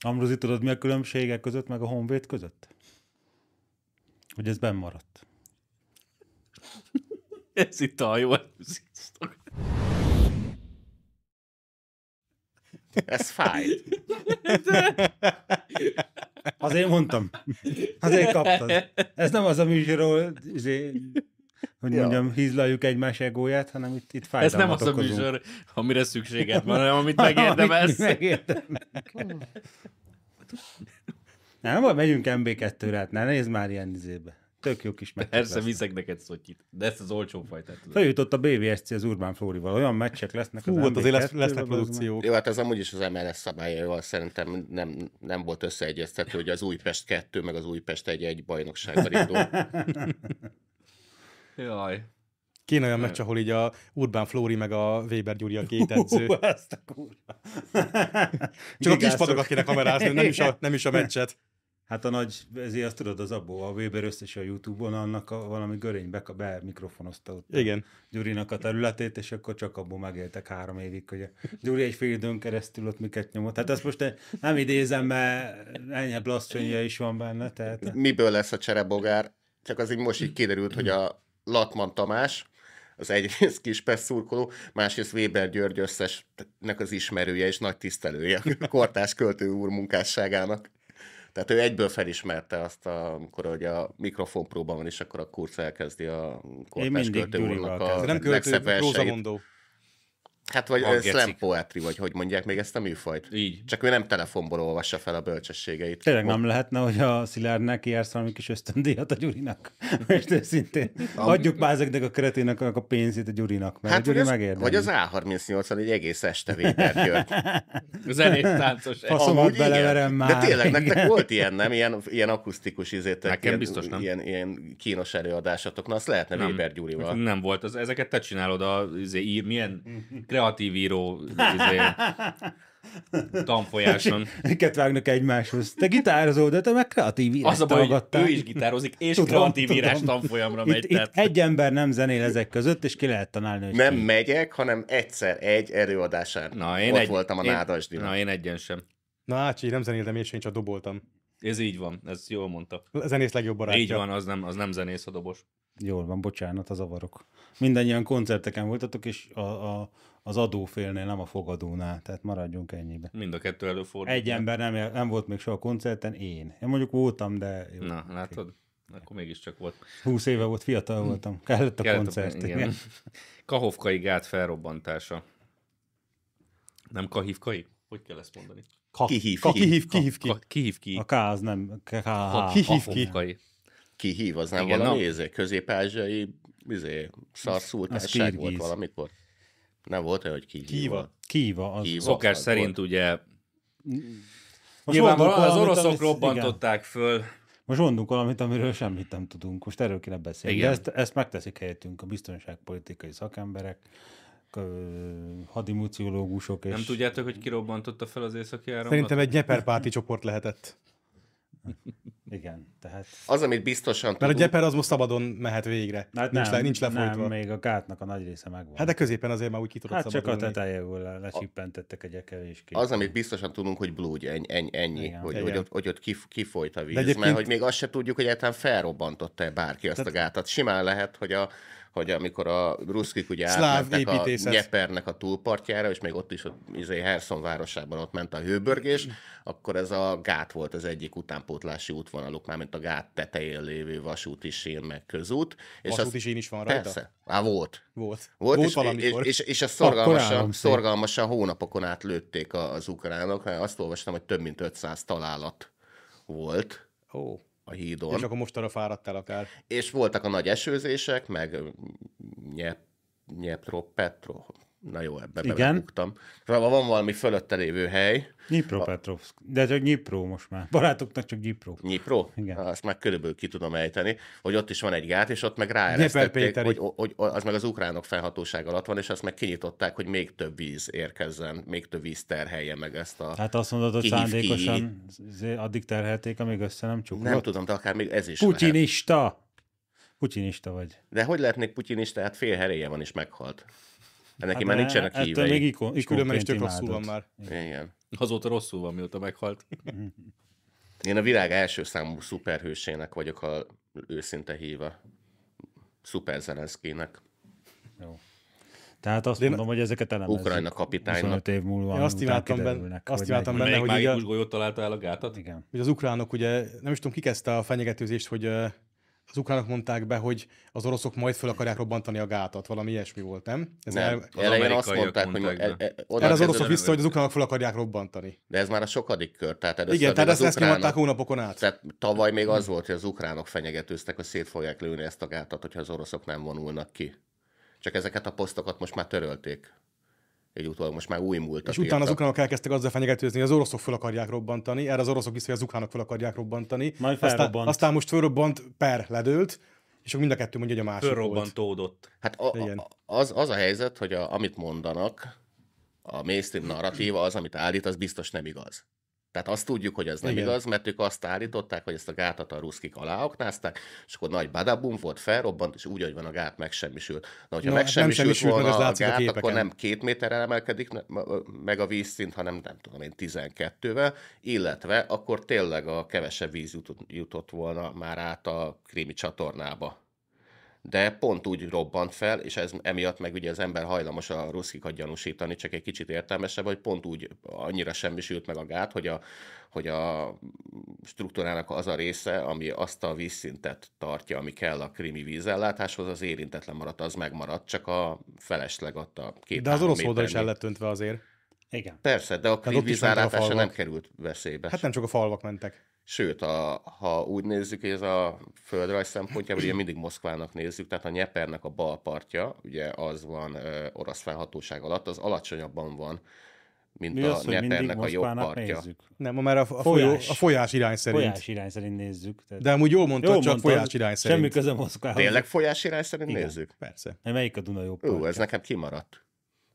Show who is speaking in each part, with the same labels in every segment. Speaker 1: Ambrózi, tudod mi a különbségek között, meg a Honvéd között? Hogy ez benn maradt.
Speaker 2: Ez itt a jó.
Speaker 3: Ez fáj.
Speaker 1: Azért mondtam. Azért kaptad. Ez nem az a műsorról, izé, hogy
Speaker 3: Ja.
Speaker 1: mondjam, hízlaljuk egymás egóját, hanem itt, itt Ah,
Speaker 2: Ez nem az a
Speaker 1: fájdalmat okozunk.
Speaker 2: műsor, amire szükséged van, hanem amit
Speaker 1: Amit
Speaker 2: megérdemelsz.
Speaker 1: mi megérdemelünk. Na, nem, majd megyünk MB2-re, hát ne nézd már ilyen izébe. Tök jó kis meccsek
Speaker 2: Persze,
Speaker 1: lesznek.
Speaker 2: viszek neked szotyit. De ezt az olcsó fajtát tudod.
Speaker 1: Följutott a BVSC az Urbán Flórival, olyan meccsek lesznek
Speaker 4: Hú, ott hát azért lesz,
Speaker 1: MB2-ből,
Speaker 4: lesznek
Speaker 1: az már-
Speaker 4: produkciók.
Speaker 3: Jó, hát ez amúgy is az MLS szabályaival szerintem nem, nem volt összeegyeztető, hogy az Újpest 2 meg az Újpest 1 egy bajnokságban indul.
Speaker 2: Jaj.
Speaker 4: Kéne olyan meccs, ahol így a Urbán Flóri meg a Weber Gyuri a két edző.
Speaker 1: Hú, hát azt a kurva.
Speaker 4: Csak a kis
Speaker 1: Gigászok.
Speaker 4: padokat kéne kamerázni, nem is a, nem is a meccset.
Speaker 1: Hát a nagy, ezért azt tudod, az abból a Weber összes a Youtube-on, annak a, valami görény be, be mikrofonozta ott a
Speaker 4: Igen.
Speaker 1: Gyurinak a területét, és akkor csak abból megéltek három évig, hogy a Gyuri egy fél időn keresztül ott miket nyomott. Hát ezt most nem idézem, mert ennyi blaszfényje is van benne, tehát
Speaker 3: Miből lesz a cserebogár? Csak az így most így kiderült, hogy a Latman Tamás, az egyrészt Kispest szurkoló, másrészt Weber György összesnek az ismerője és nagy tisztelője a kortás költő úr munkásságának. Tehát ő egyből felismerte azt, a, amikor hogy a mikrofon próba van, és akkor a kurz elkezdi a kortás
Speaker 1: mindig
Speaker 3: költő
Speaker 1: Gyurival
Speaker 3: úrnak
Speaker 1: kezdem.
Speaker 3: a
Speaker 4: Ez nem költő,
Speaker 3: legszebb verseit.
Speaker 4: prózamondó.
Speaker 3: Hát vagy
Speaker 2: Hangecik.
Speaker 3: slam poetry, vagy hogy mondják még ezt a műfajt.
Speaker 2: Így.
Speaker 3: Csak ő nem telefonból olvassa fel a bölcsességeit.
Speaker 1: tényleg nem lehetne, hogy a Szilárdnál kiársz valami kis ösztöndíjat a Gyurinak. Most őszintén. Adjuk már ezeknek a kretének a pénzét a Gyurinak, mert hát, a
Speaker 3: Hát, vagy
Speaker 1: Gyuri
Speaker 3: az,
Speaker 1: megérdemli.
Speaker 3: vagy az A38-on egy egész este Weber György.
Speaker 2: Zenét táncos.
Speaker 1: Faszom. Szóval
Speaker 3: Amúgy
Speaker 1: beleverem
Speaker 3: igen.
Speaker 1: már.
Speaker 3: De tényleg, nektek
Speaker 1: Igen.
Speaker 3: volt ilyen, nem? Ilyen, ilyen akusztikus izét, tehát
Speaker 2: Nekem
Speaker 3: ilyen,
Speaker 2: biztos nem.
Speaker 3: Ilyen, ilyen kínos előadásatok. Na, azt lehetne
Speaker 2: Nem.
Speaker 3: Weber Gyurival.
Speaker 2: Nem volt, az, ezeket te csinálod, a, izé, ír, milyen kreatív író izé, tanfolyáson.
Speaker 1: Miket vágnak egymáshoz. Te gitározol, de te meg kreatív írást
Speaker 2: Az a baj, hogy
Speaker 1: hallgattál.
Speaker 2: ő is gitározik, és
Speaker 1: Tudom,
Speaker 2: kreatív
Speaker 1: tudom.
Speaker 2: írás tanfolyamra megy.
Speaker 1: Itt, itt
Speaker 2: tehát-
Speaker 1: egy ember nem zenél ezek között, és ki lehet tanálni, hogy
Speaker 3: Nem
Speaker 1: ki.
Speaker 3: megyek, hanem egyszer egy előadásán.
Speaker 2: Na, én
Speaker 3: Ott
Speaker 2: egy,
Speaker 3: voltam a
Speaker 2: én-
Speaker 3: nádasdin.
Speaker 2: Na, én egyen sem.
Speaker 4: Na, Ácsi, nem zenéltem, és én csak doboltam.
Speaker 2: Ez így van, ez jól mondta.
Speaker 4: Zenész legjobb barátja.
Speaker 2: Így van, az nem, az nem zenész a dobos.
Speaker 1: Jól van, bocsánat, az avarok. Mindannyian koncerteken voltatok, és a, a, az adófélnél, nem a fogadónál, tehát maradjunk ennyibe.
Speaker 2: Mind a kettő előfordul.
Speaker 1: Egy ember nem, él- nem volt még soha koncerten, én. Én mondjuk voltam, de jó,
Speaker 2: Na, látod? Akkor mégiscsak volt.
Speaker 1: 20 éve volt, fiatal voltam. Kellett a
Speaker 2: Hm. Kellett a-
Speaker 1: koncert.
Speaker 2: igen.
Speaker 1: igen.
Speaker 2: Kahovkai gát felrobbantása. Nem kahívkai? Hogy kell ezt mondani?
Speaker 4: Ka-
Speaker 3: Kihív
Speaker 4: ka-
Speaker 3: ki.
Speaker 4: kihív, kihív ki.
Speaker 2: Ka- kihív ki.
Speaker 1: A K az nem, K, K, H.
Speaker 4: ki- kihív
Speaker 2: Kahovkai.
Speaker 3: Ki hív, az nem
Speaker 2: Igen,
Speaker 3: valami
Speaker 2: na.
Speaker 3: izé, közép-ázsiai izé, szarszultásság
Speaker 1: kirgíz.
Speaker 3: volt valamikor. Nem volt olyan, hogy ki
Speaker 4: Kíva.
Speaker 1: Kíva. Az.
Speaker 3: Kíva.
Speaker 2: Szokás
Speaker 3: Az
Speaker 2: szerint ugye
Speaker 1: Most mondunk
Speaker 2: Nyilvánvalóan az
Speaker 1: valamit,
Speaker 2: oroszok
Speaker 1: amit- igen.
Speaker 2: robbantották föl.
Speaker 1: Most mondunk valamit, amiről semmit nem tudunk, most erről kéne beszélni.
Speaker 2: Igen.
Speaker 1: De ezt, ezt megteszik helyettünk a biztonságpolitikai szakemberek, ö, hadimuciológusok és...
Speaker 2: Nem tudjátok, hogy ki robbantotta fel az északi áramlat?
Speaker 4: Szerintem egy nyeperpárti csoport lehetett.
Speaker 1: Igen, tehát...
Speaker 3: Az, amit biztosan
Speaker 4: Mert a
Speaker 3: tudunk,
Speaker 4: gyeper az most szabadon mehet végre.
Speaker 1: Hát
Speaker 4: nincs,
Speaker 1: nem,
Speaker 4: le, nincs lefolytva.
Speaker 1: Nem, még a gátnak a nagy része megvan.
Speaker 4: Hát de középen azért már úgy ki tudod
Speaker 1: hát csak a
Speaker 4: szabadulni.
Speaker 1: tetejéből le- lecsippentettek egy kevéskét.
Speaker 3: az, amit biztosan tudunk, hogy blúgy, ennyi, ennyi, ennyi
Speaker 1: Igen.
Speaker 3: hogy,
Speaker 4: Igen.
Speaker 3: Hogy, ott, hogy ott kif- kifolyt a víz,
Speaker 4: egyébként-
Speaker 3: mert hogy még azt se tudjuk, hogy egyáltalán felrobbantotta-e bárki azt a gátat. Simán lehet, hogy a hogy amikor a ruszkik ugye
Speaker 4: Szláv
Speaker 3: átmentek a
Speaker 4: építészet.
Speaker 3: Nyepernek a túlpartjára, és még ott is, ott, izé, Herson városában ott ment a hőbörgés, akkor ez a gát volt az egyik utánpótlási útvonaluk, mármint a gát tetején lévő vasúti sín meg közút.
Speaker 4: Vasút
Speaker 3: azt-
Speaker 4: is én is van rajta?
Speaker 3: Persze, Á, volt.
Speaker 4: Volt.
Speaker 3: Volt,
Speaker 4: Volt
Speaker 3: és,
Speaker 4: valamikor.
Speaker 3: és, és, és ezt
Speaker 1: Akkor
Speaker 3: szorgalmasan,
Speaker 1: államszép.
Speaker 3: szorgalmasan hónapokon át lőtték a- az ukránok. mert Azt olvastam, hogy több mint 500 találat volt
Speaker 4: Ó.
Speaker 3: a hídon.
Speaker 4: És
Speaker 3: És,
Speaker 4: akkor mostanra fáradtál akár.
Speaker 3: voltak a nagy esőzések, meg ö, Nyep, Nyepro, Petro. Na jó, ebbe
Speaker 1: Igen.
Speaker 3: belebuktam. Van van valami fölötte lévő hely,
Speaker 1: Nyipro Petrovsk. De csak Nyipro most már. Barátoknak csak Nyipro.
Speaker 3: Nyipro,
Speaker 1: Igen.
Speaker 3: azt meg körülbelül ki tudom ejteni, hogy ott is van egy gát, és ott meg ráeresztették,
Speaker 4: Péteri.
Speaker 3: hogy, hogy az meg az ukránok felhatóság alatt van, és azt meg kinyitották, hogy még több víz érkezzen, még több víz terhelje meg ezt a...
Speaker 1: Hát azt mondod, hogy
Speaker 3: Kihív ki.
Speaker 1: szándékosan zé- addig terhelték, amíg össze nem
Speaker 3: Nem
Speaker 1: csuklott.
Speaker 3: tudom, de akár még ez is lehet.
Speaker 1: Putinista! Putinista vagy.
Speaker 3: De hogy lehetnék putinista? Hát fél heréje van és meghalt. Hát neki
Speaker 1: Hát
Speaker 3: már
Speaker 1: ne,
Speaker 3: nincsenek
Speaker 1: ettől még
Speaker 3: hívei.
Speaker 1: ikon,
Speaker 4: És különben is tök
Speaker 1: ikonként
Speaker 4: rosszul van
Speaker 1: imádod.
Speaker 4: már.
Speaker 3: Igen.
Speaker 2: Azóta rosszul van, mióta meghalt.
Speaker 3: Én a világ első számú szuperhősének vagyok, ha őszinte híva. Szuper Zelenszkinek.
Speaker 1: Jó. Tehát azt
Speaker 4: Én-
Speaker 1: mondom, hogy ezeket elemezzük.
Speaker 3: Ukrajna kapitánynak.
Speaker 1: 25 év múlva.
Speaker 4: Én azt
Speaker 1: utána
Speaker 4: iváltam benne-
Speaker 1: kiderülnek,
Speaker 4: azt
Speaker 1: hogy
Speaker 4: iváltam
Speaker 1: melyik-
Speaker 4: benne,
Speaker 2: Melyik
Speaker 4: hogy
Speaker 2: mágikus
Speaker 4: így a-
Speaker 2: golyót találta el a gátat?
Speaker 1: Igen.
Speaker 4: hogy az ukránok ugye, nem is tudom, ki kezdte a fenyegetőzést, hogy ö, az ukránok mondták be, hogy az oroszok majd föl akarják robbantani a gátat, valami ilyesmi volt, nem? Ez
Speaker 3: Nem,
Speaker 4: El,
Speaker 3: elején azt
Speaker 2: amerikaiak
Speaker 3: mondták, hogy
Speaker 2: mondták
Speaker 3: e,
Speaker 2: be.
Speaker 3: e, oda
Speaker 4: erre az
Speaker 3: kezdődött-
Speaker 4: oroszok vissza, hogy az ukránok föl akarják robbantani.
Speaker 3: De ez már a sokadik kör, tehát először
Speaker 4: Igen, tehát
Speaker 3: még
Speaker 4: ezt, ezt Hmm.
Speaker 3: ukránok-
Speaker 4: nyomatták hónapokon át.
Speaker 3: Tehát tavaly még az volt, hogy az ukránok fenyegetőztek, hogy szét fogják lőni ezt a gátat, hogyha az oroszok nem vonulnak ki. Csak ezeket a posztokat most már törölték. Egy utólag most már új múltat
Speaker 4: És utána az
Speaker 3: írtak.
Speaker 4: ukránok elkezdtek azzal fenyegetőzni, hogy az oroszok föl akarják robbantani, erre az oroszok vissza, hogy az ukránok föl akarják robbantani.
Speaker 1: Majd
Speaker 4: aztán,
Speaker 1: felrobbant.
Speaker 4: aztán most fölrobbant, per ledőlt, és akkor mind a kettő mondja, hogy a másik volt.
Speaker 2: Fölrobbantódott.
Speaker 3: Hát a,
Speaker 4: Igen.
Speaker 3: a, az, az a helyzet, hogy a, amit mondanak, a mainstream narratíva, az, amit állít, az biztos nem igaz. Tehát azt tudjuk, hogy ez nem
Speaker 4: Igen.
Speaker 3: Igen. igaz, mert ők azt állították, hogy ezt a gátat a ruszkik aláaknázták, és akkor nagy badabum volt, felrobbant, és úgy, hogy van a gát megsemmisült. Na, hogyha
Speaker 4: Na,
Speaker 3: Na,
Speaker 4: hát nem
Speaker 3: megsemmisült
Speaker 4: semmisült meg,
Speaker 3: volna
Speaker 4: az
Speaker 3: a
Speaker 4: látszik a
Speaker 3: gát,
Speaker 4: képeken.
Speaker 3: akkor nem két méterrel emelkedik ne- ma- ö, meg a vízszint, hanem nem tudom én, 12-vel, illetve akkor tényleg a kevesebb víz jutott, jutott volna már át a krími csatornába de pont úgy robbant fel, és ez emiatt meg ugye az ember hajlamos a ruszkikat gyanúsítani, csak egy kicsit értelmesebb, hogy pont úgy annyira semmisült meg a gát, hogy a, hogy a struktúrának az a része, ami azt a vízszintet tartja, ami kell a krimi vízellátáshoz, az érintetlen maradt, az megmaradt, csak a felesleg ott a két
Speaker 4: De az
Speaker 3: három
Speaker 4: orosz oldal is el
Speaker 3: méternyi-
Speaker 4: lett öntve azért.
Speaker 1: Igen.
Speaker 3: Persze, de a krimi
Speaker 4: ott is mentek a
Speaker 3: vízellátása nem
Speaker 4: falvak.
Speaker 3: került veszélybe.
Speaker 4: Hát nem csak a falvak mentek.
Speaker 3: Sőt, a, ha úgy nézzük, hogy ez a földrajz szempontjából, ugye mindig Moszkvának nézzük, tehát a Nyepernek a bal partja, ugye az van ö, orosz felhatóság alatt, az alacsonyabban van, mint
Speaker 1: Mi
Speaker 3: a
Speaker 1: az, hogy mindig
Speaker 3: Nyepernek a jobb
Speaker 1: Moszkvának
Speaker 3: partja.
Speaker 1: nézzük?
Speaker 4: Nem, ma már a, a, folyó, a
Speaker 1: Folyás.
Speaker 4: folyás irány szerint.
Speaker 1: Folyás irány szerint nézzük. Tehát
Speaker 4: De amúgy jól mondtad,
Speaker 1: Jól
Speaker 4: csak
Speaker 1: mondtad,
Speaker 4: folyás irány szerint.
Speaker 1: Semmi köze
Speaker 4: Hát
Speaker 1: Moszkvához.
Speaker 3: Tényleg folyás irány szerint
Speaker 1: Igen.
Speaker 3: nézzük?
Speaker 4: Persze.
Speaker 1: Mert Melyik a Duna jobb
Speaker 3: Ú,
Speaker 1: partja?
Speaker 3: ez nekem kimaradt.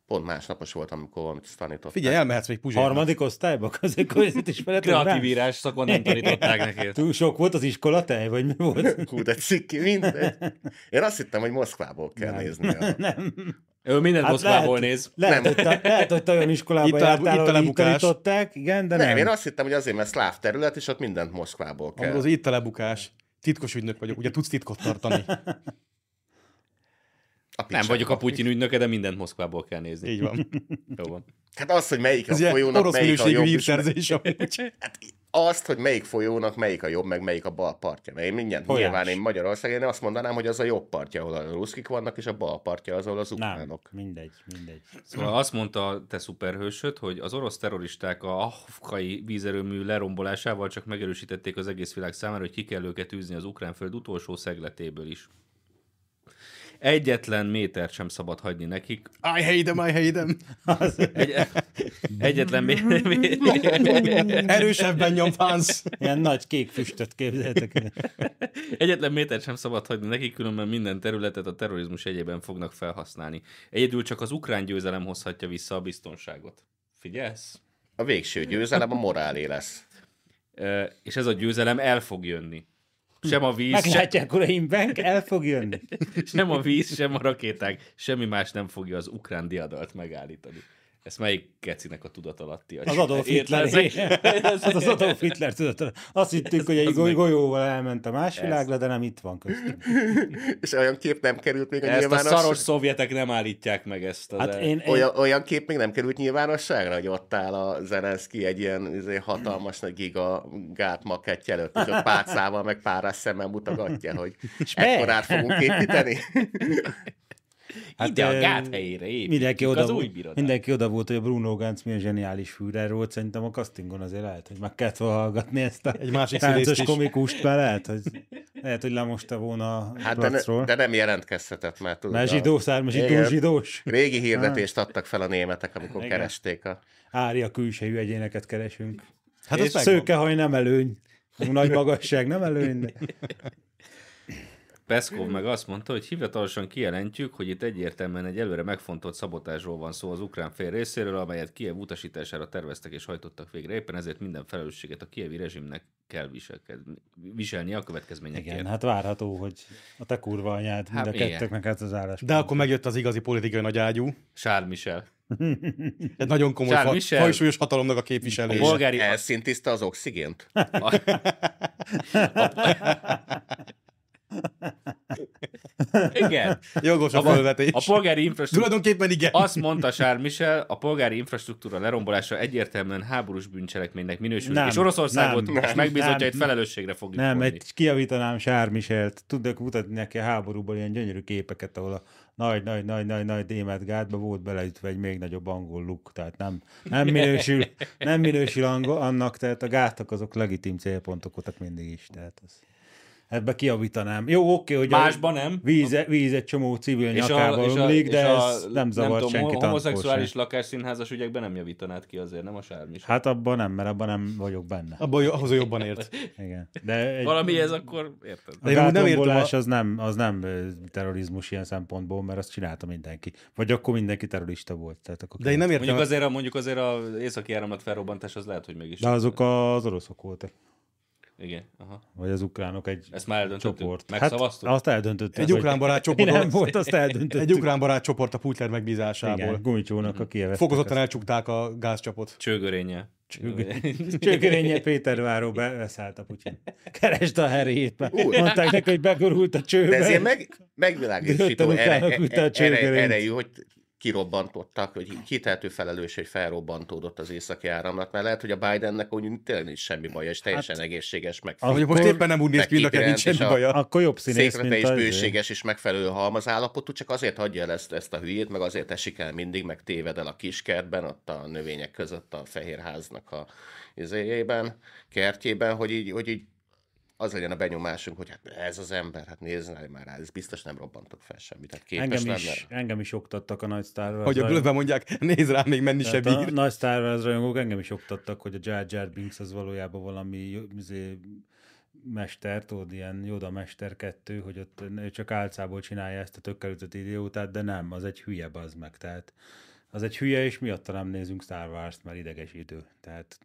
Speaker 3: Pont másnapos volt, amikor valamit azt tanították.
Speaker 4: Figyelj, elmehetsz még Puzsérnak.
Speaker 1: Harmadik osztályba közékkörnyezet ismeret?
Speaker 2: Kreatív írás szakon nem tanították neki.
Speaker 1: Túl sok volt az iskola tej, vagy mi volt?
Speaker 3: Hú, de cikki, mindegy. Én azt hittem, hogy Moszkvából kell
Speaker 1: Nem.
Speaker 3: nézni. A...
Speaker 2: Ő mindent
Speaker 1: Hát
Speaker 2: Moszkvából
Speaker 1: lehet-
Speaker 2: néz.
Speaker 1: Lehet,
Speaker 3: Nem.
Speaker 1: hogy, te, lehet, hogy te olyan iskolába
Speaker 4: Itt a-
Speaker 1: jártál,
Speaker 4: itt a
Speaker 1: ahol így
Speaker 4: lebukás.
Speaker 1: tanították, igen, de nem.
Speaker 3: Nem, én azt hittem, hogy azért, mert szláv terület, és ott mindent Moszkvából kell.
Speaker 4: Amúgy az itt a lebukás. Titkos ügynök vagyok, ugye tudsz titkot tartani.
Speaker 3: A
Speaker 2: Nem
Speaker 3: picsába.
Speaker 2: vagyok a Putyin ügynöke, de mindent Moszkvából kell nézni.
Speaker 4: Így van.
Speaker 2: Jó van.
Speaker 3: Hát az, hogy melyik a
Speaker 4: Ez ilyen
Speaker 3: folyónak,
Speaker 4: orosz
Speaker 3: melyik a
Speaker 4: minőségű
Speaker 3: jobb, és Hát
Speaker 4: hírszerzés amúgy.
Speaker 3: azt, hogy melyik folyónak melyik a jobb, meg melyik a bal partja. Mert én mindjárt
Speaker 1: Folyás.
Speaker 3: nyilván én Magyarországon én azt mondanám, hogy az a jobb partja, ahol a ruszkik vannak, és a bal partja az, ahol az
Speaker 1: Nem,
Speaker 3: ukránok.
Speaker 1: mindegy, mindegy.
Speaker 2: Szóval azt mondta a te szuperhősöd, hogy az orosz terroristák a afkai vízerőmű lerombolásával csak megerősítették az egész világ számára, hogy ki kell őket űzni az ukrán föld utolsó szegletéből is. Egyetlen métert sem szabad hagyni nekik.
Speaker 4: I hate them, I hate them.
Speaker 2: Egy, egyetlen métert...
Speaker 4: Erősebben nyomfánsz.
Speaker 1: Ilyen nagy kék füstöt képzeltek. el.
Speaker 2: Egyetlen métert sem szabad hagyni nekik, különben minden területet a terrorizmus egyében fognak felhasználni. Egyedül csak az ukrán győzelem hozhatja vissza a biztonságot. Figyelsz?
Speaker 3: A végső győzelem a morálé lesz.
Speaker 2: Ö, És ez a győzelem el fog jönni. Sem a víz, se,
Speaker 1: Meglátják, uraim, Bank el fog jönni.
Speaker 2: sem a víz, sem a rakéták, semmi más nem fogja az ukrán diadalt megállítani. Ezt melyik kecinek a tudatalatti?
Speaker 1: Az Adolf Hitler. Az az Adolf Hitler tudod. Azt hittük, hogy egy
Speaker 2: Az meg-
Speaker 1: goly- golyóval elment a más világra, de nem itt van köztünk.
Speaker 3: És olyan kép nem került még a
Speaker 2: Ezt a szaros
Speaker 3: nyilvánosságra.
Speaker 2: szovjetek nem állítják meg ezt. Az
Speaker 1: Hát én, én
Speaker 3: Olyan, olyan kép még nem került nyilvánosságra, hogy ott áll a Zelenszky egy ilyen izé, hatalmas nagy giga gát makettje előtt, és ott pálcával meg párás szemmel mutogatja, hogy ekkorát fogunk építeni.
Speaker 2: hát Ide a
Speaker 1: ö,
Speaker 2: gát helyére építjük
Speaker 1: mindenki oda,
Speaker 2: az új
Speaker 1: volt,
Speaker 2: birodalmat.
Speaker 1: mindenki oda volt, hogy a Bruno Gantz milyen zseniális Führer volt. Szerintem a castingon azért lehet, hogy meg kellett volna hallgatni ezt a
Speaker 4: Egy másik színészt
Speaker 1: táncos
Speaker 4: is.
Speaker 1: komikust, mert lehet, hogy, lehet, hogy lemosta volna a
Speaker 3: Hát de, ne,
Speaker 1: placról.
Speaker 3: de nem jelentkezhetett, mert tudod.
Speaker 1: Mert
Speaker 3: a-
Speaker 1: zsidó származító
Speaker 3: Igen.
Speaker 1: zsidós.
Speaker 3: Régi hirdetést adtak fel a németek, amikor
Speaker 1: Igen.
Speaker 3: keresték a...
Speaker 1: Ária külsejű egyéneket keresünk.
Speaker 4: Hát
Speaker 1: Hát
Speaker 4: az
Speaker 1: és
Speaker 4: megvan.
Speaker 1: szőkehaj nem előny. Nagy magasság nem előny. De...
Speaker 2: Peszkov meg azt mondta, hogy hivatalosan kijelentjük, hogy itt egyértelműen egy előre megfontolt szabotásról van szó az ukrán fél részéről, amelyet Kiev utasítására terveztek és hajtottak végre. Éppen ezért minden felelősséget a kievi rezsimnek kell viselkedni, viselni a következményekért.
Speaker 1: Igen, hát várható, hogy a te kurva anyád,
Speaker 2: Hát
Speaker 1: mind a
Speaker 2: igen.
Speaker 1: kettőknek hát az állás.
Speaker 4: De akkor megjött az igazi politikai nagyágyú.
Speaker 2: Charles Michel.
Speaker 4: Egy nagyon komoly
Speaker 2: Charles
Speaker 4: fa-
Speaker 2: Michel.
Speaker 4: fajsúlyos hatalomnak a képviselő.
Speaker 2: A
Speaker 3: És
Speaker 2: bolgári-
Speaker 3: elszintiszta az oxigént?
Speaker 2: Igen.
Speaker 4: Jogos a
Speaker 2: A-
Speaker 4: felvetés.
Speaker 2: A polgári infrastruktúra...
Speaker 4: Tulajdonképpen igen.
Speaker 2: Azt mondta Charles Michel, a polgári infrastruktúra lerombolása egyértelműen háborús bűncselekménynek minősül,
Speaker 1: Nem,
Speaker 2: és Oroszországot
Speaker 1: nem,
Speaker 2: most
Speaker 1: nem,
Speaker 2: megbízottjait
Speaker 1: nem.
Speaker 2: felelősségre fogjuk
Speaker 1: Nem,
Speaker 2: vonni.
Speaker 1: egy kiavítanám Sármiselt. Tudok mutatni neki a háborúból ilyen gyönyörű képeket, ahol a nagy-nagy-nagy-nagy-nagy német gátba volt beleütve egy még nagyobb angol luk, tehát nem, nem minősül, nem minősül angol, annak, tehát a gátak azok legitim célpontok voltak mindig is, tehát az, ebbe kiavítanám. Jó, oké, hogy
Speaker 2: Másban nem.
Speaker 1: a víz, víz egy csomó civil
Speaker 2: És a-
Speaker 1: nyakába
Speaker 2: és a-
Speaker 1: ömlik,
Speaker 2: és
Speaker 1: de
Speaker 2: a-
Speaker 1: ez nem zavart
Speaker 2: tudom,
Speaker 1: senkit
Speaker 2: A
Speaker 1: akkor
Speaker 2: homoszexuális
Speaker 1: sem.
Speaker 2: lakásszínházas ügyekben nem javítanád ki azért, nem a sármis.
Speaker 1: Hát abban nem, mert abban nem vagyok benne.
Speaker 4: Abban ahhoz a jobban ért.
Speaker 1: Igen. De egy,
Speaker 2: Valami ez akkor, érted?
Speaker 1: A
Speaker 4: Én amúgy nem értem
Speaker 1: gátombolás
Speaker 4: a-
Speaker 1: az nem, az nem ö, terrorizmus ilyen szempontból, mert azt csinálta mindenki. Vagy akkor mindenki terrorista volt. Tehát akkor
Speaker 4: De én nem értem.
Speaker 2: Mondjuk azért, a, mondjuk azért az északi áramlat felrobbantás az lehet, hogy mégis.
Speaker 1: De azok az oroszok voltak,
Speaker 2: Igen, aha.
Speaker 1: vagy az ukránok egy
Speaker 2: Ezt már eldöntöttük?
Speaker 1: csoport.
Speaker 2: Megszavaztuk?
Speaker 1: Hát, azt eldöntöttük.
Speaker 4: Egy
Speaker 1: hogy-
Speaker 4: ukrán barát
Speaker 1: Mi
Speaker 4: csoport.
Speaker 1: nem volt, azt eldöntöttük.
Speaker 4: Egy ukrán barát csoport a Putler
Speaker 1: Igen,
Speaker 4: megbízásából.
Speaker 1: gumicsónak
Speaker 2: Mhm.
Speaker 1: a kievet.
Speaker 4: Fokozottan elcsukták a gázcsapot.
Speaker 2: Csőgörénye.
Speaker 1: Csökörénye Péterváról be- beszállt a Putyin. Keresd a herét. Mondták neki, hogy begurult a csőbe.
Speaker 3: De ez ilyen meg, megvilágító
Speaker 1: Dőltem utána,
Speaker 3: ere, e-
Speaker 1: küldte a
Speaker 3: ere, ere,
Speaker 1: csőgörényt.
Speaker 3: erejű, hogy kirobbantottak, hogy hiteltő felelős, hogy felrobbantódott az északi áramlat, mert lehet, hogy a Bidennek úgy tényleg nincs semmi baja, és teljesen egészséges, meg
Speaker 1: Hát, ahogy
Speaker 4: Hogy most
Speaker 1: Akkor-
Speaker 4: éppen nem úgy néz ki, mind a kettő, nincs
Speaker 3: megképirent,
Speaker 4: semmi
Speaker 3: és a-
Speaker 4: baja.
Speaker 1: Akkor jobb színész,
Speaker 3: székrete
Speaker 1: mint
Speaker 3: is
Speaker 1: az.
Speaker 3: bőséges és megfelelő halmazállapotú, csak azért hagyja el ezt, ezt a hülyét, meg azért esik el mindig, meg téved el a kiskertben, ott a növények között a fehérháznak a izéjében, kertjében, hogy így, hogy így az legyen a benyomásunk, hogy hát ez az ember, hát nézzen már rá, ez biztos nem robbantok fel semmit, hát képes
Speaker 1: Engem
Speaker 3: lenne.
Speaker 1: is, engem is oktattak a nagy Star Wars
Speaker 4: Hogy a
Speaker 1: rajongók.
Speaker 4: blöve mondják, néz rá, még menni se
Speaker 1: Tehát a
Speaker 4: bír.
Speaker 1: nagy Star Wars rajongók engem is oktattak, hogy a Jar Jar Binks az valójában valami jó- izé, mester, tudod, ilyen Yoda mester kettő, hogy ott ő csak álcából csinálja ezt a tökkelütött idiótát, de nem, az egy hülye az meg, tehát az egy hülye, és miatta nem nézünk Star Wars-t, mert ideges idő. Tehát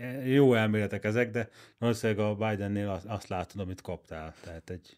Speaker 1: e, jó elméletek ezek, de valószínűleg a Bidennél azt, azt látod, amit kaptál. Tehát egy,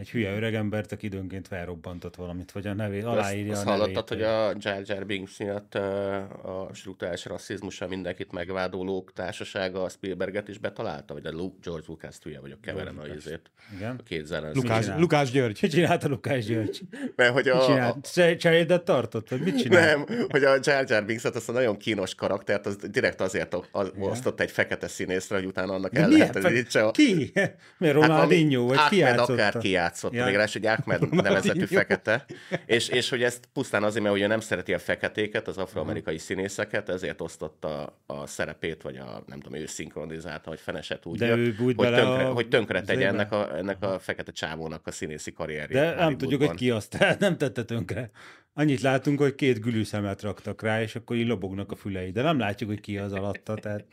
Speaker 1: egy hülye öregembert, aki időnként felrobbantott valamit, vagy a nevét, aláírja
Speaker 3: azt,
Speaker 1: a
Speaker 3: azt
Speaker 1: nevét.
Speaker 3: hallottad, hogy a Jar Jar Binks miatt ö, a struktúrális rasszizmusa mindenkit megvádolók társasága a Spielberget is betalálta, vagy a Lu- George Lucas hülye vagyok, keverem a izét.
Speaker 1: Igen.
Speaker 3: A két zelenszín.
Speaker 1: Mit
Speaker 4: Lukás,
Speaker 1: csinál?
Speaker 4: Lukás György.
Speaker 1: Mit csinált a Lukács György?
Speaker 3: Mert hogy
Speaker 1: Mit
Speaker 3: a, a,
Speaker 1: csinált? Cse- Cserédet tartott? Vagy mit csinált?
Speaker 3: nem, hogy a Jar Jar Binks, hát azt a nagyon kínos karaktert, az direkt azért o- az, osztott egy fekete színészre, hogy utána annak
Speaker 1: De
Speaker 3: el
Speaker 1: milyen
Speaker 3: lehet,
Speaker 1: fel...
Speaker 3: hogy a...
Speaker 1: Ki? Mi Ronaldinho? vagy ki
Speaker 3: Hát Ahmed
Speaker 1: játszotta?
Speaker 3: akár kijátszott,
Speaker 1: Ja.
Speaker 3: ja. még rá, is, hogy Ahmed nevezetű
Speaker 4: Ronaldinho.
Speaker 3: fekete, és, és hogy ezt pusztán azért, mert ugye nem szereti a feketéket, az afroamerikai
Speaker 1: Mhm.
Speaker 3: színészeket, ezért osztotta a szerepét, vagy a, nem tudom, ő szinkronizálta, vagy feneset úgy,
Speaker 1: De ő bújt
Speaker 3: hogy,
Speaker 1: bele
Speaker 3: tönkre,
Speaker 1: a-
Speaker 3: hogy tönkre tegye
Speaker 1: zébe.
Speaker 3: ennek a, ennek a fekete csávónak a színészi karrierjét.
Speaker 1: De nem tudjuk, hogy
Speaker 3: Hollywoodban.
Speaker 1: ki azt, tehát nem tette tönkre. Annyit látunk, hogy két gülűszemet raktak rá, és akkor így lobognak a fülei, de nem látjuk, hogy ki az alatta, tehát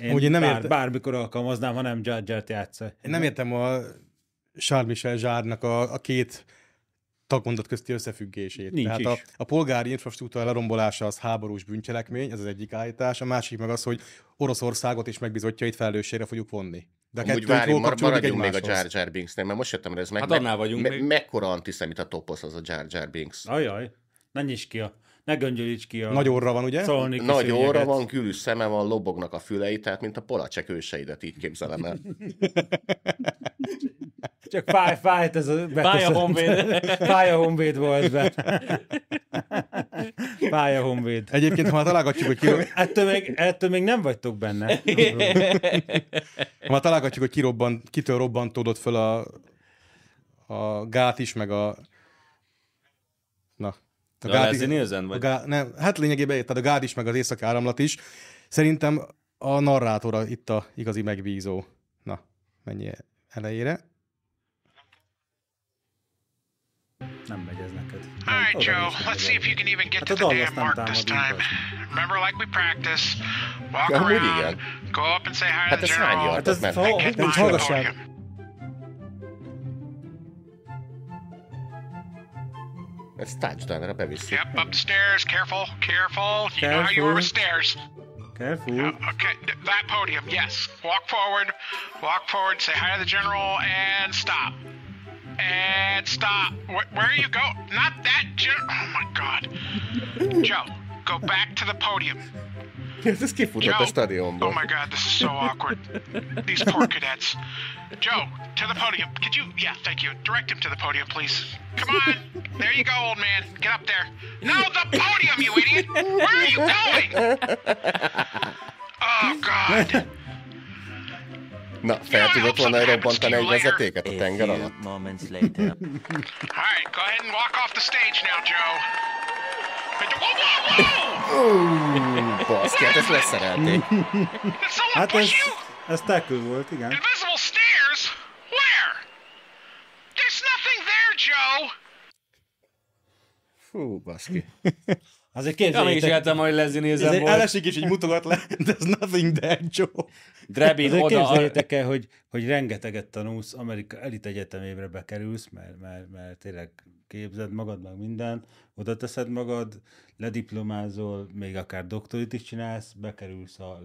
Speaker 1: én,
Speaker 4: Amúgy én
Speaker 1: nem
Speaker 4: nem
Speaker 1: bár,
Speaker 4: érte-
Speaker 1: bármikor alkalmaznám, ha nem Jar Jar-t játsza.
Speaker 4: Én nem értem a Charles Michel Zsárnak a, a két tagmondat közti összefüggését.
Speaker 1: Nincs
Speaker 4: Tehát
Speaker 1: is.
Speaker 4: A, a polgári infrastruktúra lerombolása az háborús bűncselekmény, ez az egyik állítás, a másik meg az, hogy Oroszországot és megbizotjait felelősségre fogjuk vonni. De a
Speaker 3: Amúgy
Speaker 4: kettő jól
Speaker 3: várjunk, mar-
Speaker 4: kapcsolódik
Speaker 3: maradjunk még a
Speaker 4: egymáshoz.
Speaker 3: Jar Jar Binksnél, mert most jöttem rá, ez meg,
Speaker 2: Hát
Speaker 3: meg-
Speaker 2: annál vagyunk
Speaker 3: me-
Speaker 2: még.
Speaker 3: mekkora antiszemita toposz az a Jar Jar Binks.
Speaker 1: Ajaj, ne nyisd ki a, ne göngyölíts ki a
Speaker 4: Nagy orra van, ugye?
Speaker 1: szaloniki
Speaker 3: Nagy
Speaker 1: szőnyeget.
Speaker 3: óra van, külű szeme van, lobognak a fülei, tehát mint a polacsek őseidet így képzelem el.
Speaker 1: Csak fáj, fájt ez a beköszönt.
Speaker 2: honvéd.
Speaker 1: Fáj a honvéd volt be. Fáj a honvéd.
Speaker 4: Egyébként, ha már találgatjuk, hogy kirob...
Speaker 1: Ettől még, ettől még nem vagytok benne.
Speaker 4: ha már találgatjuk, hogy kirobban, kitől robbantódott föl a, a gát is, meg a... Na.
Speaker 2: A Leslie Nielsen vagy?
Speaker 4: A gá... nem, hát lényegében tehát a gát is, meg az északi áramlat is. Szerintem a narrátora itt a igazi megbízó. Na, mennyi elejére.
Speaker 1: Nem megy ez neked.
Speaker 5: All right,
Speaker 1: Oda
Speaker 5: Joe.
Speaker 1: nincs meg
Speaker 5: Let's
Speaker 1: az
Speaker 5: see if you
Speaker 1: elég.
Speaker 5: can even get
Speaker 1: Hát
Speaker 5: to
Speaker 1: a
Speaker 5: the
Speaker 1: Dallas
Speaker 5: damn
Speaker 1: nem
Speaker 5: mark this time.
Speaker 1: támadni.
Speaker 5: Remember, like we practiced, walk
Speaker 3: Yeah, I'm with you
Speaker 5: around, go up and say hi
Speaker 3: Hát
Speaker 5: to the
Speaker 3: ez hány
Speaker 5: general,
Speaker 1: Hát ez
Speaker 3: yardot mentek?
Speaker 5: hit
Speaker 1: ha-
Speaker 5: my
Speaker 4: hallgassák.
Speaker 5: target.
Speaker 3: Ez touchdown-ra beviszi.
Speaker 5: Yep, up the stairs. Careful, careful. You know how you
Speaker 1: Careful.
Speaker 5: were with stairs.
Speaker 1: Careful.
Speaker 5: Okay, th- that podium, yes. Walk forward, walk forward, say hi to the general, and stop. And stop. Wh- where are you go? Not that general. Oh my god. Joe, go back to the podium.
Speaker 3: Ez kifutott a
Speaker 5: Oh my
Speaker 3: stadionból.
Speaker 5: god, this is so awkward. These poor cadets. Joe, to the podium. Could you? Yeah, thank you. Direct him to the podium, please. Come on. There you go, old man. Get up there. No, the podium, you idiot. Where are you going? Oh god.
Speaker 3: Na, fel tudott volna robbantani egy vezetéket a
Speaker 6: A
Speaker 3: tenger
Speaker 6: few
Speaker 3: alatt?
Speaker 6: moments later.
Speaker 5: All right, go ahead and walk off the stage now, Joe. Whoa, whoa, whoa!
Speaker 3: Baszki, hát ezt leszerelték.
Speaker 5: Did someone
Speaker 1: Hát ez,
Speaker 5: push you?
Speaker 1: ez tackle volt, igen.
Speaker 5: Invisible stairs? Where? There's nothing there, Joe.
Speaker 3: Fú, baszki.
Speaker 1: Azért
Speaker 2: Ja, mégis
Speaker 1: képzeljétek,
Speaker 2: éltem, hogy Leslie
Speaker 4: Ez
Speaker 2: nézem
Speaker 4: egy
Speaker 2: volt.
Speaker 4: elesik is, így mutogat le, there's nothing there, Joe.
Speaker 2: Drebin
Speaker 1: azért
Speaker 2: oda. a-
Speaker 1: képzeljétek el, hogy, hogy rengeteget tanulsz, Amerika elit egyetemébre bekerülsz, mert, mert, mert tényleg képzed magad, meg minden, oda teszed magad, lediplomázol, még akár doktorit is csinálsz, bekerülsz a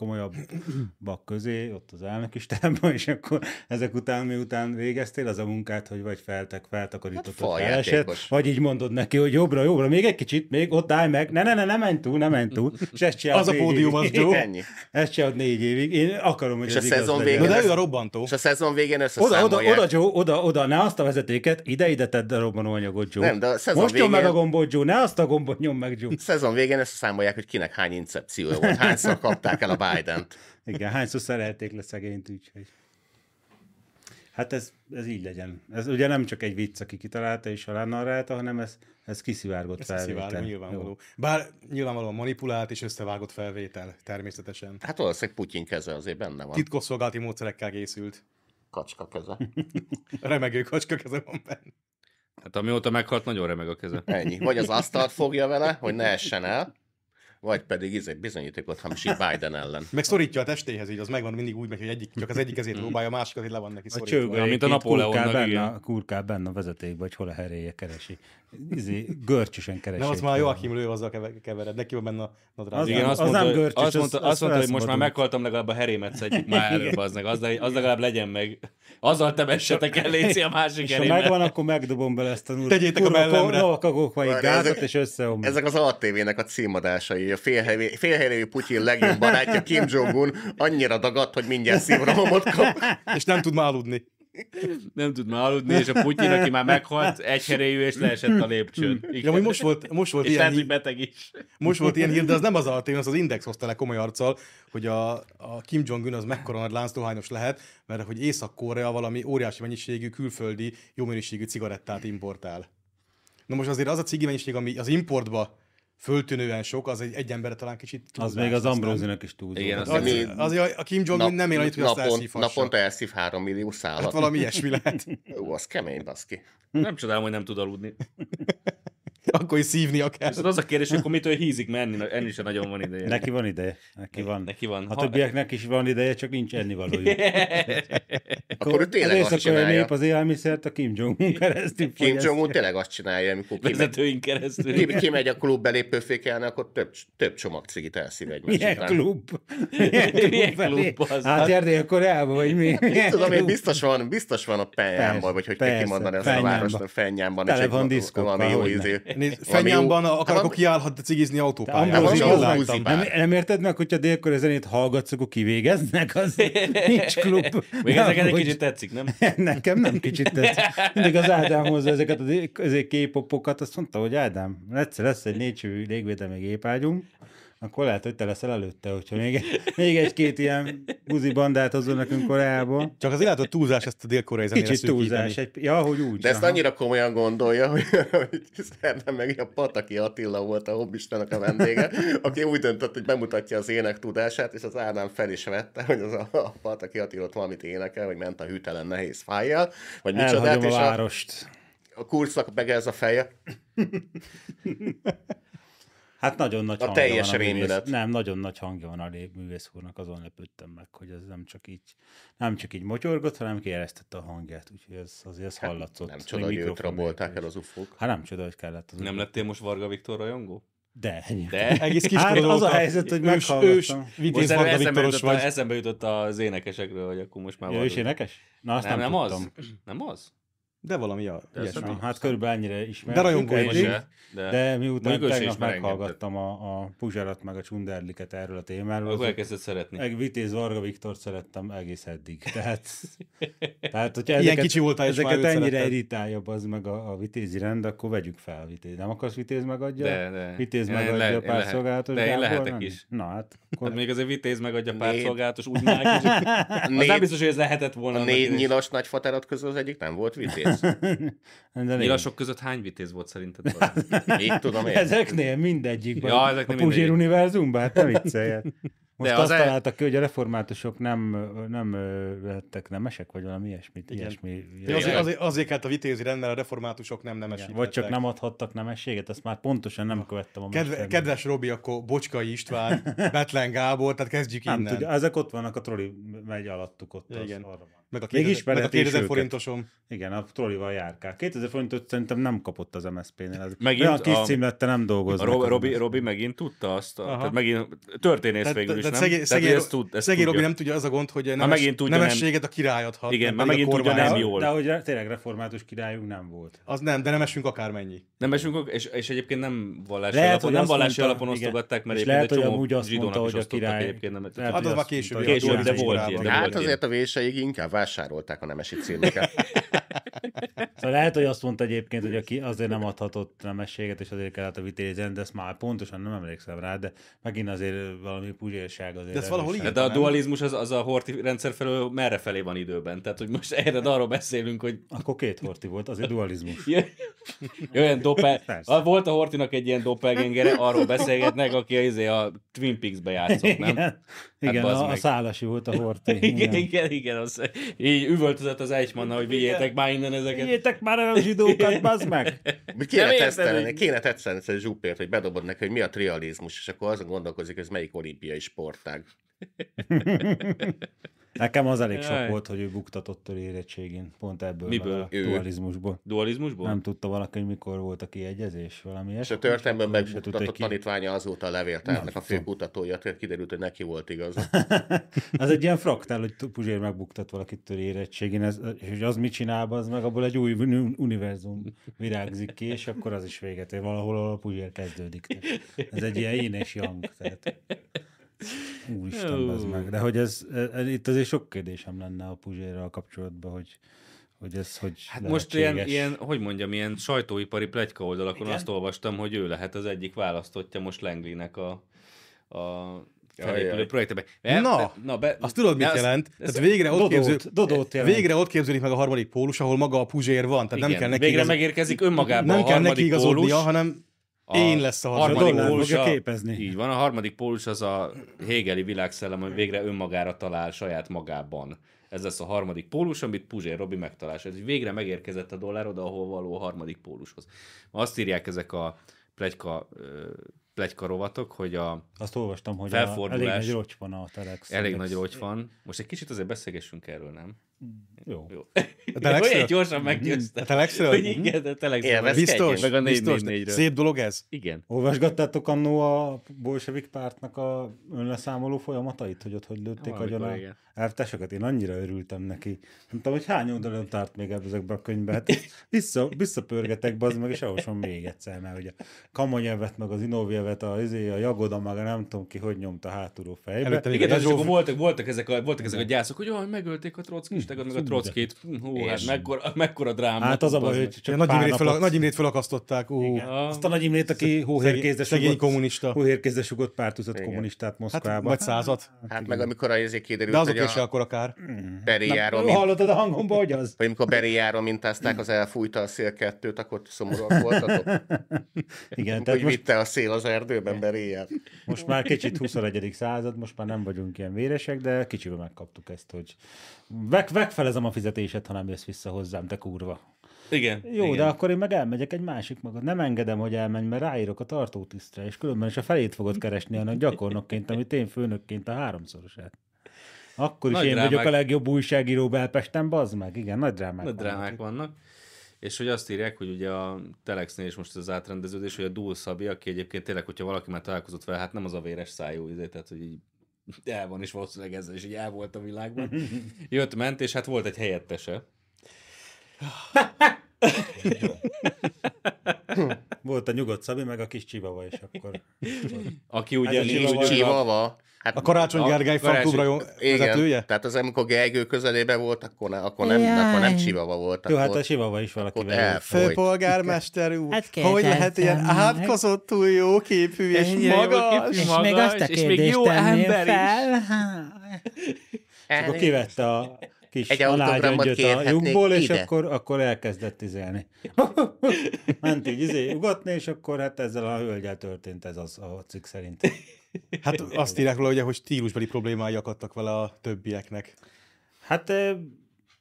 Speaker 1: legkomolyabbak közé, ott az elnök is és akkor ezek után, miután végeztél, az a munkát, hogy vagy feltek, feltakarítottad
Speaker 3: Hát
Speaker 1: hát
Speaker 3: faljátékos.
Speaker 1: felesett, vagy így mondod neki, hogy jobbra, jobbra, még egy kicsit, még ott állj meg, ne, ne, ne, ne menj túl, ne menj túl, és ezt csinálod
Speaker 4: Az a
Speaker 1: négy
Speaker 4: pódium, az
Speaker 1: évig.
Speaker 4: Joe.
Speaker 3: Ennyi.
Speaker 1: Ezt csinálod négy évig. Én akarom, hogy
Speaker 3: És
Speaker 1: ez
Speaker 3: a
Speaker 1: igaz
Speaker 3: szezon
Speaker 1: legyen.
Speaker 4: Na
Speaker 3: végén-
Speaker 4: de ő a robbantó.
Speaker 3: És a szezon végén
Speaker 1: Oda, oda,
Speaker 3: összeszámolják.
Speaker 1: oda, Joe, oda, oda, ne azt a vezetéket, ide-ide tedd a robbanóanyagot, Joe.
Speaker 3: Nem, de a szezon
Speaker 1: Most nyom meg
Speaker 3: végén-
Speaker 1: a gombot, Joe, ne azt a gombot nyom meg, Joe.
Speaker 3: Szezon végén összeszámolják, hogy kinek hány incepciója volt, hányszor kapták el a Biden-t.
Speaker 1: Igen, hányszor szerelték le szegényt, úgyhogy. Hát ez, ez így legyen. Ez ugye nem csak egy vicc, aki kitalálta és alá narrálta, hanem ez, ez kiszivárgott ez
Speaker 4: Szivárg, nyilvánvaló. Bár nyilvánvalóan manipulált és összevágott felvétel, természetesen.
Speaker 3: Hát valószínűleg Putyin keze azért benne van.
Speaker 4: Titkosszolgálati módszerekkel készült.
Speaker 3: Kacska keze.
Speaker 4: Remegő kacska keze van benne.
Speaker 2: Hát amióta meghalt, nagyon remeg a keze.
Speaker 3: Ennyi. Vagy az asztalt fogja vele, hogy ne essen el, vagy pedig izé bizonyítékot hamisít Biden ellen.
Speaker 4: Meg szorítja a testéhez, így az megvan, mindig úgy megy, hogy egyik, csak az egyik kezét próbálja, a másik azért le van neki
Speaker 1: Mm. A
Speaker 4: szorítva.
Speaker 1: csőgölyék
Speaker 2: mint a
Speaker 1: itt
Speaker 2: Napóleonnak,
Speaker 1: kurkál
Speaker 2: igen.
Speaker 1: benne, kurkál benne a vezetékbe, vagy hol a heréje keresi. Izé, görcsösen keresi.
Speaker 4: Nem, az
Speaker 1: egy
Speaker 4: már
Speaker 1: fogalmat.
Speaker 4: Joachim lő, azzal keve- kevered. Neki van benne a nadrág.
Speaker 1: Az
Speaker 2: Igen,
Speaker 1: nem-
Speaker 2: azt
Speaker 1: az
Speaker 2: mondta,
Speaker 1: nem
Speaker 2: hogy-
Speaker 1: görcsös,
Speaker 2: azt
Speaker 1: az-
Speaker 2: mondta,
Speaker 1: az
Speaker 2: azt mondta hogy most már
Speaker 1: felszabadult.
Speaker 2: meghaltam, legalább a herémet szedjük már előbb, az, meg, az, le- az legalább legyen meg. Azzal temessetek el, Léci, a másik
Speaker 1: És ha
Speaker 2: herémet.
Speaker 1: megvan, akkor megdobom bele ezt a nulla.
Speaker 4: Tegyétek a mellemre.
Speaker 1: Novakagokvai
Speaker 3: Várj,
Speaker 1: gázat,
Speaker 3: ezek-
Speaker 1: és összeomlik.
Speaker 3: Ezek az ATV-nek a címadásai, a félhelyi- félhelyi Putyin legjobb barátja Kim Jong-un annyira dagadt, hogy mindjárt szívrohamot kap.
Speaker 4: És nem tud már aludni.
Speaker 2: Nem tud már aludni, és a Putyin, aki már meghalt, egy heréjű, és leesett a lépcsőn.
Speaker 4: Ja, amúgy most volt, most volt
Speaker 2: és
Speaker 4: ilyen,
Speaker 2: lehet,
Speaker 4: hí-
Speaker 2: hogy beteg is.
Speaker 4: most volt ilyen hír, de az nem az altén, az az Index hozta le komoly arccal, hogy a, a Kim Jong-un az mekkora nagy láncdohányos lehet, mert hogy Észak-Korea valami óriási mennyiségű külföldi, jó minőségű cigarettát importál. Na most azért az a cigi mennyiség, ami az importba föltűnően sok, az egy, egy emberre talán kicsit
Speaker 1: Az
Speaker 4: túlzás
Speaker 1: még az
Speaker 4: lesz, nem?
Speaker 1: Ambrózinak is túlzó.
Speaker 2: Igen,
Speaker 1: az
Speaker 2: azt
Speaker 4: Az,
Speaker 2: hiszem.
Speaker 3: Mi-
Speaker 4: azért a Kim Jong-un nem él annyit, hogy azt
Speaker 3: napon,
Speaker 4: elszívhassa.
Speaker 3: naponta elszív 3 millió szálat.
Speaker 4: Hát valami ilyesmi lehet.
Speaker 3: Ó, az kemény, baszki.
Speaker 2: Nem csodálom, hogy nem tud aludni.
Speaker 4: Akkor is szívnia kell.
Speaker 2: Viszont az a kérdés, hogy akkor mitől hízik, mert enni, enni sem nagyon van ideje.
Speaker 1: Neki van ideje. Neki van.
Speaker 2: neki van.
Speaker 1: A
Speaker 2: Ha-
Speaker 1: többieknek is van ideje, csak nincs ennivalójuk.
Speaker 3: Akkor ő tényleg
Speaker 1: az
Speaker 3: azt
Speaker 1: észak
Speaker 3: csinálja.
Speaker 1: nép az élelmiszert a Kim Jong-un keresztül
Speaker 3: Kim
Speaker 1: fogyaszt.
Speaker 3: Jong-un tényleg azt csinálja, amikor kimegy,
Speaker 2: vezetőink keresztül.
Speaker 3: ki- kimegy a klub belépő fékelnek, akkor több, több csomag cigit elszív egymás
Speaker 1: Milyen
Speaker 3: után.
Speaker 1: klub? Milyen klub?
Speaker 2: Milyen
Speaker 1: felé?
Speaker 2: klub az?
Speaker 1: Hát járdél Koreába, vagy mi? Milyen
Speaker 3: Tudom én,
Speaker 1: klub?
Speaker 3: biztos van, biztos van a
Speaker 1: Persze,
Speaker 3: Penyámban, vagy hogy kell
Speaker 1: persze,
Speaker 3: kimondani ezt a
Speaker 1: Pennyánban.
Speaker 3: városnak, Fenyámban.
Speaker 1: Tele van diszkókkal,
Speaker 3: valami jó izé-
Speaker 1: hogy ne.
Speaker 3: ízé.
Speaker 4: Nézd,
Speaker 3: valami jó-
Speaker 4: Fenyánban
Speaker 3: Hát
Speaker 4: akar,
Speaker 3: van-
Speaker 4: akkor kiállhat cigizni autópályán.
Speaker 3: Ambrózi
Speaker 4: Valami
Speaker 1: Ambrózi
Speaker 3: jó
Speaker 4: jól
Speaker 3: Ambrózi
Speaker 4: láttam.
Speaker 3: bár.
Speaker 1: nem, nem érted meg, hogyha dél-korea zenét hallgatsz, akkor kivégeznek? Az nincs klub.
Speaker 2: Még
Speaker 1: Nem,
Speaker 2: ezeket egy
Speaker 1: hogy-
Speaker 2: kicsit tetszik, nem?
Speaker 1: Nekem nem kicsit tetszik. Mindig az Ádám hozza ezeket a dé- ezek képopokat, azt mondta, hogy Ádám, egyszer lesz egy négycsövű légvédelmi gépágyunk, akkor lehet, hogy te leszel előtte, hogyha még, még egy-két ilyen buzi bandát hozol nekünk Koreából.
Speaker 4: Csak az illető túlzás ezt a dél-koreai zenére
Speaker 1: Kicsit túlzás. Egy, ja, hogy úgy.
Speaker 3: De ezt
Speaker 1: aha.
Speaker 3: annyira komolyan gondolja, hogy, hogy szerdán meg a Pataki Attila volt a hobbistának a vendége, aki úgy döntött, hogy bemutatja az ének tudását, és az Ádám fel is vette, hogy az a, a Pataki Attila ott valamit énekel, vagy ment a hűtelen nehéz fájjal, vagy micsodát,
Speaker 1: Elhagyom a
Speaker 3: és a,
Speaker 1: várost.
Speaker 3: a kursznak begelez a feje.
Speaker 1: Hát nagyon nagy
Speaker 3: A
Speaker 1: hangja
Speaker 3: teljes
Speaker 1: van művész-
Speaker 3: rémület.
Speaker 1: Nem, nagyon nagy hangja van a lé- művész úrnak, azon lepődtem meg, hogy ez nem csak így, nem csak így motyorgott, hanem kieresztette a hangját, úgyhogy ez azért ez hallatszott.
Speaker 3: Hát Nem
Speaker 1: még
Speaker 3: csoda, hogy őt
Speaker 1: mikrofon
Speaker 3: rabolták
Speaker 1: nélkül
Speaker 3: el
Speaker 1: is.
Speaker 3: az ufók.
Speaker 1: Hát nem csoda, hogy kellett az
Speaker 2: Nem
Speaker 1: ufók.
Speaker 2: lettél most Varga Viktor rajongó?
Speaker 1: De. egyébként.
Speaker 2: Mhm. De.
Speaker 4: Egész kis
Speaker 1: Hát az a
Speaker 4: óta
Speaker 1: helyzet, hogy
Speaker 4: ős,
Speaker 1: meghallgattam.
Speaker 4: ős,
Speaker 2: Most
Speaker 4: vitéz
Speaker 2: erre
Speaker 4: Varga
Speaker 2: eszembe
Speaker 4: Viktoros
Speaker 2: jutott, a,
Speaker 4: vagy.
Speaker 2: eszembe jutott az énekesekről, hogy akkor most már
Speaker 1: Ja,
Speaker 2: Varga
Speaker 1: és
Speaker 2: Viktor-
Speaker 1: énekes? Na, azt
Speaker 2: Nem, nem, az.
Speaker 1: tudtam.
Speaker 2: Nem az?
Speaker 4: De valami a, ilyesmi.
Speaker 1: Na, hát körülbelül ennyire ismerjük.
Speaker 4: De rajongó
Speaker 1: Egy-
Speaker 4: vagy.
Speaker 2: Én se, De,
Speaker 1: De miután
Speaker 2: Mondjuk ő se
Speaker 1: tegnap
Speaker 2: ismer engem,
Speaker 1: meghallgattam a, a Puzsarat meg a Csunderliket erről a témáról,
Speaker 2: akkor
Speaker 1: azok-
Speaker 2: elkezdett szeretni.
Speaker 1: Meg Vitéz Varga Viktort szerettem egész eddig. Tehát, tehát hogyha
Speaker 4: Ilyen
Speaker 1: ezeket,
Speaker 4: kicsi voltál, és már
Speaker 1: ezeket
Speaker 4: őt
Speaker 1: ennyire
Speaker 4: szeretted.
Speaker 1: irítálja az meg a, a vitézi rend, akkor vegyük fel vitéz. Nem akarsz vitéz megadja?
Speaker 2: De, de.
Speaker 1: Vitéz
Speaker 2: Én
Speaker 1: megadja
Speaker 2: le-
Speaker 1: a
Speaker 2: én lehet-
Speaker 1: párszolgálatos
Speaker 2: de én
Speaker 1: Gábor,
Speaker 2: lehetek
Speaker 1: nem?
Speaker 2: is.
Speaker 1: Na hát,
Speaker 2: Hát
Speaker 1: akkor
Speaker 2: még azért vitéz megadja
Speaker 3: Négy.
Speaker 2: párszolgálatos úgy már kicsit. Az nem
Speaker 3: Négy-
Speaker 2: biztos, hogy ez lehetett volna.
Speaker 3: A
Speaker 2: annak
Speaker 3: négy
Speaker 2: idején.
Speaker 3: nyilas nagyfatárat közül az egyik nem volt vitéz.
Speaker 1: de
Speaker 2: Nyilasok között hány vitéz volt szerinted?
Speaker 3: Még tudom én.
Speaker 1: Hát, Ezeknél mindegyikben.
Speaker 2: Ja,
Speaker 1: Ja,
Speaker 2: ezeknél
Speaker 1: ezeknél a Puzsér
Speaker 2: mindegyik.
Speaker 1: univerzumban, hát nem viccelj. Most
Speaker 2: De
Speaker 1: De
Speaker 2: az
Speaker 1: azt
Speaker 2: e-
Speaker 1: találtak ki, hogy a reformátusok nem, nem ö, lettek nemesek, vagy valami ilyesmit,
Speaker 4: Igen.
Speaker 1: ilyesmi.
Speaker 4: Ja, Azért,
Speaker 2: Tényleg?
Speaker 4: azért, azért kellett a vitézi rendben, a reformátusok nem nemesítettek.
Speaker 1: Vagy csak nem adhattak nemességet, azt már pontosan nem követtem a
Speaker 4: Kedve,
Speaker 1: mesternek.
Speaker 4: kedves Robi, akkor Bocskai István, Betlen Gábor, tehát kezdjük
Speaker 1: Nem
Speaker 4: innen.
Speaker 1: tudja, ezek ott vannak, a troli megy alattuk ott.
Speaker 4: Ja,
Speaker 1: Az,
Speaker 4: igen.
Speaker 1: arra van.
Speaker 4: Meg a
Speaker 1: Még
Speaker 4: 2000, meg a
Speaker 1: ismerheti is
Speaker 4: 2000
Speaker 1: őket.
Speaker 4: forintosom.
Speaker 1: Igen, a trollival járkál. 2000 forintot szerintem nem kapott az MSZP-nél. Ez
Speaker 2: Megint
Speaker 1: olyan kis
Speaker 2: a-
Speaker 1: címlette nem
Speaker 2: A
Speaker 1: dolgoznak.
Speaker 2: Robi,
Speaker 1: az
Speaker 2: Robi,
Speaker 1: MSZP.
Speaker 2: Robi megint tudta azt, a,
Speaker 4: Aha.
Speaker 2: tehát megint történész
Speaker 4: Tehát,
Speaker 2: végül is,
Speaker 4: tehát
Speaker 2: nem? tehát,
Speaker 4: szegény, szegény,
Speaker 2: hogy ezt tud, ezt
Speaker 4: szegény Robi
Speaker 2: tudja.
Speaker 4: nem tudja, az a gond, hogy nemes,
Speaker 2: megint tudja, nem-
Speaker 4: nemességet a király adhat.
Speaker 2: Igen,
Speaker 4: nem
Speaker 2: már
Speaker 4: pedig a
Speaker 2: megint tudja,
Speaker 4: kormány.
Speaker 2: nem
Speaker 1: De-
Speaker 2: jól.
Speaker 1: De hogy tényleg református királyunk nem volt.
Speaker 4: Az nem, de nemesünk akármennyi.
Speaker 2: Nem esünk, és, és egyébként nem vallási
Speaker 1: Lehet,
Speaker 2: alapon,
Speaker 1: hogy
Speaker 2: nem
Speaker 1: azt
Speaker 2: vallási
Speaker 1: mondta-
Speaker 2: alapon
Speaker 1: igen.
Speaker 2: osztogatták, mert
Speaker 1: És
Speaker 2: egyébként
Speaker 1: lehet,
Speaker 2: egy
Speaker 1: hogy
Speaker 2: csomó
Speaker 1: amúgy azt
Speaker 2: zsidónak
Speaker 1: mondta,
Speaker 2: is
Speaker 1: hogy a
Speaker 2: osztottak
Speaker 1: király-
Speaker 2: egyébként. Nem,
Speaker 1: Lehet,
Speaker 4: Hát
Speaker 1: hogy
Speaker 4: az
Speaker 1: azt
Speaker 4: már később.
Speaker 1: mondta, hogy
Speaker 2: Később, de
Speaker 1: Gyurcsány
Speaker 2: volt
Speaker 1: István
Speaker 2: ilyen,
Speaker 1: volt.
Speaker 2: de volt
Speaker 3: Hát
Speaker 2: ilyen.
Speaker 3: azért a véseig inkább vásárolták a nemesi címeket.
Speaker 1: Szóval lehet, hogy azt mondta egyébként, hogy aki azért nem adhatott nemességet, és azért kellett a vitézen, de ezt már pontosan nem emlékszem rá, de megint azért valami puzsérság azért.
Speaker 4: De ez valahol
Speaker 1: erősen.
Speaker 2: Hát De a dualizmus az, az a horti rendszer felől merre felé van időben. Tehát, hogy most erre arról beszélünk, hogy
Speaker 1: Akkor két horti volt, azért dualizmus.
Speaker 2: jö- jöjjön doppel...
Speaker 1: Persze.
Speaker 2: Ah, Volt a Hortinak egy ilyen doppelgengere, arról beszélgetnek, aki a, izé a Twin Peaks-be játszott, nem? Hát
Speaker 1: Igen, igen
Speaker 2: bazd
Speaker 1: a, a
Speaker 2: meg.
Speaker 1: szálasi volt a horti.
Speaker 2: Igen, igen, igen, az, így üvöltözött az Eichmann, hogy vigyétek már innen ezeket.
Speaker 1: Vigyétek már el a zsidókat, bazd meg!
Speaker 2: Nem
Speaker 3: Kéne
Speaker 2: érted,
Speaker 3: tesztelni,
Speaker 2: hogy-
Speaker 3: kéne tetszelni ezt a zsupért, hogy bedobod neki, hogy mi a trializmus, és akkor azon gondolkozik, hogy ez melyik olimpiai sportág.
Speaker 1: Nekem az elég
Speaker 2: Jaj.
Speaker 1: sok volt, hogy ő buktatott től érettségén, pont ebből
Speaker 2: Miből?
Speaker 1: Miből? a
Speaker 3: Ő?
Speaker 1: dualizmusból.
Speaker 2: Dualizmusból?
Speaker 1: Nem tudta valaki, hogy mikor volt a kiegyezés, valami
Speaker 3: És a
Speaker 1: ilyesmi,
Speaker 3: történetben
Speaker 1: akkor se tudta, hogy
Speaker 3: megmutatott
Speaker 1: ki-
Speaker 3: tanítványa azóta a levéltárnak a fő kutatója, tehát kiderült, hogy neki volt igaza.
Speaker 1: Ez egy ilyen fraktál, hogy Puzsér megbuktat valakit tőle érettségén, ez, és hogy az mit csinál, az meg abból egy új uni- univerzum virágzik ki, és akkor az is véget ér, valahol ahol a Puzsér kezdődik. Tehát Ez egy ilyen énesi hang. Tehát... Úristen, az meg. De hogy ez, ez, itt azért sok kérdésem lenne a Puzsérral kapcsolatban, hogy, hogy ez, hogy
Speaker 2: Hát most ilyen,
Speaker 1: lehetséges.
Speaker 2: ilyen, hogy mondjam, ilyen sajtóipari plegyka oldalakon Igen? azt olvastam, hogy ő lehet az egyik választottja most Langley-nek a, a felépülő
Speaker 3: Ajaj.
Speaker 2: projektbe.
Speaker 4: Na,
Speaker 2: na be,
Speaker 4: Azt tudod, mit
Speaker 2: de azt-
Speaker 4: jelent?
Speaker 2: Ez,
Speaker 4: Tehát végre ott,
Speaker 1: Dodót-
Speaker 4: képző,
Speaker 1: Dodót jelent.
Speaker 4: végre ott képződik meg a harmadik pólus, ahol maga a Puzsér van. Tehát
Speaker 2: igen,
Speaker 4: nem kell neki
Speaker 2: végre
Speaker 4: igaz-
Speaker 2: megérkezik önmagában
Speaker 4: nem
Speaker 2: a
Speaker 4: kell
Speaker 2: harmadik
Speaker 4: neki igazodnia,
Speaker 2: pólus.
Speaker 4: hanem
Speaker 2: A
Speaker 4: én lesz a harmadik.
Speaker 1: dollár
Speaker 2: pólus
Speaker 1: fogja
Speaker 2: a-
Speaker 1: képezni.
Speaker 2: Így van, a harmadik pólus az a hégeli világszellem, hogy végre önmagára talál saját magában. Ez lesz a harmadik pólus, amit Puzsér Robi megtalál. Ez végre megérkezett a dollár oda, ahol való a harmadik pólushoz. Azt írják ezek a plegyka, ö, plegyka rovatok, hogy a
Speaker 1: Azt olvastam, hogy a,
Speaker 2: Felfordulás.
Speaker 1: elég nagy rocs van a Telex.
Speaker 2: elég nagy rogy van. Most egy kicsit azért beszélgessünk erről, nem?
Speaker 1: Jó.
Speaker 2: Jó.
Speaker 4: Telexről?
Speaker 2: Olyan gyorsan meggyőztem.
Speaker 4: A Telexről?
Speaker 2: Hogy igen, a Telexről.
Speaker 3: Élvezd.
Speaker 4: Biztos,
Speaker 2: Meg a
Speaker 4: biztos.
Speaker 2: 444-ről.
Speaker 4: Szép dolog ez.
Speaker 2: Igen.
Speaker 1: Olvasgattátok annó a bolsevik pártnak a önleszámoló folyamatait, hogy ott hogy lőtték
Speaker 2: Valamikor,
Speaker 1: agyon a
Speaker 2: igen.
Speaker 1: elvtársakat? Én annyira örültem neki. Nem tudom, hogy hány oldalon tárt még ezekbe a könyvbe. Hát vissza, visszapörgetek bazd meg, és elolvasom még egyszer, mert ugye a kamanyevet, meg az inovjevet, a, izé, a jagoda, meg a nem tudom ki, hogy nyomta hátulról fejbe.
Speaker 4: Előtte még
Speaker 2: Igen,
Speaker 4: a
Speaker 2: tehát és
Speaker 4: Dezsó
Speaker 2: akkor voltak, voltak, ezek a, voltak ezek a gyászok, hogy jaj, megölték a
Speaker 1: Hm,
Speaker 2: trockistákat, meg a trockét. Hú, hát mekkora, mekkora dráma.
Speaker 1: Hát az a baj,
Speaker 2: Bazd
Speaker 1: hogy
Speaker 2: meg.
Speaker 1: csak
Speaker 4: Nagy
Speaker 1: pár
Speaker 4: Imrét,
Speaker 1: napot-
Speaker 4: fel, Nagy Imrét felakasztották. Ú,
Speaker 1: Igen. Azt a Nagy Imrét, aki hóhérkézde
Speaker 4: szegény
Speaker 1: sugott,
Speaker 4: kommunista.
Speaker 1: Hóhérkézde sugott pártuzat kommunistát
Speaker 4: hát,
Speaker 1: Moszkvába.
Speaker 4: vagy százat.
Speaker 3: Hát meg amikor a izé kiderült,
Speaker 4: De azok
Speaker 3: hogy
Speaker 4: is
Speaker 3: a
Speaker 4: akkor akár.
Speaker 3: Beriáról,
Speaker 1: Jó,
Speaker 3: mint-
Speaker 1: Hallottad a hangomba, hogy az?
Speaker 3: hogy amikor Beriáról mintázták, az elfújta a szél kettőt, akkor szomorúak voltatok.
Speaker 1: Igen,
Speaker 3: Tehát
Speaker 1: tehát
Speaker 3: hogy
Speaker 1: most
Speaker 3: vitte a szél az erdőben, mert éjjel.
Speaker 1: Most már kicsit 21. század, most már nem vagyunk ilyen véresek, de kicsiben megkaptuk ezt, hogy veg, vegfelezem a fizetésed, ha nem jössz vissza hozzám, te kurva.
Speaker 6: Igen.
Speaker 1: Jó,
Speaker 6: igen.
Speaker 1: de akkor én meg elmegyek egy másik maga. Nem engedem, hogy elmenj, mert ráírok a tartótisztre, és különben is a felét fogod keresni annak gyakornokként, amit én főnökként a háromszorosát. Akkor is
Speaker 6: Nagy
Speaker 1: nagy én vagyok
Speaker 6: drámák.
Speaker 1: a legjobb újságíró Belpesten, bazd meg. Igen, nagy drámák.
Speaker 2: Nagy
Speaker 1: vannak.
Speaker 2: drámák vannak. És hogy azt írják, hogy ugye a Telexnél is most az átrendeződés, hogy a Dúl Szabi, aki egyébként tényleg, hogyha valaki már találkozott vele, hát nem az a véres szájú, izé, tehát hogy így el van, és valószínűleg ezzel is így el volt a világban. Jött, ment, és hát volt egy helyettese.
Speaker 1: Volt a nyugodt Szabi, meg a kis Csivava, és akkor...
Speaker 2: Aki
Speaker 1: Hát ez
Speaker 2: ugyanis...
Speaker 1: Csivava-
Speaker 2: ugyanis a-
Speaker 3: Csivava. Hát,
Speaker 4: A Karácsony
Speaker 2: A
Speaker 4: Gergely
Speaker 2: Karácsony-
Speaker 4: fanklubra
Speaker 3: igen,
Speaker 4: vezetője?
Speaker 3: tehát az amikor Gergő közelében volt, akkor, ne, akkor, nem, akkor nem Csivava volt.
Speaker 1: Jó,
Speaker 3: Akkor,
Speaker 1: hát a Csivava is valakivel.
Speaker 3: el.
Speaker 1: volt.
Speaker 3: Folyt.
Speaker 4: Főpolgármester úr,
Speaker 7: Hát
Speaker 4: hogy lehet ilyen
Speaker 7: kérdezzem meg.
Speaker 4: átkozottul jó képű és
Speaker 6: Ennyire jól
Speaker 4: magas?
Speaker 6: képű.
Speaker 7: És
Speaker 6: magas,
Speaker 7: még azt a
Speaker 6: és még
Speaker 7: kérdést
Speaker 6: jó
Speaker 7: tenném
Speaker 6: ember is.
Speaker 7: fel. hát.
Speaker 1: És akkor kivette a kis
Speaker 3: Egy
Speaker 1: egy
Speaker 3: autogramot
Speaker 1: alágyöngyöt a
Speaker 3: kérhetnék
Speaker 1: lyukból, és
Speaker 3: ide?
Speaker 1: akkor, akkor elkezdett izélni. Ment így izé, ugatni, és akkor hát ezzel a hölgyel történt ez az a cikk szerint.
Speaker 4: Hát azt írják róla, ugye, hogy stílusbeli problémái akadtak vele a többieknek.
Speaker 1: Hát eh,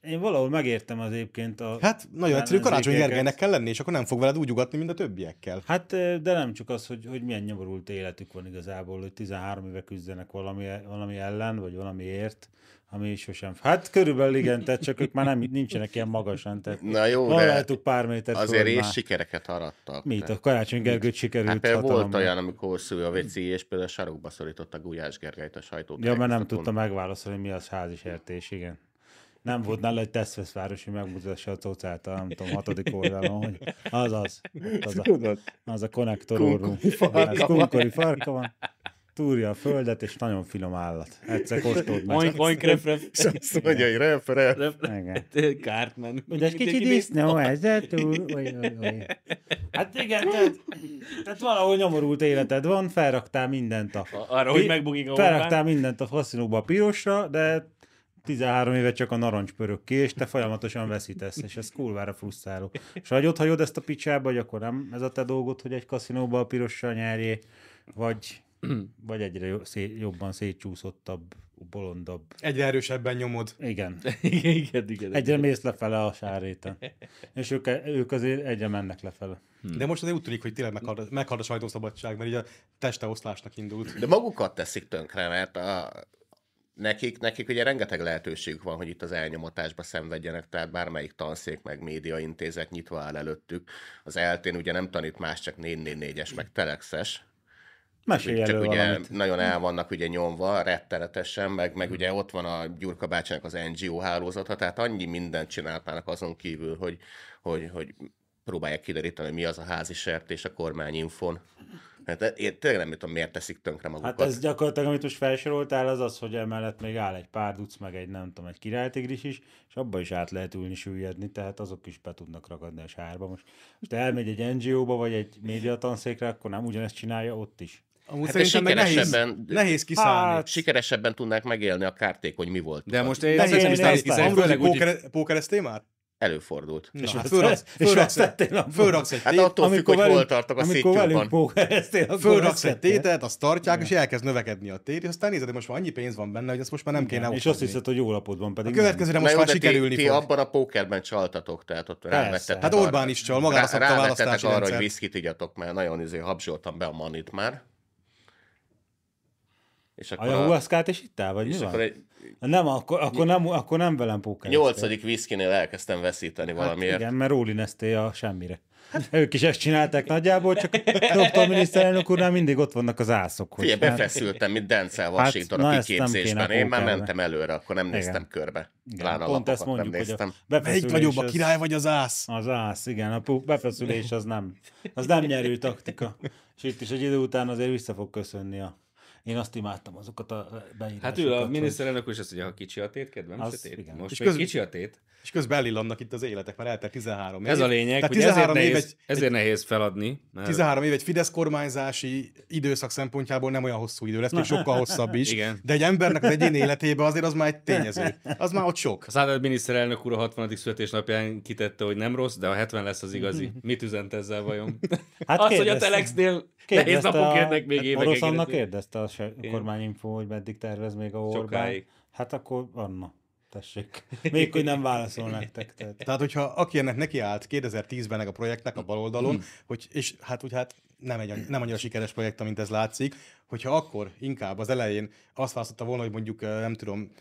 Speaker 1: én valahol megértem az egyébként a...
Speaker 4: Hát nagyon egyszerű, Karácsony
Speaker 1: ellenzékeket.
Speaker 4: Gergelynek kell lenni, és akkor nem fog veled úgy ugatni, mint a többiekkel.
Speaker 1: Hát, eh, de nem csak az, hogy, hogy milyen nyomorult életük van igazából, hogy 13 éve küzdenek valami, valami ellen, vagy valamiért, ami sosem... Hát körülbelül igen, tehát csak ők már nem, nincsenek ilyen magasan, tehát
Speaker 3: Na jó,
Speaker 1: van
Speaker 3: de
Speaker 1: rajtuk pár méter
Speaker 3: Azért
Speaker 1: föld
Speaker 3: és
Speaker 1: már.
Speaker 3: sikereket arattak.
Speaker 1: Mit?
Speaker 3: Tehát-
Speaker 1: A Karácsony Gergőt sikerült
Speaker 3: Hát például volt
Speaker 1: hatalomra.
Speaker 3: olyan, amikor szül a veci, és például sarokba szorította Gulyás Gergelyt a sajtót.
Speaker 1: Ja, mert nem tudta megválaszolni, mi az házisértés, igen. Nem volt nála egy tesztveszvárosi megmutassa a cocát a nem tudom, hatodik oldalon, hogy az az. ott Az a, az a konnektor orrú. Ez Kunkori farka van. Túrja a földet, és nagyon finom állat. Egyszer kóstold meg.
Speaker 6: Oink, oink, ref, ref,
Speaker 3: Azt mondja, hogy ref, ref.
Speaker 6: ref,
Speaker 1: Igen.
Speaker 6: Cartman.
Speaker 1: Ugye egy kicsi
Speaker 6: Mindenki
Speaker 1: disznó, ez a túr. Oly, oly, oly. Hát igen, tehát, tehát valahol nyomorult életed van, felraktál mindent a
Speaker 6: Arra, hogy megbugik a
Speaker 1: Felraktál
Speaker 6: Orbán.
Speaker 1: mindent a faszinóba a pirosra, de 13 éve csak a narancspörök ki, és te folyamatosan veszítesz, és ez kurvára frusztráló. És ha ott hagyod ezt a picsába, hogy akkor nem ez a te dolgod, hogy egy kaszinóba a pirossal nyerjé, vagy, vagy egyre jo- szé- jobban szétcsúszottabb, bolondabb.
Speaker 4: Egyre erősebben nyomod.
Speaker 1: Igen.
Speaker 6: Igen, igen, igen.
Speaker 1: Egyre mész lefele a sáréten. És ők, ők azért egyre mennek lefele.
Speaker 4: De most azért úgy tűnik, hogy tényleg meghalt, meghalt a sajtószabadság, mert így a testeoszlásnak indult.
Speaker 3: De magukat teszik tönkre, mert a, nekik, nekik ugye rengeteg lehetőségük van, hogy itt az elnyomatásba szenvedjenek, tehát bármelyik tanszék meg médiaintézet nyitva áll előttük. Az eltén ugye nem tanít más, csak 444-es meg telexes,
Speaker 1: Mesélj
Speaker 3: Csak
Speaker 1: elő
Speaker 3: ugye
Speaker 1: valamit.
Speaker 3: nagyon el vannak ugye nyomva, rettenetesen, meg, meg ugye ott van a Gyurka bácsának az NGO hálózata, tehát annyi mindent csináltának azon kívül, hogy, hogy, hogy próbálják kideríteni, hogy mi az a házi sertés a kormányinfon. Hát e- én tényleg nem tudom, miért teszik tönkre magukat.
Speaker 1: Hát ez gyakorlatilag, amit most felsoroltál, az az, hogy emellett még áll egy pár duc, meg egy nem tudom, egy királytigris is, és abba is át lehet ülni, süllyedni, tehát azok is be tudnak ragadni a sárba. Most, most elmegy egy NGO-ba, vagy egy médiatanszékre, akkor nem ugyanezt csinálja ott is.
Speaker 4: Amúgy
Speaker 3: Hát
Speaker 4: hát
Speaker 3: de
Speaker 4: szerintem meg nehéz,
Speaker 3: sikeresebben-
Speaker 4: nehéz kiszállni. Hát,
Speaker 3: Sikeresebben tudnák megélni a kártékony mi volt.
Speaker 2: De most én
Speaker 4: nehéz
Speaker 1: én-
Speaker 4: nem is nehéz
Speaker 1: én-
Speaker 4: kiszállni.
Speaker 1: én-
Speaker 4: Főleg
Speaker 2: én-
Speaker 4: póker, pókereztél már?
Speaker 3: Előfordult.
Speaker 4: Na, hát
Speaker 1: azt-
Speaker 4: fölraksz,
Speaker 1: és
Speaker 4: fölraksz,
Speaker 1: azt tettél a-
Speaker 4: egy- fölraksz egy
Speaker 3: Hát
Speaker 4: tét-
Speaker 3: attól függ, hogy hol tartok a
Speaker 1: amikor velünk
Speaker 3: szétjúban.
Speaker 1: pókereztél, akkor
Speaker 4: Fölraksz
Speaker 1: ezt
Speaker 4: egy
Speaker 1: tettél.
Speaker 4: tétet, azt tartják, és elkezd növekedni a tét, és aztán nézed, hogy most már annyi pénz van benne, hogy azt most már nem kéne
Speaker 1: És azt
Speaker 4: otthagyni.
Speaker 1: hiszed, hogy jó lapod van,
Speaker 4: A
Speaker 1: pedig nem.
Speaker 4: következőre most már sikerülni
Speaker 3: ti, ti
Speaker 4: fog.
Speaker 3: abban a pókerben csaltatok, tehát ott rávettetek.
Speaker 4: Hát
Speaker 3: arra-
Speaker 4: Orbán is csal, magára
Speaker 3: rá-
Speaker 4: szabta a
Speaker 3: rávettetek
Speaker 4: választási
Speaker 3: arra, hogy
Speaker 4: rendszert.
Speaker 3: viszkit igyatok, mert nagyon izé habzsoltam be a manit már. És
Speaker 1: A
Speaker 3: akkor a,
Speaker 1: jahuaszkát is itt áll, vagy mi
Speaker 3: és akkor
Speaker 1: van?
Speaker 3: egy
Speaker 1: Nem, akkor, akkor, nem, akkor nem velem pókereztél.
Speaker 3: nyolcadik viszkinél elkezdtem veszíteni valamiért.
Speaker 1: Hát Igen, mert Rólineztél a semmire. Ők is ezt csinálták nagyjából, csak doktor miniszterelnök úrnál mindig ott vannak az ászok. Hogy
Speaker 3: Figyelj,
Speaker 1: hát-
Speaker 3: befeszültem, mint Denzel
Speaker 1: Hát,
Speaker 3: Washington
Speaker 1: na,
Speaker 3: a
Speaker 1: ezt nem kéne
Speaker 3: kiképzésben. Én már
Speaker 1: pókerbe.
Speaker 3: mentem előre, akkor nem néztem
Speaker 1: Igen.
Speaker 3: körbe.
Speaker 1: igen,
Speaker 3: Pláne a
Speaker 1: pont ezt
Speaker 3: lapokat nem
Speaker 1: mondjuk, hogy a
Speaker 3: néztem.
Speaker 1: befeszülés
Speaker 4: Melyik nagyobb, a
Speaker 1: az-
Speaker 4: király vagy az ász?
Speaker 2: Ah.
Speaker 1: Az ász, igen, a pu- befeszülés az nem, az nem nyerő taktika. És itt is egy idő után azért vissza fog köszönni a Én azt imádtam azokat a beírásokat.
Speaker 2: Hát ő a
Speaker 1: hogy-
Speaker 2: miniszterelnök is azt mondja, ha kicsi a tét, kedvem,
Speaker 1: Az
Speaker 2: se tét.
Speaker 1: igen.
Speaker 2: Most
Speaker 4: És
Speaker 2: még
Speaker 4: köz-
Speaker 2: kicsi a tét.
Speaker 4: És közben elillannak itt az életek, mert eltelt 13 év.
Speaker 2: Ez a lényeg,
Speaker 4: Tehát
Speaker 2: hogy ezért
Speaker 4: 13 hát év
Speaker 2: nehéz,
Speaker 4: egy,
Speaker 2: ezért nehéz feladni, mert
Speaker 4: 13 év egy Fidesz kormányzási időszak szempontjából nem olyan hosszú idő lesz, még sokkal hosszabb is.
Speaker 2: Igen.
Speaker 4: De egy embernek az egyén életében azért az már egy tényező. Az már ott sok.
Speaker 2: a Szádát miniszterelnök úr a 60. születésnapján kitette, hogy nem rossz, de a 70 lesz az igazi. Mit üzent ezzel vajon? Hát
Speaker 1: Hát
Speaker 2: Azt, hogy a
Speaker 1: kérdezte-
Speaker 2: Telexnél nehéz
Speaker 1: kérdezte
Speaker 2: napok
Speaker 1: a-
Speaker 2: jönnek, még
Speaker 1: hát
Speaker 2: évekig.
Speaker 1: Orosz annak
Speaker 2: kérdezni.
Speaker 1: kérdezte a se- kormányinfó, hogy meddig tervez még a Orbán.
Speaker 2: Sokáig.
Speaker 1: Hát akkor Anna, tessék. Még hogy nem válaszol nektek. Tehát.
Speaker 4: Tehát, hogyha aki ennek nekiállt 2010-ben ennek a projektnek a baloldalon,
Speaker 2: Mm-hmm.
Speaker 4: hogy, és hát úgy hát nem, egy, nem annyira sikeres projekt, mint ez látszik, hogyha akkor inkább az elején azt választotta volna, hogy mondjuk eh, nem tudom,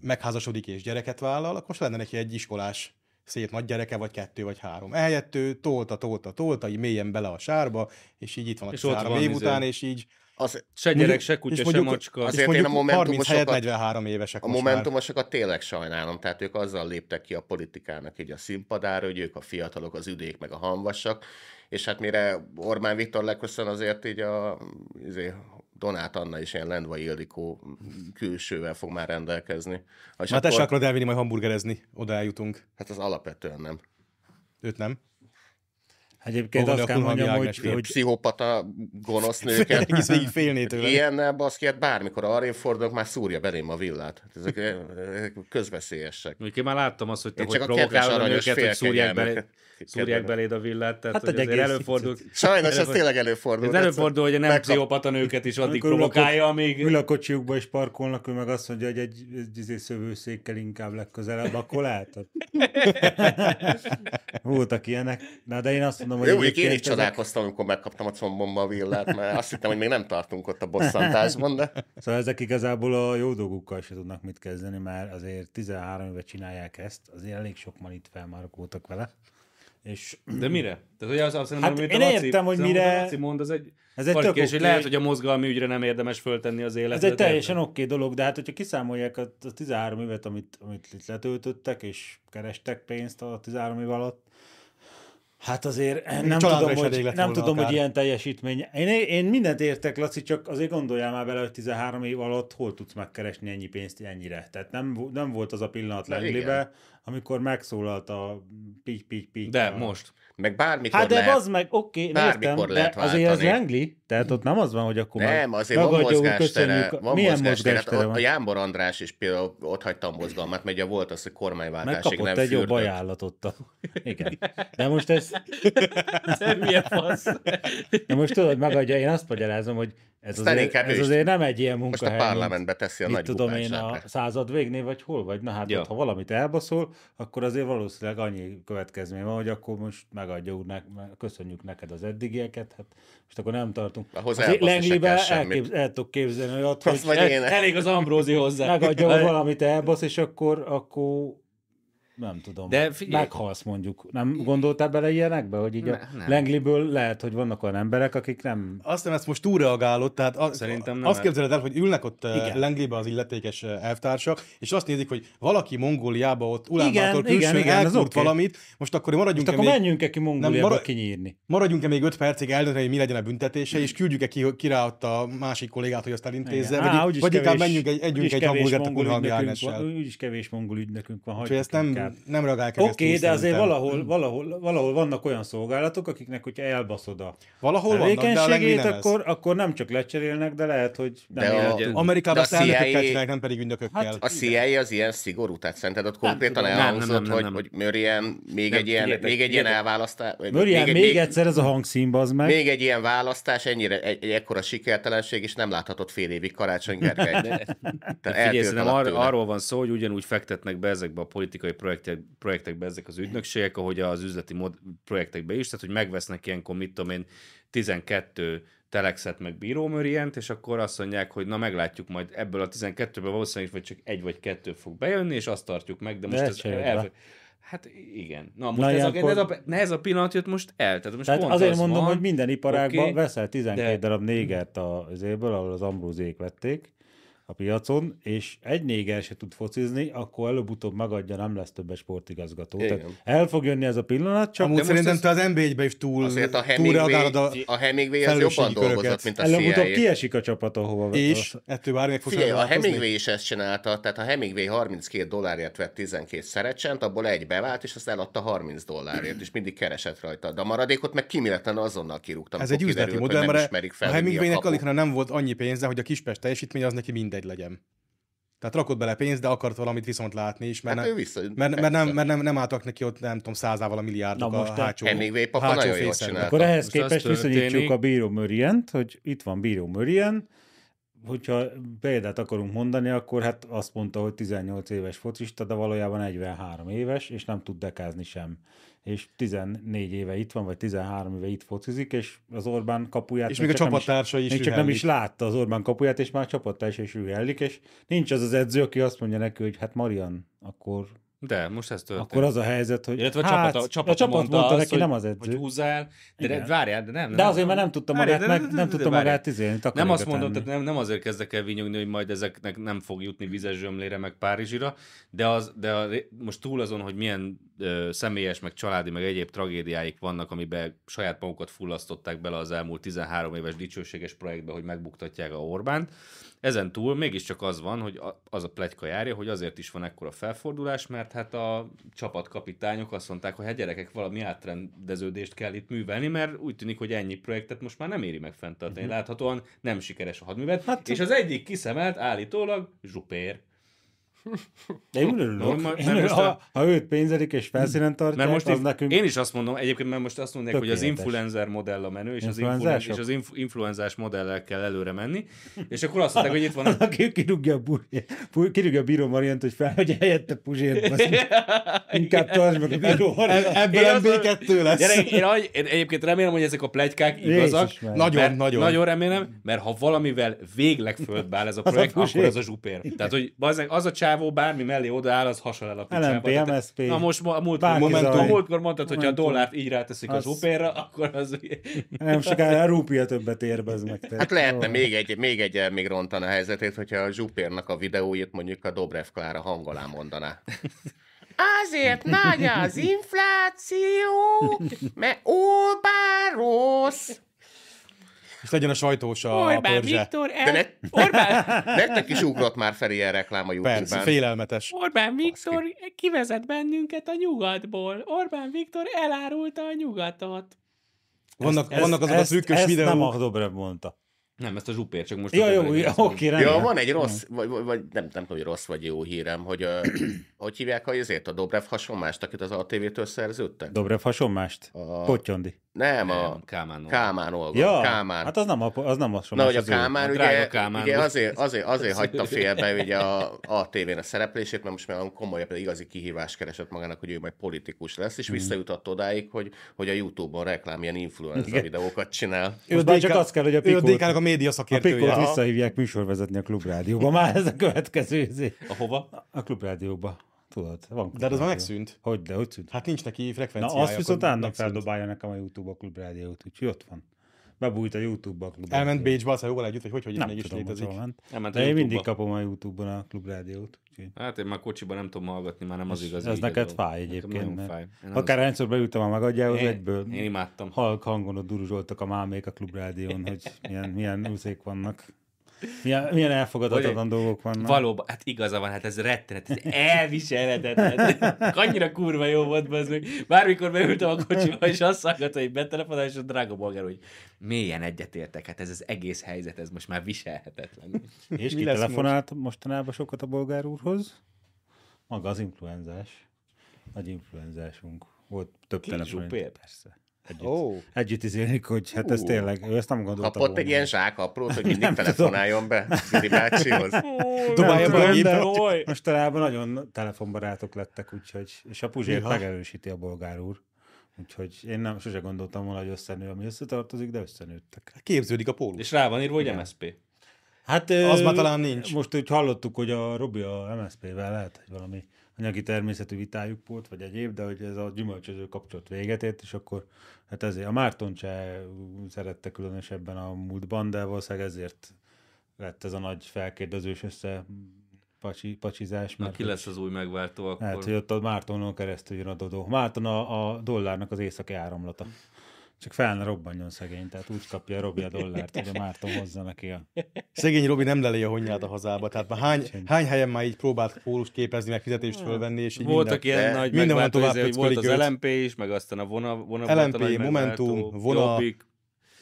Speaker 4: megházasodik és gyereket vállal, akkor se lenne neki egy iskolás szép nagy gyereke, vagy kettő, vagy három. Ehelyett ő tolta, tolta, tolta, így mélyen bele a sárba, és így itt van a
Speaker 2: És ott
Speaker 4: 13
Speaker 2: van,
Speaker 4: év
Speaker 2: izé.
Speaker 4: után, és így
Speaker 3: Az,
Speaker 2: Se gyerek, se kutya,
Speaker 4: és
Speaker 2: se macska.
Speaker 4: és
Speaker 3: Azért én
Speaker 4: mondjuk
Speaker 3: a Momentumosokat-
Speaker 4: 30 helyett 43 évesek
Speaker 3: a
Speaker 4: most már.
Speaker 3: momentumosokat tényleg sajnálom, tehát ők azzal léptek ki a politikának így a színpadára, hogy ők a fiatalok, az üdék, meg a hanvasak, és hát mire Orbán Viktor leköszön azért így a azért Donát Anna és ilyen Lendvai Ildikó külsővel fog már rendelkezni. És
Speaker 4: Már te
Speaker 3: akkor,
Speaker 4: se akarod elvinni majd hamburgerezni, oda eljutunk.
Speaker 3: Hát az alapvetően nem.
Speaker 4: Őt nem.
Speaker 1: Egyébként
Speaker 4: Ahol
Speaker 1: azt
Speaker 4: a
Speaker 1: kell
Speaker 4: Kunhalmi
Speaker 1: mondjam, hogy,
Speaker 4: Ágnes film.
Speaker 1: hogy
Speaker 3: Pszichopata, gonosz nőket.
Speaker 4: Egész végig félné tőle.
Speaker 3: Ilyennel baszkiát bármikor arrébb fordulok, már szúrja belém a villát. Hát Ezek ezek közveszélyesek.
Speaker 2: Mondjuk én már láttam azt, hogy te
Speaker 3: Én
Speaker 2: hogy
Speaker 3: csak a kedves
Speaker 2: provokálod a
Speaker 3: aranyos
Speaker 2: nőket, hogy szúrják,
Speaker 3: félkegyelmet
Speaker 2: belé,
Speaker 3: kedvelem.
Speaker 2: szúrják beléd a villát, tehát
Speaker 1: Hát
Speaker 2: hogy
Speaker 1: egy
Speaker 2: azért
Speaker 1: egész
Speaker 2: előfordul.
Speaker 3: Sajnos ez tényleg előfordul.
Speaker 2: Ez
Speaker 3: Egyszer-
Speaker 2: előfordul, hogy a nem
Speaker 3: megkap-
Speaker 2: pszichopata nőket is addig
Speaker 1: Amikor ül a kocsi-
Speaker 2: provokálja, amíg...
Speaker 1: ül a kocsiukba és parkolnak, ő meg azt mondja, hogy egy, egy, izé szövőszékkel inkább legközelebb, akkor lehet. Voltak ilyenek. Na, de én azt mondom, hogy
Speaker 3: Jó, mondjuk én is
Speaker 1: egyébként ezek-
Speaker 3: csodálkoztam, amikor megkaptam a combomba a villát, mert azt hittem, hogy még nem tartunk ott a bosszantásban, de
Speaker 1: Szóval ezek igazából a jó dolgukkal se tudnak mit kezdeni, mert azért 13 éve csinálják ezt, azért elég sok manit felmarkoltak vele. És
Speaker 2: De mire? Tehát, hogy az, azt mondom,
Speaker 1: Hát
Speaker 2: amit
Speaker 1: én
Speaker 2: a Laci,
Speaker 1: értem, hogy
Speaker 2: szerintem, amit a
Speaker 1: mire-
Speaker 2: Laci mond, az egy,
Speaker 1: Ez egy
Speaker 2: valaki
Speaker 1: tök
Speaker 2: és hogy
Speaker 1: oké.
Speaker 2: lehet, hogy a mozgalmi ügyre nem érdemes föltenni az
Speaker 1: ez
Speaker 2: életet.
Speaker 1: egy teljesen oké okay dolog, de hát hogyha kiszámolják a a 13 évet, amit, amit itt letöltöttek, és kerestek pénzt a 13 év alatt, Hát azért nem
Speaker 4: családra
Speaker 1: tudom,
Speaker 4: is elég
Speaker 1: hogy,
Speaker 4: lett
Speaker 1: nem
Speaker 4: volna
Speaker 1: tudom hogy
Speaker 4: akár.
Speaker 1: ilyen teljesítmény. Én, én mindent értek, Laci, csak azért gondoljál már bele, hogy 13 év alatt hol tudsz megkeresni ennyi pénzt ennyire. Tehát nem, vo- nem volt az a pillanat
Speaker 3: Na,
Speaker 1: lenglibe, amikor megszólalt a pík, pík, pík.
Speaker 2: De
Speaker 1: a-
Speaker 2: most.
Speaker 3: meg bármikor
Speaker 1: Hát de
Speaker 3: lehet.
Speaker 1: az meg, oké, okay,
Speaker 3: Bármikor
Speaker 1: értem, de
Speaker 3: lehet
Speaker 1: azért az
Speaker 3: váltani.
Speaker 1: lengli? Tehát ott nem az van, hogy akkor
Speaker 3: Nem,
Speaker 1: meg-
Speaker 3: azért van
Speaker 1: ragadja, úr,
Speaker 3: mozgástere.
Speaker 1: köszönjük.
Speaker 3: Van
Speaker 1: Milyen
Speaker 3: mozgástere. Hát
Speaker 1: mozgástere
Speaker 3: a- A
Speaker 1: van?
Speaker 3: Jámbor András is például ott hagyta a mozgalmat, mert ugye volt az, hogy kormányváltásig
Speaker 1: Megkapott
Speaker 3: nem
Speaker 1: egy jobb
Speaker 3: fürdött.
Speaker 1: ajánlatot. a- Igen. De most ez,
Speaker 2: Ez milyen fasz.
Speaker 1: de most tudod, megadja, én azt magyarázom, hogy ez,
Speaker 3: Aztán
Speaker 1: azért,
Speaker 3: inkább ő
Speaker 1: ez
Speaker 3: is-
Speaker 1: azért nem egy ilyen
Speaker 3: Most a
Speaker 1: munkahely. mint-
Speaker 3: parlamentbe teszi a
Speaker 1: mit
Speaker 3: nagy
Speaker 1: tudom én,
Speaker 3: bukánságra.
Speaker 1: a század végnél, vagy hol vagy? Na hát
Speaker 2: Ja.
Speaker 1: ja. ott, ha valamit elbaszol, akkor azért valószínűleg annyi következmény van, hogy akkor most megadja úrnak, köszönjük neked az eddigieket, hát most akkor nem tartunk.
Speaker 3: Ahhoz
Speaker 1: Az
Speaker 3: elbaszni se kell
Speaker 1: Lenglibe
Speaker 3: semmit.
Speaker 1: elképz, el tudok képzelni, hogy ott,
Speaker 3: Azt
Speaker 1: hogy
Speaker 3: vagy én.
Speaker 2: Elég az Ambrózi hozzá.
Speaker 1: megadja, hogy valamit elbasz, és akkor, akkor nem tudom,
Speaker 2: De figyelj-
Speaker 1: meghalsz mondjuk. Nem gondoltál bele ilyenekbe, hogy így a
Speaker 2: Ne- nem.
Speaker 1: Lengliből lehet, hogy vannak olyan emberek, akik nem...
Speaker 4: Azt hiszem, ezt most túlreagálod, tehát a,
Speaker 2: Szerintem
Speaker 4: Szerintem
Speaker 2: nem,
Speaker 4: azt
Speaker 2: mert-
Speaker 4: képzeled el, hogy ülnek ott
Speaker 1: Igen.
Speaker 4: Igen. Lengébe az illetékes eh, elvtársak, és azt nézik, hogy valaki Mongóliába ott
Speaker 1: Igen,
Speaker 4: Ulánbától
Speaker 1: igen,
Speaker 4: külsőn
Speaker 1: igen, az
Speaker 4: elkúrt
Speaker 1: oké.
Speaker 4: valamit, most akkor maradjunk e
Speaker 1: Most akkor
Speaker 4: még,
Speaker 1: menjünk-e ki Mongóliába
Speaker 4: marad-
Speaker 1: kinyírni?
Speaker 4: maradjunk-e még öt percig eldönteni, hogy mi legyen a büntetése, és küldjük-e ki, ki rá ott a másik kollégát, hogy azt elintézze,
Speaker 1: Igen.
Speaker 4: vagy,
Speaker 1: Á,
Speaker 4: Á,
Speaker 1: úgyis
Speaker 4: vagy inkább
Speaker 1: kevés-
Speaker 4: menjünk egy, együnk
Speaker 1: úgyis
Speaker 4: egy
Speaker 1: kevés
Speaker 4: hamburgert a
Speaker 1: mongol
Speaker 4: Kunhalmi
Speaker 1: ügynökünk
Speaker 4: Ágnessel.
Speaker 1: van, Úgyis kevés mongol ügynökünk van,
Speaker 4: Úgyhogy
Speaker 1: hagyjuk
Speaker 4: ezt nem,
Speaker 1: inkább.
Speaker 4: nem reagálják el
Speaker 1: Oké,
Speaker 4: ezt túl
Speaker 1: okay, de azért
Speaker 4: szerintem.
Speaker 1: valahol, valahol, valahol vannak olyan szolgálatok, akiknek, hogyha elbaszod a
Speaker 4: Valahol vannak, de a Lengli
Speaker 1: tevékenységét,
Speaker 4: nem ez.
Speaker 1: akkor, akkor nem csak lecserélnek, de lehet, hogy nem
Speaker 3: De a-
Speaker 1: élet túl.
Speaker 4: Amerikában
Speaker 3: De a
Speaker 4: azt elnökökkel
Speaker 3: CIA
Speaker 4: csinálják, nem pedig ügynökökkel.
Speaker 1: Hát-
Speaker 3: A CIA az ilyen szigorú, tehát szerinted ott konkrétan
Speaker 2: tudom. Nem, nem,
Speaker 3: elhangzott,
Speaker 2: nem,
Speaker 3: hogy,
Speaker 2: nem.
Speaker 3: hogy Murray-en még
Speaker 2: Nem,
Speaker 3: egy ilyen,
Speaker 2: figyeljetek,
Speaker 3: még egy ilyen
Speaker 2: figyeljetek.
Speaker 3: elválasztás.
Speaker 1: Mörjel, hát még,
Speaker 3: még,
Speaker 1: egyszer ez a hangszínba az meg.
Speaker 3: még egy ilyen választás, ennyire, egy, egy ekkora sikertelenség, és nem láthatott fél évig Karácsony Gergely. Tehát
Speaker 2: Figyelj,
Speaker 3: eltűnt
Speaker 2: szerintem
Speaker 3: alatt
Speaker 2: ar-
Speaker 3: tőle.
Speaker 2: arról van szó, hogy ugyanúgy fektetnek be ezekbe a politikai projektek, projektekbe ezek az ügynökségek, ahogy az üzleti mod- projektekbe is, tehát hogy megvesznek ilyenkor, mit tudom én, 12 telexet meg bírómörient, és akkor azt mondják, hogy na meglátjuk majd ebből a 12-ből valószínűleg vagy csak egy vagy kettő fog bejönni, és azt tartjuk meg, de most
Speaker 1: De
Speaker 2: ez
Speaker 1: se jött
Speaker 2: el...
Speaker 1: be.
Speaker 2: Hát igen. Na most
Speaker 1: Na,
Speaker 2: ez,
Speaker 1: ilyenkor-
Speaker 2: a, ez, a, ez a pillanat jött most el. Tehát, most
Speaker 1: Tehát
Speaker 2: pont
Speaker 1: azért
Speaker 2: az
Speaker 1: mondom,
Speaker 2: van,
Speaker 1: hogy minden iparágban
Speaker 2: oké,
Speaker 1: veszel 12
Speaker 2: de-
Speaker 1: darab négert a- az évből, ahol az Ambrózék vették, a piacon, és egy néger se tud focizni, akkor előbb-utóbb megadja, nem lesz többet sportigazgató.
Speaker 3: Igen.
Speaker 1: Tehát el fog jjönni ez a pillanat, csak
Speaker 4: Amúgy
Speaker 1: most
Speaker 4: szerintem
Speaker 1: ez-
Speaker 4: te az NBA-ben is túl,
Speaker 3: Azért a
Speaker 4: túlreagálod
Speaker 3: Hemingway,
Speaker 4: a...
Speaker 3: a Hemingway az
Speaker 4: felelősségi
Speaker 3: jobban dolgozott,
Speaker 4: köröket.
Speaker 3: mint a CIA.
Speaker 1: előbb-utóbb kiesik a csapat, ahova
Speaker 4: És ettől bármilyen fog
Speaker 3: Figyelj, a
Speaker 4: találkozni.
Speaker 3: Hemingway is ezt csinálta, tehát a Hemingway 32 dollárért vett 12 szerecsent, abból egy bevált, és azt eladta 30 dollárért, és mindig keresett rajta. De a maradékot meg kiméletlen azonnal kirúgtam.
Speaker 4: Ez
Speaker 3: akkor
Speaker 4: egy üzleti
Speaker 3: kiderült, hogy
Speaker 4: modell,
Speaker 3: nem
Speaker 4: mert
Speaker 3: ismerik
Speaker 4: a
Speaker 3: fel, hogy mi
Speaker 4: Hemingwaynek
Speaker 3: kapu.
Speaker 4: alig, hanem nem volt annyi pénze, hogy a kispes teljesítmény az neki mindegy legyen. Tehát rakott bele pénzt, de akart valamit viszont látni is, mert,
Speaker 3: Hát
Speaker 4: ne,
Speaker 3: ő vissza...
Speaker 4: mert, mert, nem,
Speaker 3: persze.
Speaker 4: mert nem, nem álltak neki ott, nem tudom, százával a milliárdok
Speaker 1: Na
Speaker 4: a
Speaker 1: most te-
Speaker 4: hátsó,
Speaker 3: Hemingway papa
Speaker 4: hátsó
Speaker 3: nagyon jól
Speaker 4: fészekben.
Speaker 3: csinált.
Speaker 1: Akkor ehhez
Speaker 2: Most Hát az
Speaker 1: képest viszonyítsuk
Speaker 2: történik-
Speaker 1: a Bíró Mörient, hogy itt van Bíró Mörien, hogyha példát akarunk mondani, akkor hát azt mondta, hogy 18 éves focista, de valójában 43 éves, és nem tud dekázni sem. És 14 éve itt van, vagy 13 éve itt focizik, és az Orbán kapuját...
Speaker 4: És még a
Speaker 1: csak nem is-
Speaker 4: csapattársai is
Speaker 1: Még csak nem is
Speaker 4: rühellik.
Speaker 1: látta az Orbán kapuját, és már a csapattársa is rühellik, és nincs az az edző, aki azt mondja neki, hogy hát Marian, akkor,
Speaker 2: De most ez történt.
Speaker 1: akkor az a helyzet, hogy
Speaker 2: Hát Illetve a
Speaker 1: hát,
Speaker 2: csapat, a csapat,
Speaker 1: mondta,
Speaker 2: azt,
Speaker 1: neki,
Speaker 2: hogy,
Speaker 1: nem az
Speaker 2: Hogy
Speaker 1: edző.
Speaker 2: húzzál, de
Speaker 1: Igen.
Speaker 2: de várjál, de nem.
Speaker 1: De
Speaker 2: nem,
Speaker 1: azért, mert nem tudta
Speaker 2: Várjál,
Speaker 1: magát,
Speaker 2: de- de-
Speaker 1: meg,
Speaker 2: de-
Speaker 1: nem
Speaker 2: de-
Speaker 1: tudta
Speaker 2: várjál.
Speaker 1: magát izélni,
Speaker 2: Nem
Speaker 1: takarékba
Speaker 2: azt mondom,
Speaker 1: tenni.
Speaker 2: tehát nem, nem azért kezdek el vinyogni, hogy majd ezeknek nem fog jutni vizes zsömlére, meg Párizsira, de, az, de a, ré- most túl azon, hogy milyen ö, személyes, meg családi, meg egyéb tragédiáik vannak, amiben saját magukat fullasztották bele az elmúlt 13 éves dicsőséges projektbe, hogy megbuktatják a Orbánt. Ezen túl mégiscsak az van, hogy a- az a plegyka járja, hogy azért is van ekkora felfordulás, mert hát a csapatkapitányok azt mondták, hogy hát gyerekek, valami átrendeződést kell itt művelni, mert úgy tűnik, hogy ennyi projektet most már nem éri meg fenntartani.
Speaker 1: Mhm.
Speaker 2: Uh-huh. Láthatóan nem sikeres a hadművet. Hát, és az egyik kiszemelt állítólag zsupér.
Speaker 1: De én örülök.
Speaker 2: Norma-
Speaker 1: Én
Speaker 2: mert
Speaker 1: örülök.
Speaker 2: most a-
Speaker 1: Ha, ha őt pénzelik és felszínen tartják,
Speaker 2: Mert most
Speaker 1: az
Speaker 2: én,
Speaker 1: nekünk...
Speaker 2: én is azt mondom, egyébként mert most azt mondják, hogy az
Speaker 1: Tökéletes.
Speaker 2: influencer modell a menő, és az, influ-
Speaker 1: Influenzások?
Speaker 2: és az inf- influenzás modellel kell előre menni, és akkor azt mondták, hogy itt van a
Speaker 1: Aki kirúgja a, búr- búr- kirúgja a bíró Mariant, hogy fel, hogy helyette Puzsért baszunk. Inkább tartsd meg a bíró Mariant.
Speaker 4: Ebből
Speaker 2: Én azt mondom-
Speaker 4: MB2 lesz.
Speaker 2: Gyerek, én, agy- én egyébként remélem, hogy ezek a plegykák
Speaker 1: Jézus
Speaker 2: igazak.
Speaker 1: Mária.
Speaker 4: Nagyon,
Speaker 2: mert,
Speaker 4: nagyon.
Speaker 2: Nagyon remélem, mert ha valamivel végleg földbe áll ez a
Speaker 1: a
Speaker 2: projekt, az
Speaker 1: Puzsér.
Speaker 2: akkor az a zsupér. Tehát, hogy bazdmeg, az a csávó bármi mellé odaáll, az hasonl el a picsába.
Speaker 1: LMP,
Speaker 2: Tehát-
Speaker 1: MSZP,
Speaker 2: Na most ma- a múltkor,
Speaker 1: bárki
Speaker 4: Momentum.
Speaker 1: zaj.
Speaker 4: Momentum.
Speaker 2: múltkor mondtad, hogy ha a dollárt így ráteszik az...
Speaker 1: Az-
Speaker 2: a zsupérra, akkor az...
Speaker 1: Nem sokára a rúpia többet érbez meg. te.
Speaker 3: Hát lehetne
Speaker 1: Ó.
Speaker 3: még egy, még egy eh, még rontana a helyzetét, hogyha a Zsupérnak a videóit mondjuk a Dobrev Klára hangolán mondaná. Azért nagy az infláció, mert Orbán rossz.
Speaker 4: És legyen a sajtós a, a pörzse.
Speaker 3: De ne, Orbán. Nektek is ugrott már fel ilyen reklám a YouTube-ben.
Speaker 4: Persze, félelmetes.
Speaker 7: Orbán Viktor kivezet bennünket a nyugatból. Orbán Viktor elárulta a nyugatot.
Speaker 4: Vannak,
Speaker 1: Ezt-
Speaker 4: vannak azok a
Speaker 1: ezt-
Speaker 4: trükkös
Speaker 1: ezt nem
Speaker 4: videók.
Speaker 1: a Dobrev mondta.
Speaker 2: Nem, ezt a zsupér csak most...
Speaker 1: Jó,
Speaker 2: a
Speaker 1: jó,
Speaker 2: Dobrev
Speaker 1: jó,
Speaker 2: játszom.
Speaker 1: oké, rendben.
Speaker 3: Ja, van egy rossz, vagy, vagy- vagy nem, nem tudom, hogy rossz vagy jó hírem, hogy ö, hogy hívják a izét, a Dobrev hasonmást, akit az ATV-től szerződtek?
Speaker 1: Dobrev hasonmást?
Speaker 3: A-
Speaker 1: Kotyondi.
Speaker 3: Nem, a
Speaker 2: Nem, Kálmán. Nóra.
Speaker 3: Kálmán Olga.
Speaker 1: Ja,
Speaker 3: Kálmán.
Speaker 1: hát az nem a, az nem a
Speaker 3: Na,
Speaker 1: hasonmás.
Speaker 3: hogy a
Speaker 1: az ő.
Speaker 3: Kálmán,
Speaker 2: A
Speaker 3: ugye,
Speaker 2: drága Kálmán
Speaker 3: ugye
Speaker 2: volt.
Speaker 3: azért, azért, azért hagyta félbe ugye a ATV-n a szereplését, mert most már olyan komolyabb, de igazi kihívást keresett magának, hogy ő majd politikus lesz,
Speaker 2: Mhm.
Speaker 3: és visszajutott odáig, hogy, hogy a YouTube-on reklám ilyen influenza
Speaker 1: Igen.
Speaker 3: videókat csinál.
Speaker 1: Most már csak azt kell, hogy a
Speaker 4: Ő a
Speaker 1: Pikót,
Speaker 4: DK-nak a média
Speaker 1: a Pikót
Speaker 4: szakértője.
Speaker 1: visszahívják műsorvezetni a klubrádióba. Már ez a következő. izé.
Speaker 2: Ahova?
Speaker 1: A klubrádióba. Tudod, van
Speaker 4: De az már
Speaker 1: klubrádió.
Speaker 4: megszűnt.
Speaker 1: Hogy de, hogy szűnt?
Speaker 4: Hát nincs neki
Speaker 1: Na,
Speaker 4: frekvenciája.
Speaker 1: azt viszont
Speaker 4: akkor
Speaker 1: annak
Speaker 4: megszűnt.
Speaker 1: feldobálja nekem a YouTube a klubrádiót, úgyhogy ott van. Bebújt a YouTube-ba a klubrádió.
Speaker 4: Elment Bécsbe, aztán jóval együtt, vagy hogy, hogy
Speaker 1: Nem
Speaker 4: mégis
Speaker 1: tudom, hogy
Speaker 4: létezik.
Speaker 1: hol ment.
Speaker 2: Elment a
Speaker 1: De én
Speaker 2: YouTube-ba.
Speaker 1: mindig kapom a YouTube-on a klubrádiót. úgyhogy
Speaker 2: Hát én már kocsiban nem tudom hallgatni, már nem az igaz.
Speaker 1: Ez neked fáj egyébként, mert akárhányszor beültem a megadjához,
Speaker 2: Én-
Speaker 1: egyből
Speaker 2: én imádtam.
Speaker 1: halk hangon ott duruzsoltak a mámék a klubrádión, hogy milyen, milyen úszék vannak. Milyen, milyen elfogadhatatlan dolgok vannak.
Speaker 2: Valóban, hát igaza van, hát ez rettenet, ez elviselhetetlen. Annyira kurva jó volt, az meg. Bármikor beültem a kocsiba, és azt hallgatta, hogy betelefonál, és a drága bolgár, hogy mélyen egyetértek, hát ez az egész helyzet, ez most már viselhetetlen.
Speaker 1: És
Speaker 4: Mi
Speaker 1: ki
Speaker 4: lesz
Speaker 1: telefonált mostanában sokat a bolgár úrhoz? Maga az influenzás. Nagy influenzásunk. Volt több telefon.
Speaker 2: Zsupér?
Speaker 1: Persze. Együtt, oh. együtt izélnik, hogy hát ez tényleg, ő ezt nem gondolta
Speaker 3: Kapott egy ilyen zsák aprót, hogy mindig telefonáljon be Ziri bácsihoz.
Speaker 4: Dobálja be a gépet.
Speaker 1: Most Mostanában nagyon telefonbarátok lettek, úgyhogy, és a Puzsért
Speaker 4: Hűha.
Speaker 1: megerősíti a bolgár úr. Úgyhogy én nem, sose gondoltam volna, hogy összenő, ami összetartozik, de összenőttek.
Speaker 4: Képződik a pólus.
Speaker 2: És rá van írva, hogy MSP.
Speaker 1: Hát
Speaker 4: Az
Speaker 1: ö,
Speaker 4: már talán nincs.
Speaker 1: Most úgy hallottuk, hogy a Robi a MSZP-vel lehet, hogy valami anyagi természetű vitájuk volt, vagy egyéb, de hogy ez a gyümölcsöző kapcsolat véget ért, és akkor hát ezért a Márton se szerette különösebben a múltban, de valószínűleg ezért lett ez a nagy felkérdezős össze pacsi, pacsizás.
Speaker 2: Na
Speaker 1: mert
Speaker 2: ki lesz az új megváltó akkor?
Speaker 1: Lehet, hogy ott a Mártonon keresztül jön a Dodó. Márton a, a dollárnak az északi áramlata. Csak fel ne robbanjon szegény, tehát úgy kapja Robi a dollárt, hogy a Márton hozza neki a...
Speaker 4: Szegény Robi nem leli a honnyát a hazába, tehát már hány, hány helyen már így próbált pólust képezni, meg
Speaker 2: Hm.
Speaker 4: fizetést fölvenni, és így
Speaker 2: Voltak
Speaker 4: minden.
Speaker 2: ilyen
Speaker 3: Hmm. De
Speaker 2: nagy
Speaker 4: minden van
Speaker 2: megváltó,
Speaker 4: tovább
Speaker 2: izé, hogy volt
Speaker 4: pöckölik
Speaker 2: az
Speaker 4: őt.
Speaker 2: LMP is, meg aztán a vona, vona volt a
Speaker 4: LMP,
Speaker 2: nagy megváltó,
Speaker 4: Momentum, Vona,
Speaker 2: Jobbik.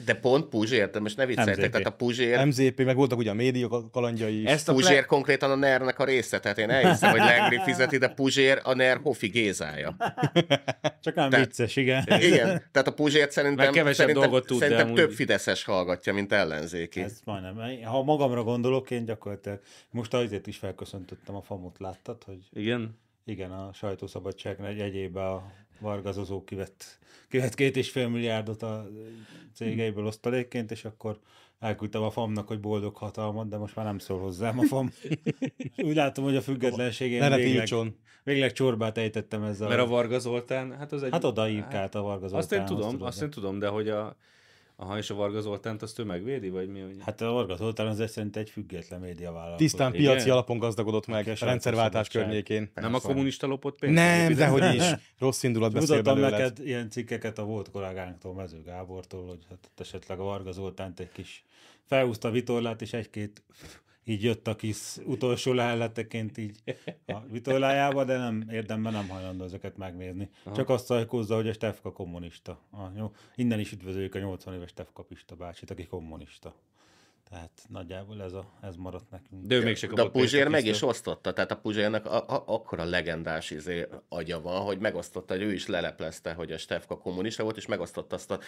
Speaker 3: De pont Puzsér, de most ne vicceljetek,
Speaker 1: MZP.
Speaker 3: tehát a Puzsér,
Speaker 4: MZP, meg voltak ugye a média kalandjai is.
Speaker 2: Ezt a
Speaker 3: Puzsér
Speaker 2: ple-
Speaker 3: konkrétan a NER-nek a része, tehát én elhiszem, hogy Lengri fizeti, de Puzsér a NER Hofi Gézája.
Speaker 1: Csak nem
Speaker 3: Tehát-
Speaker 1: vicces, igen.
Speaker 3: Igen, tehát a Puzsért
Speaker 2: Meg
Speaker 3: szerintem,
Speaker 2: kevesebb
Speaker 3: szerintem,
Speaker 2: dolgot tud, de
Speaker 3: szerintem
Speaker 2: amúgy-
Speaker 3: több fideszes hallgatja, mint ellenzéki.
Speaker 1: Ez majdnem. Ha magamra gondolok, én gyakorlatilag most azért is felköszöntöttem a famot, láttad, hogy
Speaker 2: Igen.
Speaker 1: igen, a sajtószabadság egy egyébe a vargazozó kivett, kivett két és fél milliárdot a cégeiből osztalékként, és akkor elküldtem a famnak, hogy boldog hatalmat, de most már nem szól hozzám a fam. Úgy látom, hogy a
Speaker 4: Ne
Speaker 1: függetlenségén
Speaker 4: ne
Speaker 1: végleg,
Speaker 4: tiltson.
Speaker 1: végleg csorbát ejtettem ezzel.
Speaker 2: Mert a Varga Zoltán, hát az egy...
Speaker 1: Hát oda írkált a Varga
Speaker 2: Azt én
Speaker 1: Zoltánhoz,
Speaker 2: tudom,
Speaker 1: tudod,
Speaker 2: azt
Speaker 1: de-
Speaker 2: én tudom, de hogy a... Aha, és a Varga Zoltánt azt ő megvédi, vagy mi? Hogy...
Speaker 1: Hát a Varga Zoltán az szerint egy független médiavállalkozó.
Speaker 4: Tisztán
Speaker 2: Igen.
Speaker 4: piaci alapon gazdagodott meg,
Speaker 1: Kis
Speaker 4: a rendszerváltás
Speaker 1: sajtószabadság.
Speaker 4: környékén.
Speaker 3: Hát
Speaker 2: nem a kommunista lopott pénzt?
Speaker 4: Nem, dehogy is. Rossz indulat Hát beszél
Speaker 1: Mutattam
Speaker 4: belőled.
Speaker 1: neked ilyen cikkeket a volt kollégánktól, Mező Gábortól, hogy hát esetleg a Varga Zoltánt egy kis felhúzta a vitorlát, és egy-két így jött a kis utolsó lehelleteként így a vitorlájába, de nem érdemben nem hajlandó ezeket megnézni. Aha. Csak azt szajkózza, hogy a Stefka kommunista. A, jó, innen is üdvözöljük a 80 éves Stefka Pista bácsit, aki kommunista. Tehát nagyjából ez, a, ez maradt nekünk.
Speaker 2: De ő még se
Speaker 3: De a
Speaker 2: kapott pénzt
Speaker 3: Puzsér meg is
Speaker 2: Kisztől.
Speaker 3: osztotta, tehát a Puzsérnek a, a, akkora legendás izé agya van, hogy megosztotta, hogy ő is leleplezte, hogy a Stefka kommunista volt, és megosztotta azt a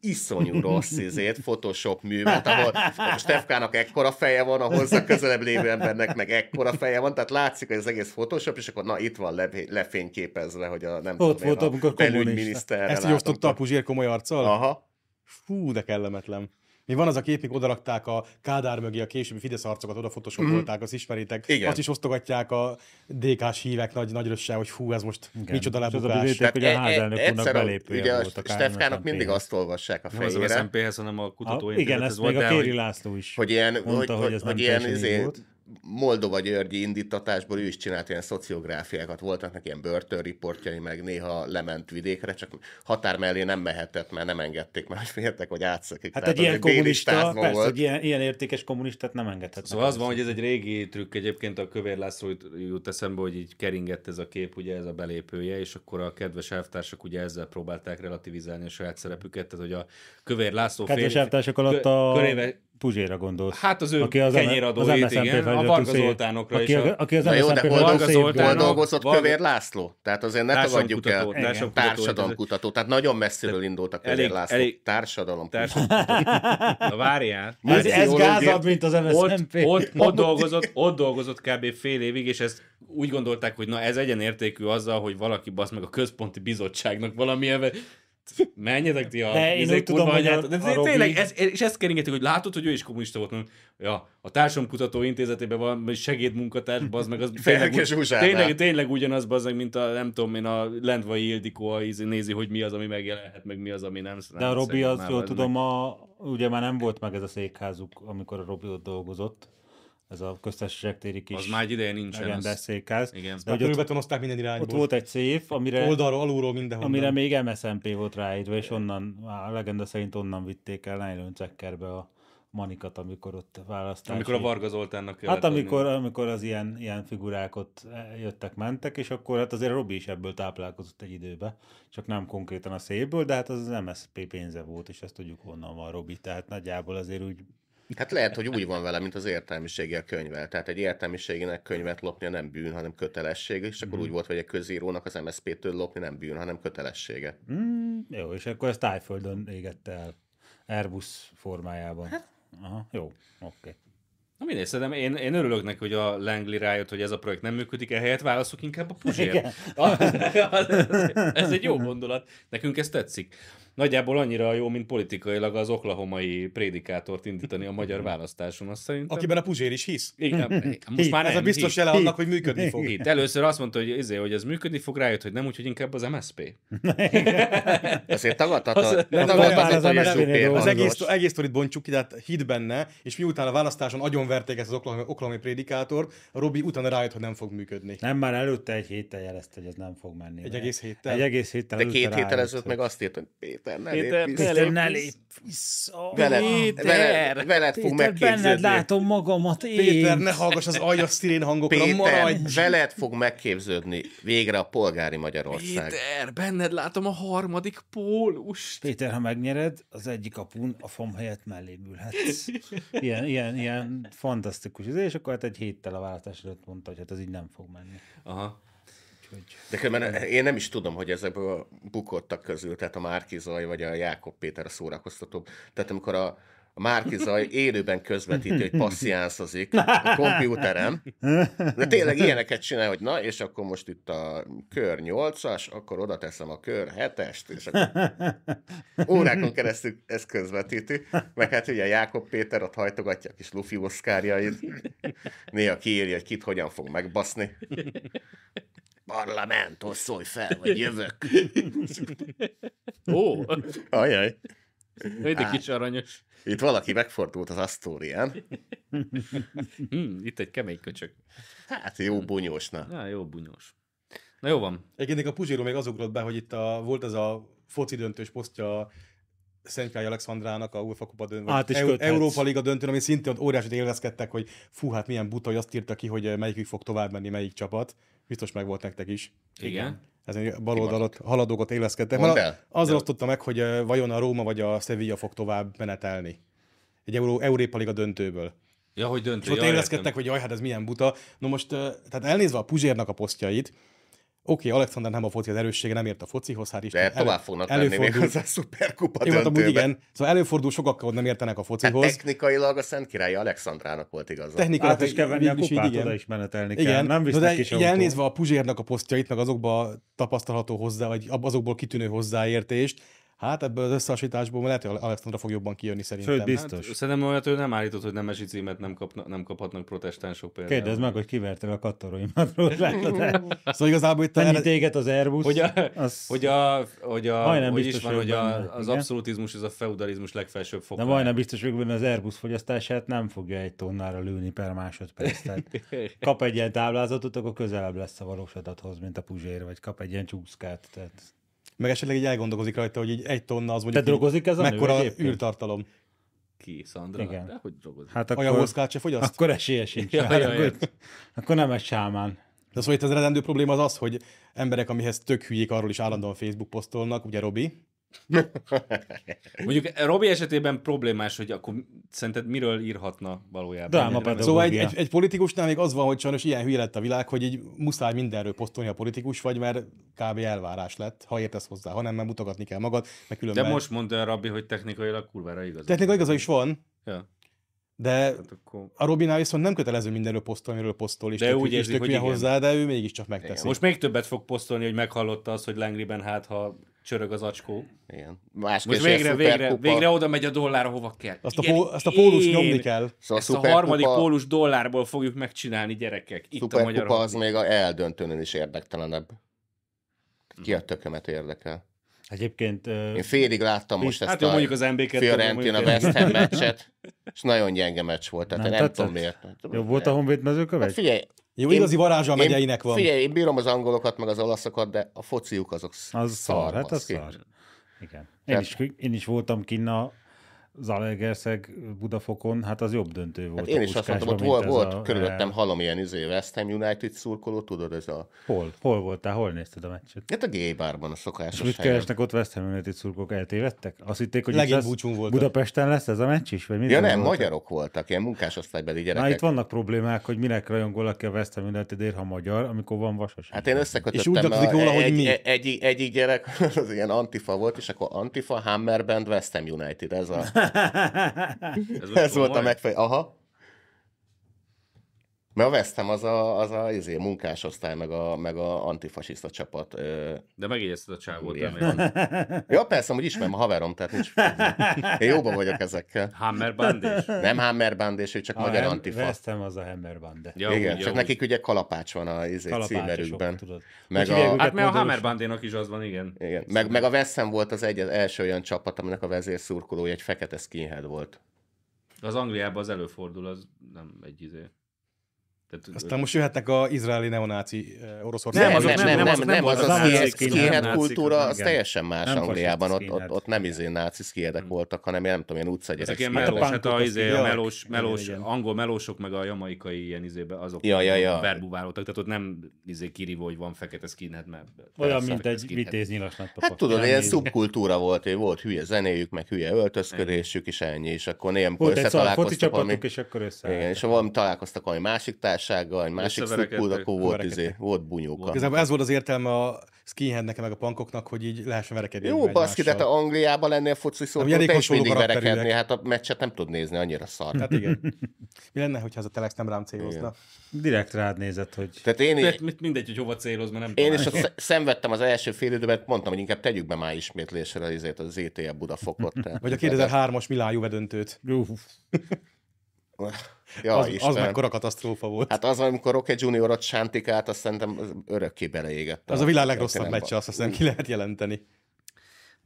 Speaker 3: iszonyú rossz izét, Photoshop művet, ahol a Stefkának ekkora feje van, a hozzá közelebb lévő embernek meg ekkora feje van, tehát látszik, hogy az egész Photoshop, és akkor na itt van le, lefényképezve, hogy a nem
Speaker 1: Ott voltam,
Speaker 3: tudom én, a
Speaker 1: amikor kommunista.
Speaker 3: belügyminiszterre
Speaker 4: Ezt így
Speaker 3: látom.
Speaker 4: osztotta a Puzsér komoly arccal?
Speaker 3: Aha.
Speaker 4: Fú, de kellemetlen. Mi van az a kép, mikor odarakták a Kádár mögé a későbbi Fidesz arcokat, odafotosopolták, azt ismeritek.
Speaker 3: Igen.
Speaker 4: Azt is osztogatják a DK-s hívek nagy, nagy rössel, hogy fú, ez most Igen. micsoda
Speaker 1: És az a
Speaker 4: lebukás.
Speaker 1: bizonyíték- Csak ugye a
Speaker 3: e- e-
Speaker 1: házelnök úrnak
Speaker 3: egyszer a-
Speaker 1: belépője
Speaker 3: ugye a
Speaker 1: volt a Kármán
Speaker 3: Stefkának mindig
Speaker 1: Campaign.
Speaker 3: azt olvassák a
Speaker 2: Nem az
Speaker 3: fejére.
Speaker 2: OSZMP-hez, hanem a
Speaker 1: a,
Speaker 2: kutatóintézethez
Speaker 1: igen, ezt
Speaker 2: volt,
Speaker 1: még a
Speaker 2: de
Speaker 1: Kéri
Speaker 2: hogy-
Speaker 1: László is
Speaker 3: hogy ilyen,
Speaker 1: mondta, hogy, ez nem
Speaker 3: ilyen
Speaker 1: teljesen így
Speaker 3: izé,
Speaker 1: volt.
Speaker 3: Moldova Györgyi indítatásból ő is csinált ilyen szociográfiákat, voltak neki ilyen börtönriportjai, meg néha lement vidékre, csak határ mellé nem mehetett, mert nem engedték, mert féltek, hogy átszökik.
Speaker 1: Hát
Speaker 3: Tehát
Speaker 1: egy ilyen
Speaker 3: azért
Speaker 1: kommunista,
Speaker 3: bélistázva
Speaker 1: persze,
Speaker 3: volt.
Speaker 1: egy ilyen, ilyen értékes kommunistát nem engedhetnek.
Speaker 2: Szóval az van, hogy ez egy régi trükk egyébként, a Kövér László jut- jut eszembe, hogy így keringett ez a kép, ugye ez a belépője, és akkor a kedves elvtársak ugye ezzel próbálták relativizálni a saját szerepüket, tehát hogy a Kövér László
Speaker 1: Kedves
Speaker 2: fél-
Speaker 1: elvtársak alatt
Speaker 2: kö-
Speaker 1: a
Speaker 2: köréve,
Speaker 1: Puzséra gondolsz.
Speaker 2: Hát az ő
Speaker 1: M-
Speaker 2: kenyéradóit,
Speaker 1: MSZNP
Speaker 2: igen, a
Speaker 1: feliratos
Speaker 2: Varga
Speaker 1: szép-
Speaker 2: Zoltánokra
Speaker 1: aki,
Speaker 2: is
Speaker 1: a,
Speaker 2: a-
Speaker 1: aki az
Speaker 3: Na jó, de
Speaker 1: MSZNP
Speaker 3: hol,
Speaker 2: Varga
Speaker 1: feliratos
Speaker 2: Zoltán-
Speaker 3: hol
Speaker 1: szép-
Speaker 3: dolgozott
Speaker 2: Varga-
Speaker 3: Kövér László? Tehát azért ne tagadjuk
Speaker 2: Társadalomkutató-
Speaker 3: el.
Speaker 2: társadalomkutató
Speaker 3: Társadalomkutató. Tehát nagyon messziről indult a Kövér
Speaker 2: Elég-
Speaker 3: László.
Speaker 2: elég-
Speaker 3: Társadalom.
Speaker 2: társadalom. Na várjál.
Speaker 1: Ez, ez
Speaker 3: Pszichológia.
Speaker 1: gázabb, mint az
Speaker 2: Ott,
Speaker 1: MSZNP.
Speaker 2: ott, ott, dolgozott, ott dolgozott kb. fél évig, és ezt úgy gondolták, hogy na ez egyenértékű azzal, hogy valaki basz meg a központi bizottságnak valamilyen... Menjetek ti a
Speaker 1: De én
Speaker 2: izé,
Speaker 1: úgy tudom,
Speaker 2: kurva
Speaker 1: hogy a-
Speaker 2: anyát- De
Speaker 1: a Robi-
Speaker 2: tényleg, ez, és ezt keringetik, hogy látod, hogy ő is kommunista volt. Mondom, Ja, a társadalomkutató intézetében van segédmunkatárs, bazd meg, az tényleg,
Speaker 3: Felkes
Speaker 2: úgy,
Speaker 3: Zsuzsánál.
Speaker 2: tényleg, tényleg ugyanaz bazd meg, mint a, nem tudom én, a Lendvai Ildikó, a, izé, nézi, hogy mi az, ami megjelenhet, meg mi az, ami nem.
Speaker 1: De a
Speaker 2: nem
Speaker 1: Robi,
Speaker 2: szegény
Speaker 1: az
Speaker 2: már,
Speaker 1: jól
Speaker 2: bazd meg.
Speaker 1: tudom, a, ugye már nem volt meg ez a székházuk, amikor a Robi ott dolgozott. Ez a köztársaság téri kis
Speaker 2: Az már egy ideje nincsen.
Speaker 1: legendás
Speaker 2: Az.
Speaker 1: székház.
Speaker 2: Igen.
Speaker 1: De hogy ott,
Speaker 4: Körülbetonozták minden
Speaker 1: ott
Speaker 4: irányból.
Speaker 1: volt egy szép, amire
Speaker 4: Oldalról, alulról, mindenhol.
Speaker 1: Amire még MSZNP volt ráírva, és onnan, a legenda szerint onnan vitték el nylon csekkerbe a manikat, amikor ott választás.
Speaker 2: Amikor a Varga Zoltánnak kellett
Speaker 1: Hát
Speaker 2: adni.
Speaker 1: amikor, amikor az ilyen, ilyen figurák ott eh, jöttek-mentek, és akkor hát azért Robi is ebből táplálkozott egy időbe, csak nem konkrétan a szépből, de hát az az MSZP pénze volt, és ezt tudjuk honnan van Robi, tehát nagyjából azért úgy
Speaker 3: Hát lehet, hogy úgy van vele, mint az értelmiségi a könyvvel. Tehát egy értelmiségének könyvet lopnia nem bűn, hanem kötelesség, és akkor úgy volt, hogy egy közírónak az MSZP-től lopni nem bűn, hanem kötelessége.
Speaker 1: Mm, jó, és akkor ezt tájföldön égette el Airbus formájában. Aha, jó, oké. Okay.
Speaker 2: Na mindegy, szerintem én, én örülök neki, hogy a Langley rájött, hogy ez a projekt nem működik, ehelyett válaszok inkább a Puzsért.
Speaker 1: Igen.
Speaker 2: Az- az- ez egy jó gondolat. Nekünk ez tetszik. Nagyjából annyira jó, mint politikailag az oklahomai prédikátort indítani a magyar választáson, azt szerintem.
Speaker 4: Akiben a Puzsér is hisz.
Speaker 2: Igen, most már
Speaker 4: Ez
Speaker 2: nem,
Speaker 4: a biztos
Speaker 2: hit,
Speaker 4: jele annak, hogy működni fog.
Speaker 2: hit. Először azt mondta, hogy, izé, hogy ez működni fog, rájött, hogy nem, úgyhogy inkább az MSP.
Speaker 3: Azért tagadhatatlan.
Speaker 4: Nem, várjál,
Speaker 3: Tagadhatatlan, hogy
Speaker 4: az
Speaker 3: a
Speaker 4: ember-
Speaker 3: zsupér
Speaker 4: Az egész,
Speaker 3: hangos.
Speaker 4: egész sztorit bontjuk ki, tehát hidd benne, és miután a választáson agyonverték ezt az oklahomai, oklahomai prédikátort, a Robi utána rájött, hogy nem fog működni.
Speaker 1: Nem, már előtte egy héttel jelezte, hogy ez nem fog menni.
Speaker 4: Egy egész héttel?
Speaker 1: Egy egész héttel
Speaker 3: De
Speaker 1: előtte
Speaker 3: két héttel
Speaker 1: rájött,
Speaker 3: ezelőtt meg
Speaker 1: hogy
Speaker 3: azt írt, hogy Péter, ne
Speaker 6: Péter,
Speaker 3: lépj
Speaker 1: Isten, ne
Speaker 3: vissza.
Speaker 6: ne lépj
Speaker 1: lépj vissza.
Speaker 3: Veled,
Speaker 1: Péter,
Speaker 3: veled, veled fog
Speaker 1: Péter, benned
Speaker 3: megképződni.
Speaker 1: látom magamat én.
Speaker 4: Péter, ne hallgass az aljas szirén hangokra, maradj!
Speaker 3: Péter, veled fog megképződni végre a polgári Magyarország.
Speaker 2: Péter, benned látom a harmadik pólust.
Speaker 1: Péter, ha megnyered, az egyik apun a fom helyett mellé ülhetsz. Ilyen, ilyen, ilyen fantasztikus. izé, És akkor hát egy héttel a választás előtt mondta, hogy hát ez így nem fog menni.
Speaker 2: Aha.
Speaker 1: Úgyhogy...
Speaker 3: De különben én nem is tudom, hogy ezekből a bukottak közül, tehát a Márki Zaj vagy a Jákob Péter a szórakoztató. Tehát amikor a, a Márki Zaj élőben közvetíti, hogy passziánszozik a kompjúterem, de tényleg ilyeneket csinál, hogy na, és akkor most itt a kör 8-as, akkor oda teszem a kör 7-est, és akkor órákon keresztül ezt közvetíti. Meg hát ugye a Jákob Péter ott hajtogatja a kis lufi oszkárjait. Néha kiírja, hogy kit hogyan fog megbaszni. Parlamentos, szólj fel, vagy jövök.
Speaker 2: Ó,
Speaker 3: Ajaj.
Speaker 2: egy kis aranyos.
Speaker 3: Itt valaki megfordult az Asztórián.
Speaker 2: Hm, itt egy kemény köcsög.
Speaker 3: Hát jó bunyósna.
Speaker 2: Na, jó bunyós. Na jó van.
Speaker 4: Egyébként a Puzséró még az ugrott be, hogy itt a, volt ez a foci döntős posztja Szentkály Alexandrának a UEFA kupa döntő,
Speaker 1: Át is köthetsz.
Speaker 4: Európa Liga döntőn, ami szintén ott óriásit élvezkedtek, hogy fú, hát milyen buta, hogy azt írta ki, hogy melyikük fog tovább menni, melyik csapat. Biztos meg volt nektek is.
Speaker 2: Igen.
Speaker 4: Ezen bal oldalot haladókat élvezkedtek.
Speaker 3: Mondd
Speaker 4: Mert
Speaker 3: el.
Speaker 4: azzal osztotta meg, hogy ö, vajon a Róma vagy a Sevilla fog tovább menetelni. Egy Euró, Európa Liga döntőből.
Speaker 2: Ja, hogy döntő.
Speaker 4: És ott
Speaker 2: ja,
Speaker 4: élvezkedtek,
Speaker 2: értem.
Speaker 4: hogy jaj, hát ez milyen buta. No most, ö, tehát elnézve a Puzsérnak a posztjait, oké, Alexander nem a foci az erőssége, nem ért a focihoz, hál' Isten.
Speaker 1: Hát,
Speaker 3: De tovább fognak menni még
Speaker 4: előfordul,
Speaker 3: hozzá a szuperkupa
Speaker 4: Én mondtam, úgy
Speaker 3: döntőbe.
Speaker 4: igen. Szóval előfordul sokakkal, hogy nem értenek a
Speaker 3: Hát
Speaker 4: focihoz.
Speaker 3: technikailag a Szent Király Alexandrának volt igaza.
Speaker 4: Technikailag
Speaker 2: Hát,
Speaker 1: Át is kell venni a
Speaker 4: végül
Speaker 1: kupát,
Speaker 4: így, igen.
Speaker 1: oda is menetelni kell.
Speaker 4: Igen,
Speaker 1: Nem
Speaker 4: no,
Speaker 1: visznek
Speaker 4: de
Speaker 1: kis
Speaker 4: így
Speaker 1: autóval.
Speaker 4: elnézve a Puzsérnak a posztjait, meg azokba tapasztalható hozzá, vagy ab- azokból kitűnő hozzáértést, hát ebből az összehasonlításból lehet, hogy Alexandra fog jobban kijönni szerintem.
Speaker 1: Sőt,
Speaker 4: Sőt,
Speaker 1: biztos.
Speaker 2: Hát, szerintem olyat ő nem állított, hogy nemesi címet nem, kapna, nem kaphatnak protestánsok például.
Speaker 1: Kérdezd meg, hogy kivertem a kattaroimat, látod el?
Speaker 4: szóval igazából itt a
Speaker 1: Mennyi
Speaker 4: ered-
Speaker 1: téged az Airbus?
Speaker 2: Hogy a,
Speaker 1: az...
Speaker 2: hogy a, hogy a
Speaker 1: Majdnem
Speaker 2: hogy is
Speaker 1: biztos
Speaker 2: van,
Speaker 1: vagyok
Speaker 2: hogy
Speaker 1: benne,
Speaker 2: a, az
Speaker 1: igen.
Speaker 2: abszolutizmus, ez a feudalizmus legfelsőbb
Speaker 1: de
Speaker 2: foka.
Speaker 1: majdnem biztos vagyok benne, az Airbus fogyasztását nem fogja egy tonnára lőni per másodperc. Tehát kap egy ilyen táblázatot, akkor közelebb lesz a valós adathoz, mint a Puzsér, vagy kap egy ilyen csúszkát. Tehát...
Speaker 4: meg esetleg így elgondolkozik rajta, hogy így egy tonna az mondjuk
Speaker 1: Te drogozik ez a nő
Speaker 4: mekkora
Speaker 1: egyébként?
Speaker 4: űrtartalom.
Speaker 2: Ki, Szandra?
Speaker 1: Igen.
Speaker 2: De hogy drogozik?
Speaker 1: Hát
Speaker 4: Olyan
Speaker 1: akkor,
Speaker 4: hosszkát se fogyaszt?
Speaker 1: akkor esélye sincs.
Speaker 2: Ja,
Speaker 1: Hát
Speaker 2: ja, ja.
Speaker 1: akkor, akkor nem egy sámán.
Speaker 4: De szóval itt az eredendő probléma az az, hogy emberek, amihez tök hülyék, arról is állandóan Facebook posztolnak, ugye Robi?
Speaker 2: Mondjuk eh, Robi esetében problémás, hogy akkor szerinted miről írhatna valójában?
Speaker 1: Dráma
Speaker 2: Ennyire nem-
Speaker 4: Szóval egy,
Speaker 1: Pedagógia.
Speaker 4: egy, egy politikusnál még az van, hogy sajnos ilyen hülye lett a világ, hogy így muszáj mindenről posztolni a politikus vagy, mert kb. elvárás lett, ha értesz hozzá, ha nem, mert mutogatni kell magad, meg
Speaker 2: De
Speaker 4: különben...
Speaker 2: most mondta el Rabbi, hogy technikailag kurvára igaz.
Speaker 4: Technika igaza is van,
Speaker 2: Ja,
Speaker 4: de
Speaker 2: hát akkor...
Speaker 4: a Robinál viszont nem kötelező mindenről posztolni, amiről posztol, és
Speaker 2: De
Speaker 4: tök,
Speaker 2: úgy
Speaker 4: és
Speaker 2: érzi,
Speaker 4: tök
Speaker 2: hogy
Speaker 4: hülye
Speaker 2: igen.
Speaker 4: hozzá, de ő mégiscsak megteszi.
Speaker 2: Most még többet fog posztolni, hogy meghallotta azt, hogy Langleyben hát, ha csörög az acskó.
Speaker 3: Igen. Másképp
Speaker 2: Most
Speaker 3: se a
Speaker 2: végre, végre,
Speaker 3: szuperkupa.
Speaker 2: végre oda megy a dollár, ahova kell.
Speaker 4: Azt a,
Speaker 2: Igen,
Speaker 4: pó, azt a pólus
Speaker 2: én-
Speaker 4: nyomni kell.
Speaker 3: Szóval
Speaker 2: Ezt a
Speaker 3: szuperkupa-
Speaker 2: harmadik pólus dollárból fogjuk megcsinálni, gyerekek. Itt a magyar...
Speaker 3: Szuperkupa az még a eldöntőnél is érdektelenebb. Ki a tökömet érdekel?
Speaker 1: Egyébként ö,
Speaker 3: Én félig láttam most
Speaker 2: Hát
Speaker 3: ezt
Speaker 2: jó,
Speaker 3: a
Speaker 2: mondjuk az MB2.
Speaker 3: Fiorentina West Ham meccset, és nagyon gyenge meccs volt, tehát
Speaker 1: Nem
Speaker 3: nem, nem
Speaker 1: tetszett?
Speaker 3: tudom miért.
Speaker 1: jobb volt a Honvéd
Speaker 3: Hát
Speaker 1: mezőkövet?
Speaker 3: figyelj,
Speaker 4: Jó,
Speaker 3: Én-
Speaker 4: igazi varázsa a
Speaker 3: Én-
Speaker 4: megyeinek van.
Speaker 3: Figyelj, én bírom az angolokat, meg az olaszokat, de a fociuk azok
Speaker 1: Az szar, hát az
Speaker 3: baszki.
Speaker 1: szar. Igen. Én
Speaker 3: Tehát-
Speaker 1: is, én is voltam kinn a Zalaegerszeg Budafokon, hát az jobb döntő volt.
Speaker 3: Hát
Speaker 1: a
Speaker 3: én is azt mondtam,
Speaker 1: Puskásban,
Speaker 3: ott
Speaker 1: mint
Speaker 3: volt,
Speaker 1: ez
Speaker 3: volt
Speaker 1: a-
Speaker 3: körülöttem
Speaker 1: eh,
Speaker 3: halom ilyen izé West Ham United szurkoló, tudod, ez a...
Speaker 1: Hol? Hol voltál? Hol nézted a meccset?
Speaker 3: Hát a gay barban a
Speaker 1: És
Speaker 3: szokásos
Speaker 1: mit
Speaker 3: helyen.
Speaker 1: keresnek ott West Ham United szurkok? Eltévedtek? Azt hitték, hogy itt
Speaker 4: Legény
Speaker 1: lesz-
Speaker 4: búcsún voltak.
Speaker 1: Budapesten lesz ez a meccs is? Vagy mi
Speaker 3: Ja
Speaker 1: volt?
Speaker 3: nem, magyarok voltak, ilyen munkásosztálybeli
Speaker 1: Na itt
Speaker 3: gyerekek.
Speaker 1: vannak problémák, hogy minek rajongol aki a West Ham Unitedért, ha magyar, amikor van vasas.
Speaker 3: Hát én
Speaker 4: És úgy
Speaker 3: összekötöttem,
Speaker 4: gyakorodik róla, hogy mi.
Speaker 3: egy, egy, egy, egyik gyerek az ilyen antifa volt, és akkor antifa, Hammer Band, West Ham United, ez, a,
Speaker 2: Ez, most
Speaker 3: ez volt a
Speaker 2: komoly?
Speaker 3: megfelelő. Aha. Mert a West Ham az a, az a izé, munkásosztály, meg a, meg a antifasiszta csapat. Ö,
Speaker 2: De megjegyezted a csávót,
Speaker 3: Ilyen.
Speaker 2: remélem.
Speaker 3: Ja, persze, hogy ismerem a haverom, tehát nincs. Én jóban vagyok ezekkel.
Speaker 2: Hammer bandés.
Speaker 3: Nem Hammer Band, és ő csak magyar
Speaker 1: Hem-
Speaker 3: antifasz.
Speaker 1: Ah, West Ham az a Hammer Bande.
Speaker 2: Ja,
Speaker 3: Igen,
Speaker 2: úgy,
Speaker 3: csak
Speaker 2: úgy.
Speaker 3: nekik ugye kalapács van a izé,
Speaker 1: Kalapácsosok,
Speaker 3: címerükben.
Speaker 1: tudod.
Speaker 3: Meg
Speaker 1: Hogy hívják
Speaker 3: a,
Speaker 1: őket?
Speaker 2: Hát mert a
Speaker 1: Mondanos.
Speaker 2: Hammer bandénak is az van, igen.
Speaker 3: igen. Meg, meg a West Ham volt az egy, az első olyan csapat, aminek a vezérszurkolója egy fekete skinhead volt.
Speaker 2: Az Angliában az előfordul, az nem egy izé. Tehát,
Speaker 4: Aztán most jöhetnek az izraeli neonáci eh, Oroszország.
Speaker 3: Nem,
Speaker 2: azok
Speaker 3: nem,
Speaker 2: nem, nem,
Speaker 3: nem, nem,
Speaker 2: azok
Speaker 3: nem,
Speaker 2: nem
Speaker 3: az
Speaker 1: voltak
Speaker 3: a skinhead,
Speaker 1: nácik, nem
Speaker 3: skinhead
Speaker 1: nácik,
Speaker 3: kultúra,
Speaker 1: hanem
Speaker 3: az
Speaker 1: igen.
Speaker 3: teljesen más
Speaker 1: Nem
Speaker 3: Angliában, ott,
Speaker 1: fasiszta
Speaker 3: ott, ott nem izé náci skinheadek voltak, hanem ilyen, nem tudom, ilyen utcagyerek
Speaker 2: ezek ilyen
Speaker 3: skinheadek.
Speaker 2: melós, hát a,
Speaker 4: punkok,
Speaker 2: izé,
Speaker 4: azt
Speaker 2: a
Speaker 4: írják.
Speaker 2: melós, melós
Speaker 4: Igen, igen.
Speaker 2: angol melósok, meg a jamaikai ilyen izébe azok
Speaker 3: Ja, ja, ja.
Speaker 2: verbuválódtak, tehát ott nem izé kirívó, hogy van fekete skinhead, mert
Speaker 1: Olyan,
Speaker 2: persze,
Speaker 1: mint
Speaker 2: fekete
Speaker 1: egy
Speaker 2: skinhead.
Speaker 1: vitéz nyilasnak.
Speaker 3: Hát tudod, ilyen szubkultúra volt, hogy volt hülye zenéjük, meg hülye öltözködésük, és ennyi, és akkor néha, amikor
Speaker 1: Volt egy szar foci
Speaker 3: összetalálkoztak valami...
Speaker 1: csapatunk, és akkor össze.
Speaker 3: Igen, és ha valami találkoztak valami másik társággal, egy másik
Speaker 2: Összeverekedtek.
Speaker 3: szubkultúra, akkor volt,
Speaker 4: Verekedtek.
Speaker 3: izé, volt bunyóka.
Speaker 4: Igazából ez volt az értelme a skinheadnek, meg a punkoknak, hogy így lehessen verekedni.
Speaker 3: Jó,
Speaker 4: egymással.
Speaker 3: baszki, de te Angliában lennél foci
Speaker 4: Ami
Speaker 3: szurkoló,
Speaker 4: elég
Speaker 3: te is
Speaker 4: hasonló
Speaker 3: mindig
Speaker 4: karakterűek.
Speaker 3: verekedni, hát a meccset nem tud nézni, annyira szar.
Speaker 4: Hát igen. Mi lenne, hogyha ez a Telex nem rám célozna?
Speaker 1: Direkt rád nézett, hogy
Speaker 3: Tehát én,
Speaker 2: Tehát mit- mindegy, hogy hova céloz, mert nem
Speaker 3: Én
Speaker 2: találom.
Speaker 3: is ott sz- szenvedtem az első fél időben, mondtam, hogy inkább tegyük be már ismétlésre az izét, az ETL Budafokot. tehát-
Speaker 4: Vagy a hát 2003-as Milán Juve döntőt.
Speaker 3: Ja,
Speaker 4: Az, az
Speaker 3: Istenem.
Speaker 4: mekkora katasztrófa volt.
Speaker 3: Hát az, amikor Rocky Junior ott sántikált, azt szerintem az örökké beleégett.
Speaker 4: Az a világ legrosszabb
Speaker 3: történelembe.
Speaker 4: meccse, azt hiszem
Speaker 3: Mm.
Speaker 4: ki lehet jelenteni.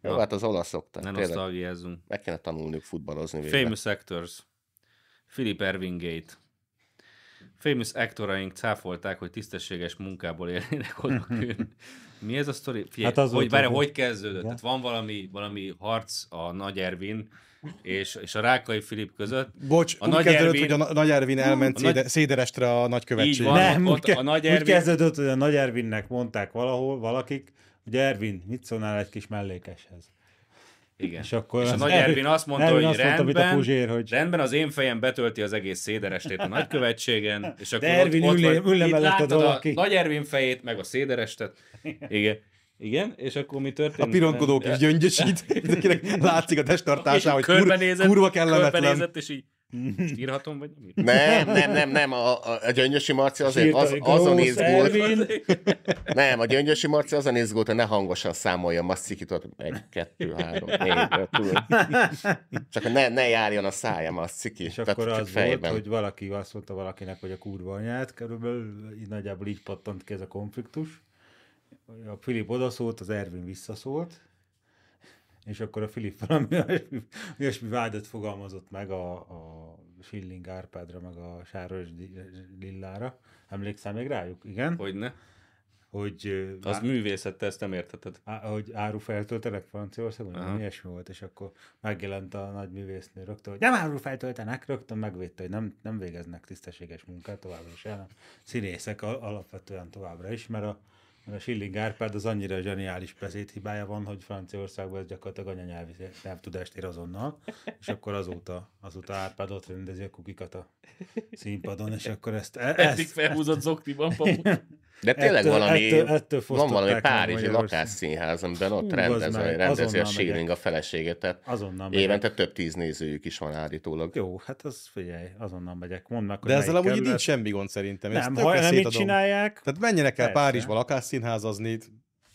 Speaker 3: Jó, hát az olaszok,
Speaker 2: Ne
Speaker 3: tehát tényleg
Speaker 2: nosztalgiázzunk.
Speaker 3: meg kéne tanulniuk futballozni végre.
Speaker 2: Famous actors. Philip Ervingate. Famous actoraink cáfolták, hogy tisztességes munkából élnének oda kőn. Mi ez a sztori? Figyelj,
Speaker 1: Hát az
Speaker 2: hát hogy,
Speaker 1: volt,
Speaker 2: bár,
Speaker 1: hogy-
Speaker 2: hogy kezdődött? Tehát van valami, valami harc a Nagy Ervin és, és a Rákai Filip között.
Speaker 4: Bocs,
Speaker 2: A
Speaker 4: a úgy
Speaker 2: Nagy
Speaker 4: nagy kezdődött,
Speaker 2: Ervin-
Speaker 4: hogy a Na- Nagy Ervin elment
Speaker 2: A
Speaker 4: a
Speaker 2: Nagy-
Speaker 4: széde, Széderestre a
Speaker 2: Így
Speaker 4: nagykövetség.
Speaker 2: van.
Speaker 1: Nem,
Speaker 2: ott-
Speaker 1: ott,
Speaker 2: a
Speaker 1: a
Speaker 2: Nagy
Speaker 1: nagy
Speaker 2: Ervin-
Speaker 1: úgy kezdődött, hogy a Nagy Ervinnek mondták valahol valakik, hogy Ervin, mit szólnál egy kis mellékeshez?
Speaker 2: Igen.
Speaker 1: És akkor
Speaker 2: és a
Speaker 1: az
Speaker 2: Nagy
Speaker 1: Ervin-
Speaker 2: Ervin azt mondta,
Speaker 1: Ervin
Speaker 2: hogy
Speaker 1: azt mondta, mint a
Speaker 2: rendben,
Speaker 1: Puzsér, hogy-
Speaker 2: rendben, az én fejem betölti az egész széderestét a nagykövetségen, és akkor
Speaker 1: De Ervin
Speaker 2: ott,
Speaker 1: ülé-
Speaker 2: ott vagy,
Speaker 1: ülne
Speaker 2: itt
Speaker 1: mellette
Speaker 2: láttad a
Speaker 1: valaki.
Speaker 2: Nagy Ervin fejét, meg a széderestet. Igen.
Speaker 6: Igen, és akkor mi
Speaker 4: A
Speaker 6: történt?
Speaker 4: pironkodó kis gyöngyösít, akinek látszik
Speaker 2: és
Speaker 4: a
Speaker 2: így
Speaker 4: testtartásához, hogy kur,
Speaker 2: körbenézett,
Speaker 4: kurva kellemetlen.
Speaker 2: körbenézett, és így most írhatom, vagy nem írhatom?
Speaker 3: Nem, nem, nem, nem, a, a, a Gyöngyösi Marci azért
Speaker 1: Sírta,
Speaker 3: az,
Speaker 1: hogy
Speaker 3: azon
Speaker 1: Grósz
Speaker 3: izgult,
Speaker 1: Ervin.
Speaker 3: nem, a Gyöngyösi Marci azon izgult, hogy ne hangosan számoljam a szikított, egy, kettő, három, négy, öt, tudod. Csak hogy ne, ne járjon a szájam a sziki.
Speaker 1: És akkor az volt, hogy valaki azt mondta valakinek, hogy a kurva anyát, körülbelül így nagyjából így pattant ki ez a konfliktus. A Filip odaszólt, az Ervin visszaszólt, és akkor a Filip valami olyasmi- olyasmi vádat fogalmazott meg a, a Schilling Árpádra, meg a Sáros Lillára. Emlékszel még rájuk? Igen? Hogy,
Speaker 2: Hogy ne?
Speaker 1: hogy ö,
Speaker 2: Az művészet, te ezt nem értheted.
Speaker 1: á, hogy árufeltöltenek Franciaországon,
Speaker 2: Aha.
Speaker 1: uh-huh. ilyesmi volt, és akkor megjelent a nagy művésznő rögtön, hogy nem árufeltöltenek, rögtön megvédte, hogy nem, nem végeznek tisztességes munkát továbbra is, hanem színészek al- alapvetően továbbra is, mert a, mert a Schilling Árpád az annyira zseniális beszédhibája van, hogy Franciaországban ez gyakorlatilag anyanyelvi nyelvtudást ér azonnal, és akkor azóta, azóta Árpád ott rendezi a kukikat a színpadon, és akkor ezt, e,
Speaker 2: Eddig
Speaker 1: ezt
Speaker 2: felhúzott zoktiban, papuk.
Speaker 3: De tényleg
Speaker 1: Ettől-
Speaker 3: valami,
Speaker 1: ettől- ettől
Speaker 3: van valami
Speaker 1: fosztották meg
Speaker 3: párizsi
Speaker 1: Magyarország.
Speaker 3: lakásszínház, amiben
Speaker 1: Hú,
Speaker 3: ott
Speaker 1: az
Speaker 3: rendez,
Speaker 1: meg,
Speaker 3: rendezi a
Speaker 1: azonnal
Speaker 3: Schilling
Speaker 1: megyek.
Speaker 3: a feleségét, tehát
Speaker 1: azonnal megyek.
Speaker 3: évente több tíz nézőjük is van állítólag.
Speaker 1: Jó, hát az figyelj, azonnal megyek, mondd meg, hogy
Speaker 4: De ezzel
Speaker 1: melyik
Speaker 4: amúgy így nincs
Speaker 1: kerület.
Speaker 4: semmi gond szerintem. Ezt
Speaker 1: Nem,
Speaker 4: tökre
Speaker 1: ha nem így
Speaker 4: szétadom.
Speaker 1: csinálják,
Speaker 4: Tehát menjenek el
Speaker 1: Persze.
Speaker 4: Párizsba lakásszínházazni,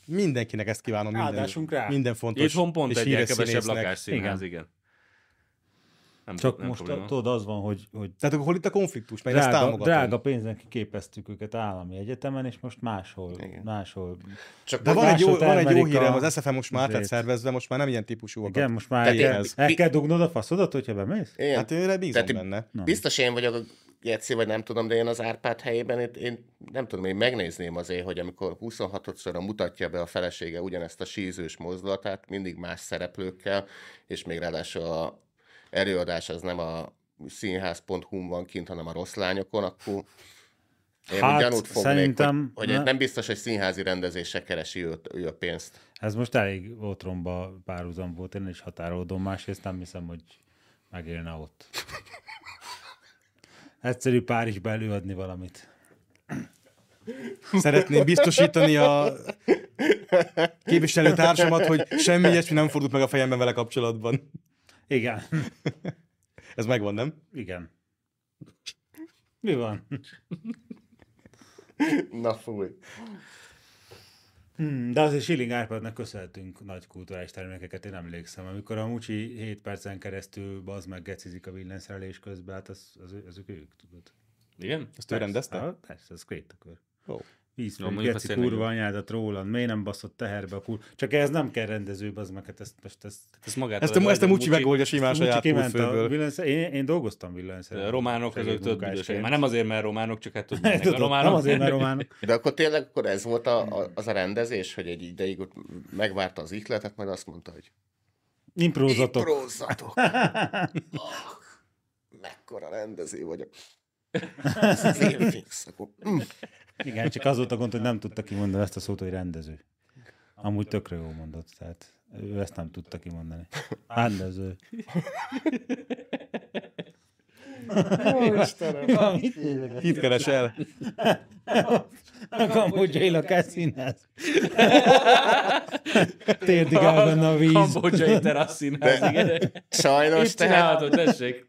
Speaker 4: mindenkinek ezt kívánom minden,
Speaker 1: Áldásunk rá.
Speaker 4: minden fontos
Speaker 2: Itthon pont
Speaker 4: és
Speaker 2: egy
Speaker 4: híres
Speaker 2: kevesebb
Speaker 4: színésznek.
Speaker 2: lakásszínház, igen. Nem,
Speaker 1: csak
Speaker 2: nem
Speaker 1: most
Speaker 2: probléma.
Speaker 1: tudod, az van, hogy, hogy
Speaker 4: Tehát akkor hol itt a konfliktus? Mert drága, ezt
Speaker 1: drága,
Speaker 4: támogatom.
Speaker 1: drága pénzen képeztük őket állami egyetemen, és most máshol, máshol.
Speaker 3: Csak
Speaker 4: De van egy, jó,
Speaker 1: Másodperc
Speaker 4: van egy jó
Speaker 1: Amerika
Speaker 4: hírem, az SFM most már
Speaker 1: izét.
Speaker 4: lett szervezve, most már nem ilyen típusúak.
Speaker 1: Igen, most már
Speaker 3: Tehát
Speaker 1: el,
Speaker 3: én-
Speaker 1: el
Speaker 3: mi-
Speaker 1: kell dugnod a faszodat, hogyha bemész?
Speaker 3: én,
Speaker 4: Hát őre bízom
Speaker 3: Tehát-
Speaker 4: benne.
Speaker 3: biztos én vagyok a Geci, vagy nem tudom, de én az Árpád helyében, én, én nem tudom, én megnézném azért, hogy amikor 26-szorra mutatja be a felesége ugyanezt a sízős mozdulatát, mindig más szereplőkkel, és még ráadásul a előadás az nem a színház.hu-n van kint, hanem a rossz lányokon, akkor én
Speaker 1: Hát,
Speaker 3: hát, gyanút fognék,
Speaker 1: szerintem-
Speaker 3: hogy, hogy
Speaker 1: ne-
Speaker 3: nem biztos, hogy színházi rendezésre keresi ő, ő a pénzt.
Speaker 1: Ez most elég otromba párhuzam volt, én is határolódom, másrészt nem hiszem, hogy megélne ott. Egyszerű Párizsba előadni valamit.
Speaker 4: Szeretném biztosítani a képviselő társamat, hogy semmi ilyesmi nem fordult meg a fejemben vele kapcsolatban.
Speaker 1: Igen,
Speaker 4: Ez megvan, nem?
Speaker 1: igen. Mi van?
Speaker 3: Na fúj.
Speaker 1: Hmm, De azért Schilling Árpádnak köszönhetünk nagy kulturális termékeket, én emlékszem. Amikor a Mucsi 7 percen keresztül az meg gecizik a villanyszerelés közben, hát az, az, azok ők, tudod.
Speaker 2: Igen?
Speaker 4: Ezt ő rendezte?
Speaker 1: Hát, persze, az két akkor.
Speaker 4: Ó.
Speaker 1: Víz,
Speaker 2: Jó,
Speaker 1: no,
Speaker 2: mondjuk
Speaker 1: geci
Speaker 2: azt tényleg
Speaker 1: kurva anyádat rólan, miért nem baszott teherbe a kur... Csak ez nem kell rendező, az meg, hát ezt most ezt...
Speaker 6: Ezt,
Speaker 2: Hát,
Speaker 6: magát
Speaker 4: Ezt a, ezt a Mucsi megoldja simán
Speaker 1: Mucsi
Speaker 4: saját
Speaker 1: kiment a
Speaker 4: útfőből.
Speaker 1: villanyszer... én, én, dolgoztam villanyszerelés.
Speaker 6: Románok azok több idősek. Már nem azért, mert románok, csak hát tudják.
Speaker 1: Tudod,
Speaker 6: A románok
Speaker 1: nem azért, mert románok.
Speaker 3: De akkor tényleg akkor ez volt a, a, az a rendezés, hogy egy ideig ott megvárta az ihletet, majd azt mondta, hogy
Speaker 1: Improzatok.
Speaker 3: Prózatok. Ah, mekkora rendező vagyok. Ez az én fixakom. Mm.
Speaker 1: Igen, csak az volt a gond, hogy nem tudta kimondani ezt a szót, hogy rendező. Amúgy tökre jól mondott, tehát ő ezt nem tudta kimondani. Rendező.
Speaker 4: Hit keres el.
Speaker 1: Kambodzsaila keszínház. Térdig el benne a víz.
Speaker 6: Kambodzsai teraszszínház, igen.
Speaker 3: Sajnos,
Speaker 6: Itt
Speaker 3: tehát,
Speaker 6: csinálhatod, tessék.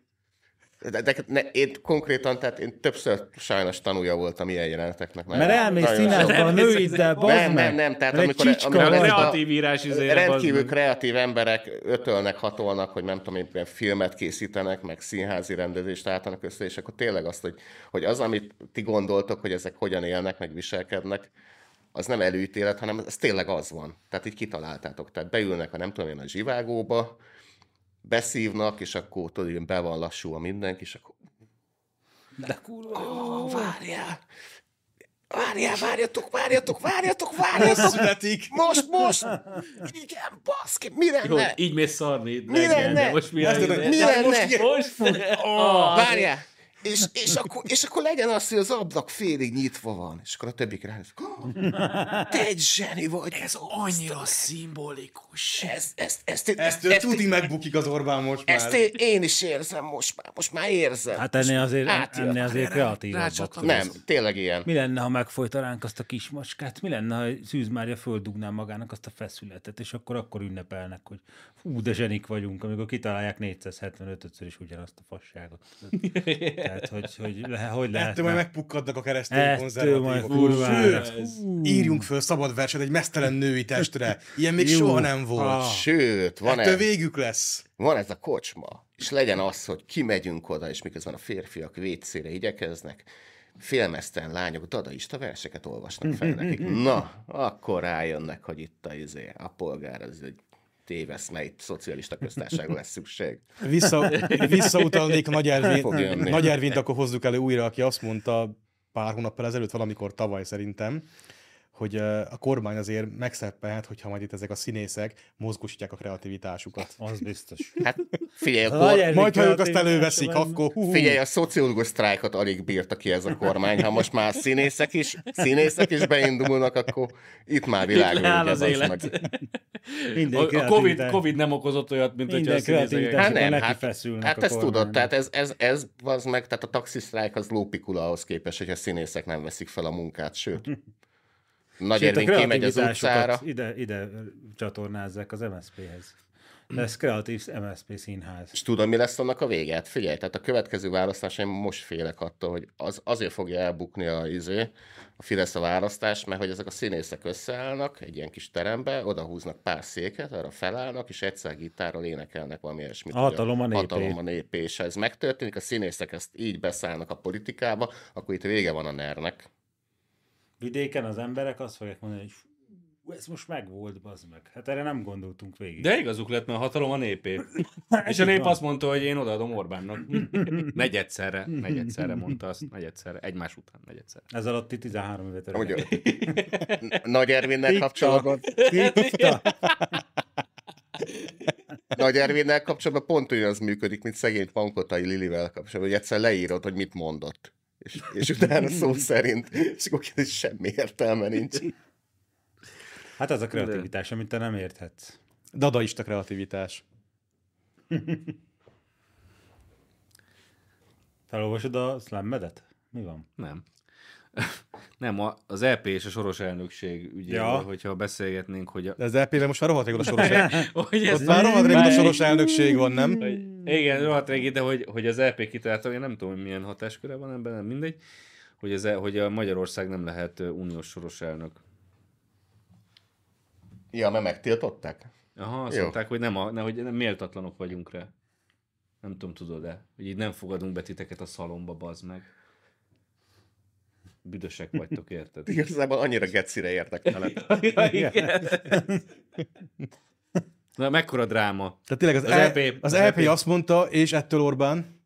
Speaker 3: de, de, de, én konkrétan, tehát én többször sajnos tanulja voltam ilyen jeleneteknek.
Speaker 1: Mert elmész
Speaker 3: nagyon sok.
Speaker 1: színházba a nőiddel, bazd
Speaker 3: Nem,
Speaker 1: meg.
Speaker 3: nem, nem, tehát
Speaker 1: Mert egy
Speaker 3: amikor- amikor-
Speaker 1: vagy.
Speaker 3: Ez a-
Speaker 6: Kreatív írás izére.
Speaker 3: Rendkívül
Speaker 6: bazd meg.
Speaker 3: kreatív emberek ötölnek, hatolnak, hogy nem tudom, éppen filmet készítenek, meg színházi rendezést álltanak össze, és akkor tényleg azt, hogy, hogy az, amit ti gondoltok, hogy ezek hogyan élnek, meg viselkednek, az nem előítélet, hanem ez tényleg az van. Tehát így kitaláltátok. Tehát beülnek a nem tudom én a zsivágóba, beszívnak, és akkor tudod, hogy be van lassú a mindenki, és akkor... De kurva oh, Várjál! Várjál, várjatok, várjatok, várjatok, várjatok!
Speaker 4: Születik.
Speaker 3: Most, most! Igen, baszki, mi
Speaker 6: Jó,
Speaker 3: lenne?
Speaker 6: így mész szarni. itt
Speaker 3: Hát Mi
Speaker 6: reggel,
Speaker 3: lenne?
Speaker 6: de Most mi
Speaker 4: Ezt
Speaker 6: lenne?
Speaker 4: tudom,
Speaker 3: Mi lenne?
Speaker 4: Most igen.
Speaker 6: Most?
Speaker 3: Várjál! És, és, akkor, és akkor legyen az, hogy az ablak félig nyitva van. És akkor a többik rá Te egy zseni vagy. Ez annyira szimbolikus. Ez, ezt, ezt, én-
Speaker 4: Ezt ő
Speaker 3: ezt,
Speaker 4: tuti megbukik az Orbán most már.
Speaker 3: ezt én, én is érzem most már. Most már érzem.
Speaker 1: Hát ennél azért,
Speaker 3: Átjön.
Speaker 1: ennél azért kreatívabbak. tudod.
Speaker 3: nem, tényleg ilyen.
Speaker 1: Mi lenne, ha megfojtanánk azt a kis macskát? Mi lenne, ha Szűz Mária földugná magának azt a feszületet, és akkor akkor ünnepelnek, hogy fú, de zsenik vagyunk, amikor kitalálják 475-ször is ugyanazt a fasságot. Tehát, hogy, hogy, le, hogy
Speaker 4: Ettől majd
Speaker 1: lehetne.
Speaker 4: megpukkadnak a keresztény
Speaker 1: Ettől majd
Speaker 4: konzervatívok.
Speaker 1: kurvára.
Speaker 4: Sőt, Írjunk föl szabad verset egy mesztelen női testre. Ilyen még
Speaker 1: Jó.
Speaker 4: soha nem volt.
Speaker 3: Sőt, van,
Speaker 4: Ettől
Speaker 3: ez,
Speaker 4: végük lesz.
Speaker 3: van ez a kocsma, és legyen az, hogy kimegyünk oda, és miközben a férfiak vécére igyekeznek, félmeztelen lányok dadaista verseket olvasnak fel nekik. Na, akkor rájönnek, hogy itt a, izé, a polgár az egy tévesz, mely szocialista köztársaságra lesz szükség.
Speaker 4: Vissza, visszautalnék Nagy,
Speaker 3: Fog
Speaker 4: Ervin,
Speaker 3: jönni.
Speaker 4: Nagy Ervint, akkor hozzuk elő újra, aki azt mondta pár hónappal ezelőtt, valamikor tavaly szerintem, hogy ö, a kormány azért megszeppelhet, hogyha majd itt ezek a színészek mozgósítják a kreativitásukat.
Speaker 1: Az biztos.
Speaker 3: Hát figyelj, a,
Speaker 1: Nagy
Speaker 3: kor...
Speaker 1: Ervin
Speaker 4: Majd, ha ők azt
Speaker 1: kreativitás
Speaker 4: előveszik,
Speaker 1: van.
Speaker 4: akkor hú,
Speaker 3: figyelj, a szociológus sztrájkot alig bírta ki ez a kormány. Ha most már színészek is, színészek is beindulnak, akkor itt már világ.
Speaker 6: Itt leáll
Speaker 3: vége,
Speaker 6: az
Speaker 3: bazd
Speaker 6: élet.
Speaker 3: meg.
Speaker 1: Minden
Speaker 6: A- A COVID,
Speaker 1: kreativitás-
Speaker 6: COVID nem okozott olyat, mint hogyha
Speaker 1: Minden
Speaker 6: a színészek...
Speaker 1: kreativitás-
Speaker 3: Hát
Speaker 1: akkor
Speaker 3: nem,
Speaker 1: neki
Speaker 3: hát,
Speaker 1: feszülnek
Speaker 3: hát
Speaker 1: a
Speaker 3: ezt tudod,
Speaker 1: kormánynak.
Speaker 3: tehát ez, ez, ez az meg, tehát a taxisztrájk az lópikula ahhoz képest, hogy a színészek nem veszik fel a munkát, sőt. Nagy
Speaker 1: Sőt, a
Speaker 3: Ervin kimegy az
Speaker 1: kreativitásokat
Speaker 3: utcára.
Speaker 1: Ide, ide csatornázzák az MSZP-hez. Lesz kreatív MSZP színház.
Speaker 3: És tudom, mi lesz annak a vége? Hát figyelj, tehát a következő választás, én most félek attól, hogy az, azért fogja elbukni a, izé, a Fidesz a választás, mert hogy ezek a színészek összeállnak egy ilyen kis terembe, odahúznak pár széket, arra felállnak, és egyszer gitárral énekelnek valami ilyesmit.
Speaker 1: A hatalom a
Speaker 3: Hogy
Speaker 1: népé.
Speaker 3: Hatalom a népé, és ha ez megtörténik, a színészek ezt így beszállnak a politikába, akkor itt vége van a nernek.
Speaker 1: Vidéken az emberek azt fogják mondani, hogy fú, ez most megvolt, bazd meg. Hát erre nem gondoltunk végig.
Speaker 6: De igazuk lett, mert a hatalom a népé. És a
Speaker 1: Hát így
Speaker 6: nép
Speaker 1: van.
Speaker 6: azt mondta, hogy én odaadom Orbánnak.
Speaker 2: Negyedszerre, negyedszerre mondta azt, negyedszerre, egymás után negyedszerre.
Speaker 1: Ez alatt ti 13 évet
Speaker 3: Amúgy
Speaker 1: öregek.
Speaker 3: N- Nagy Ervinnel kapcsolatban,
Speaker 1: Tipta.
Speaker 3: Nagy Ervinnel kapcsolatban pont ugyanaz működik, mint szegény Pankotai Lilivel kapcsolatban, hogy egyszer leírod, hogy mit mondott. És, és utána szó szerint, és akkor kiderül, hogy semmi értelme nincs.
Speaker 1: Hát az a kreativitás, amit te nem érthetsz.
Speaker 4: dadaista kreativitás.
Speaker 1: Felolvasod a slammedet? Mi van?
Speaker 2: Nem. Ö, Nem, a- az EP és a soros elnökség ügyéről,
Speaker 1: Ja.
Speaker 2: ja. hogyha beszélgetnénk, hogy a...
Speaker 4: De az LP-re most már rohadt régóta soros elnökség.
Speaker 6: Hogy ez
Speaker 4: Ott már rohadt régóta
Speaker 6: Már-
Speaker 4: soros elnökség van, nem?
Speaker 6: Hogy, igen, rohadt régi, de hogy, hogy
Speaker 2: E
Speaker 6: az LP kitalálta, én nem tudom, hogy milyen hatásköre van ebben, nem mindegy, hogy,
Speaker 2: E-
Speaker 6: az, hogy a Magyarország nem lehet ö, uniós soros elnök.
Speaker 3: Ja, mert megtiltották?
Speaker 2: Aha, azt
Speaker 3: Jó.
Speaker 2: mondták, hogy nem, a, ne, hogy nem méltatlanok vagyunk rá. Nem tudom, tudod-e, hogy így nem fogadunk be titeket a szalomba, bazd meg. Büdösek vagytok, érted?
Speaker 3: Igazából annyira gecire érdekelett.
Speaker 2: Na, mekkora dráma.
Speaker 4: Tehát tényleg az,
Speaker 2: Az
Speaker 4: az,
Speaker 2: LP
Speaker 4: LP, az
Speaker 2: az
Speaker 4: LP
Speaker 2: LP.
Speaker 4: azt mondta, és ettől Orbán.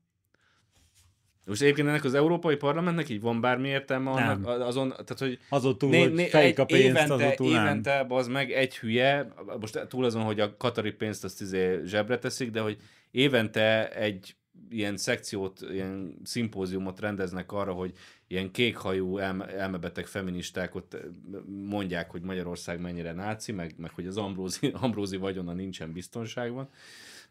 Speaker 2: Most egyébként ennek az Európai Parlamentnek így van bármi értelme annak,
Speaker 1: Nem.
Speaker 2: a- azon, tehát hogy
Speaker 1: Azon túl,
Speaker 2: né,
Speaker 1: hogy
Speaker 2: né,
Speaker 1: fejik
Speaker 2: egy,
Speaker 1: a pénzt,
Speaker 2: évente,
Speaker 1: azon túl nem.
Speaker 2: évente az meg egy hülye, most túl azon, hogy a katari pénzt azt izé zsebre teszik, de hogy évente egy ilyen szekciót, ilyen szimpóziumot rendeznek arra, hogy ilyen kékhajú elme, elmebeteg feministák ott eh, mondják, hogy Magyarország mennyire náci, meg, meg hogy az ambrózi, ambrózi vagyona nincsen biztonságban,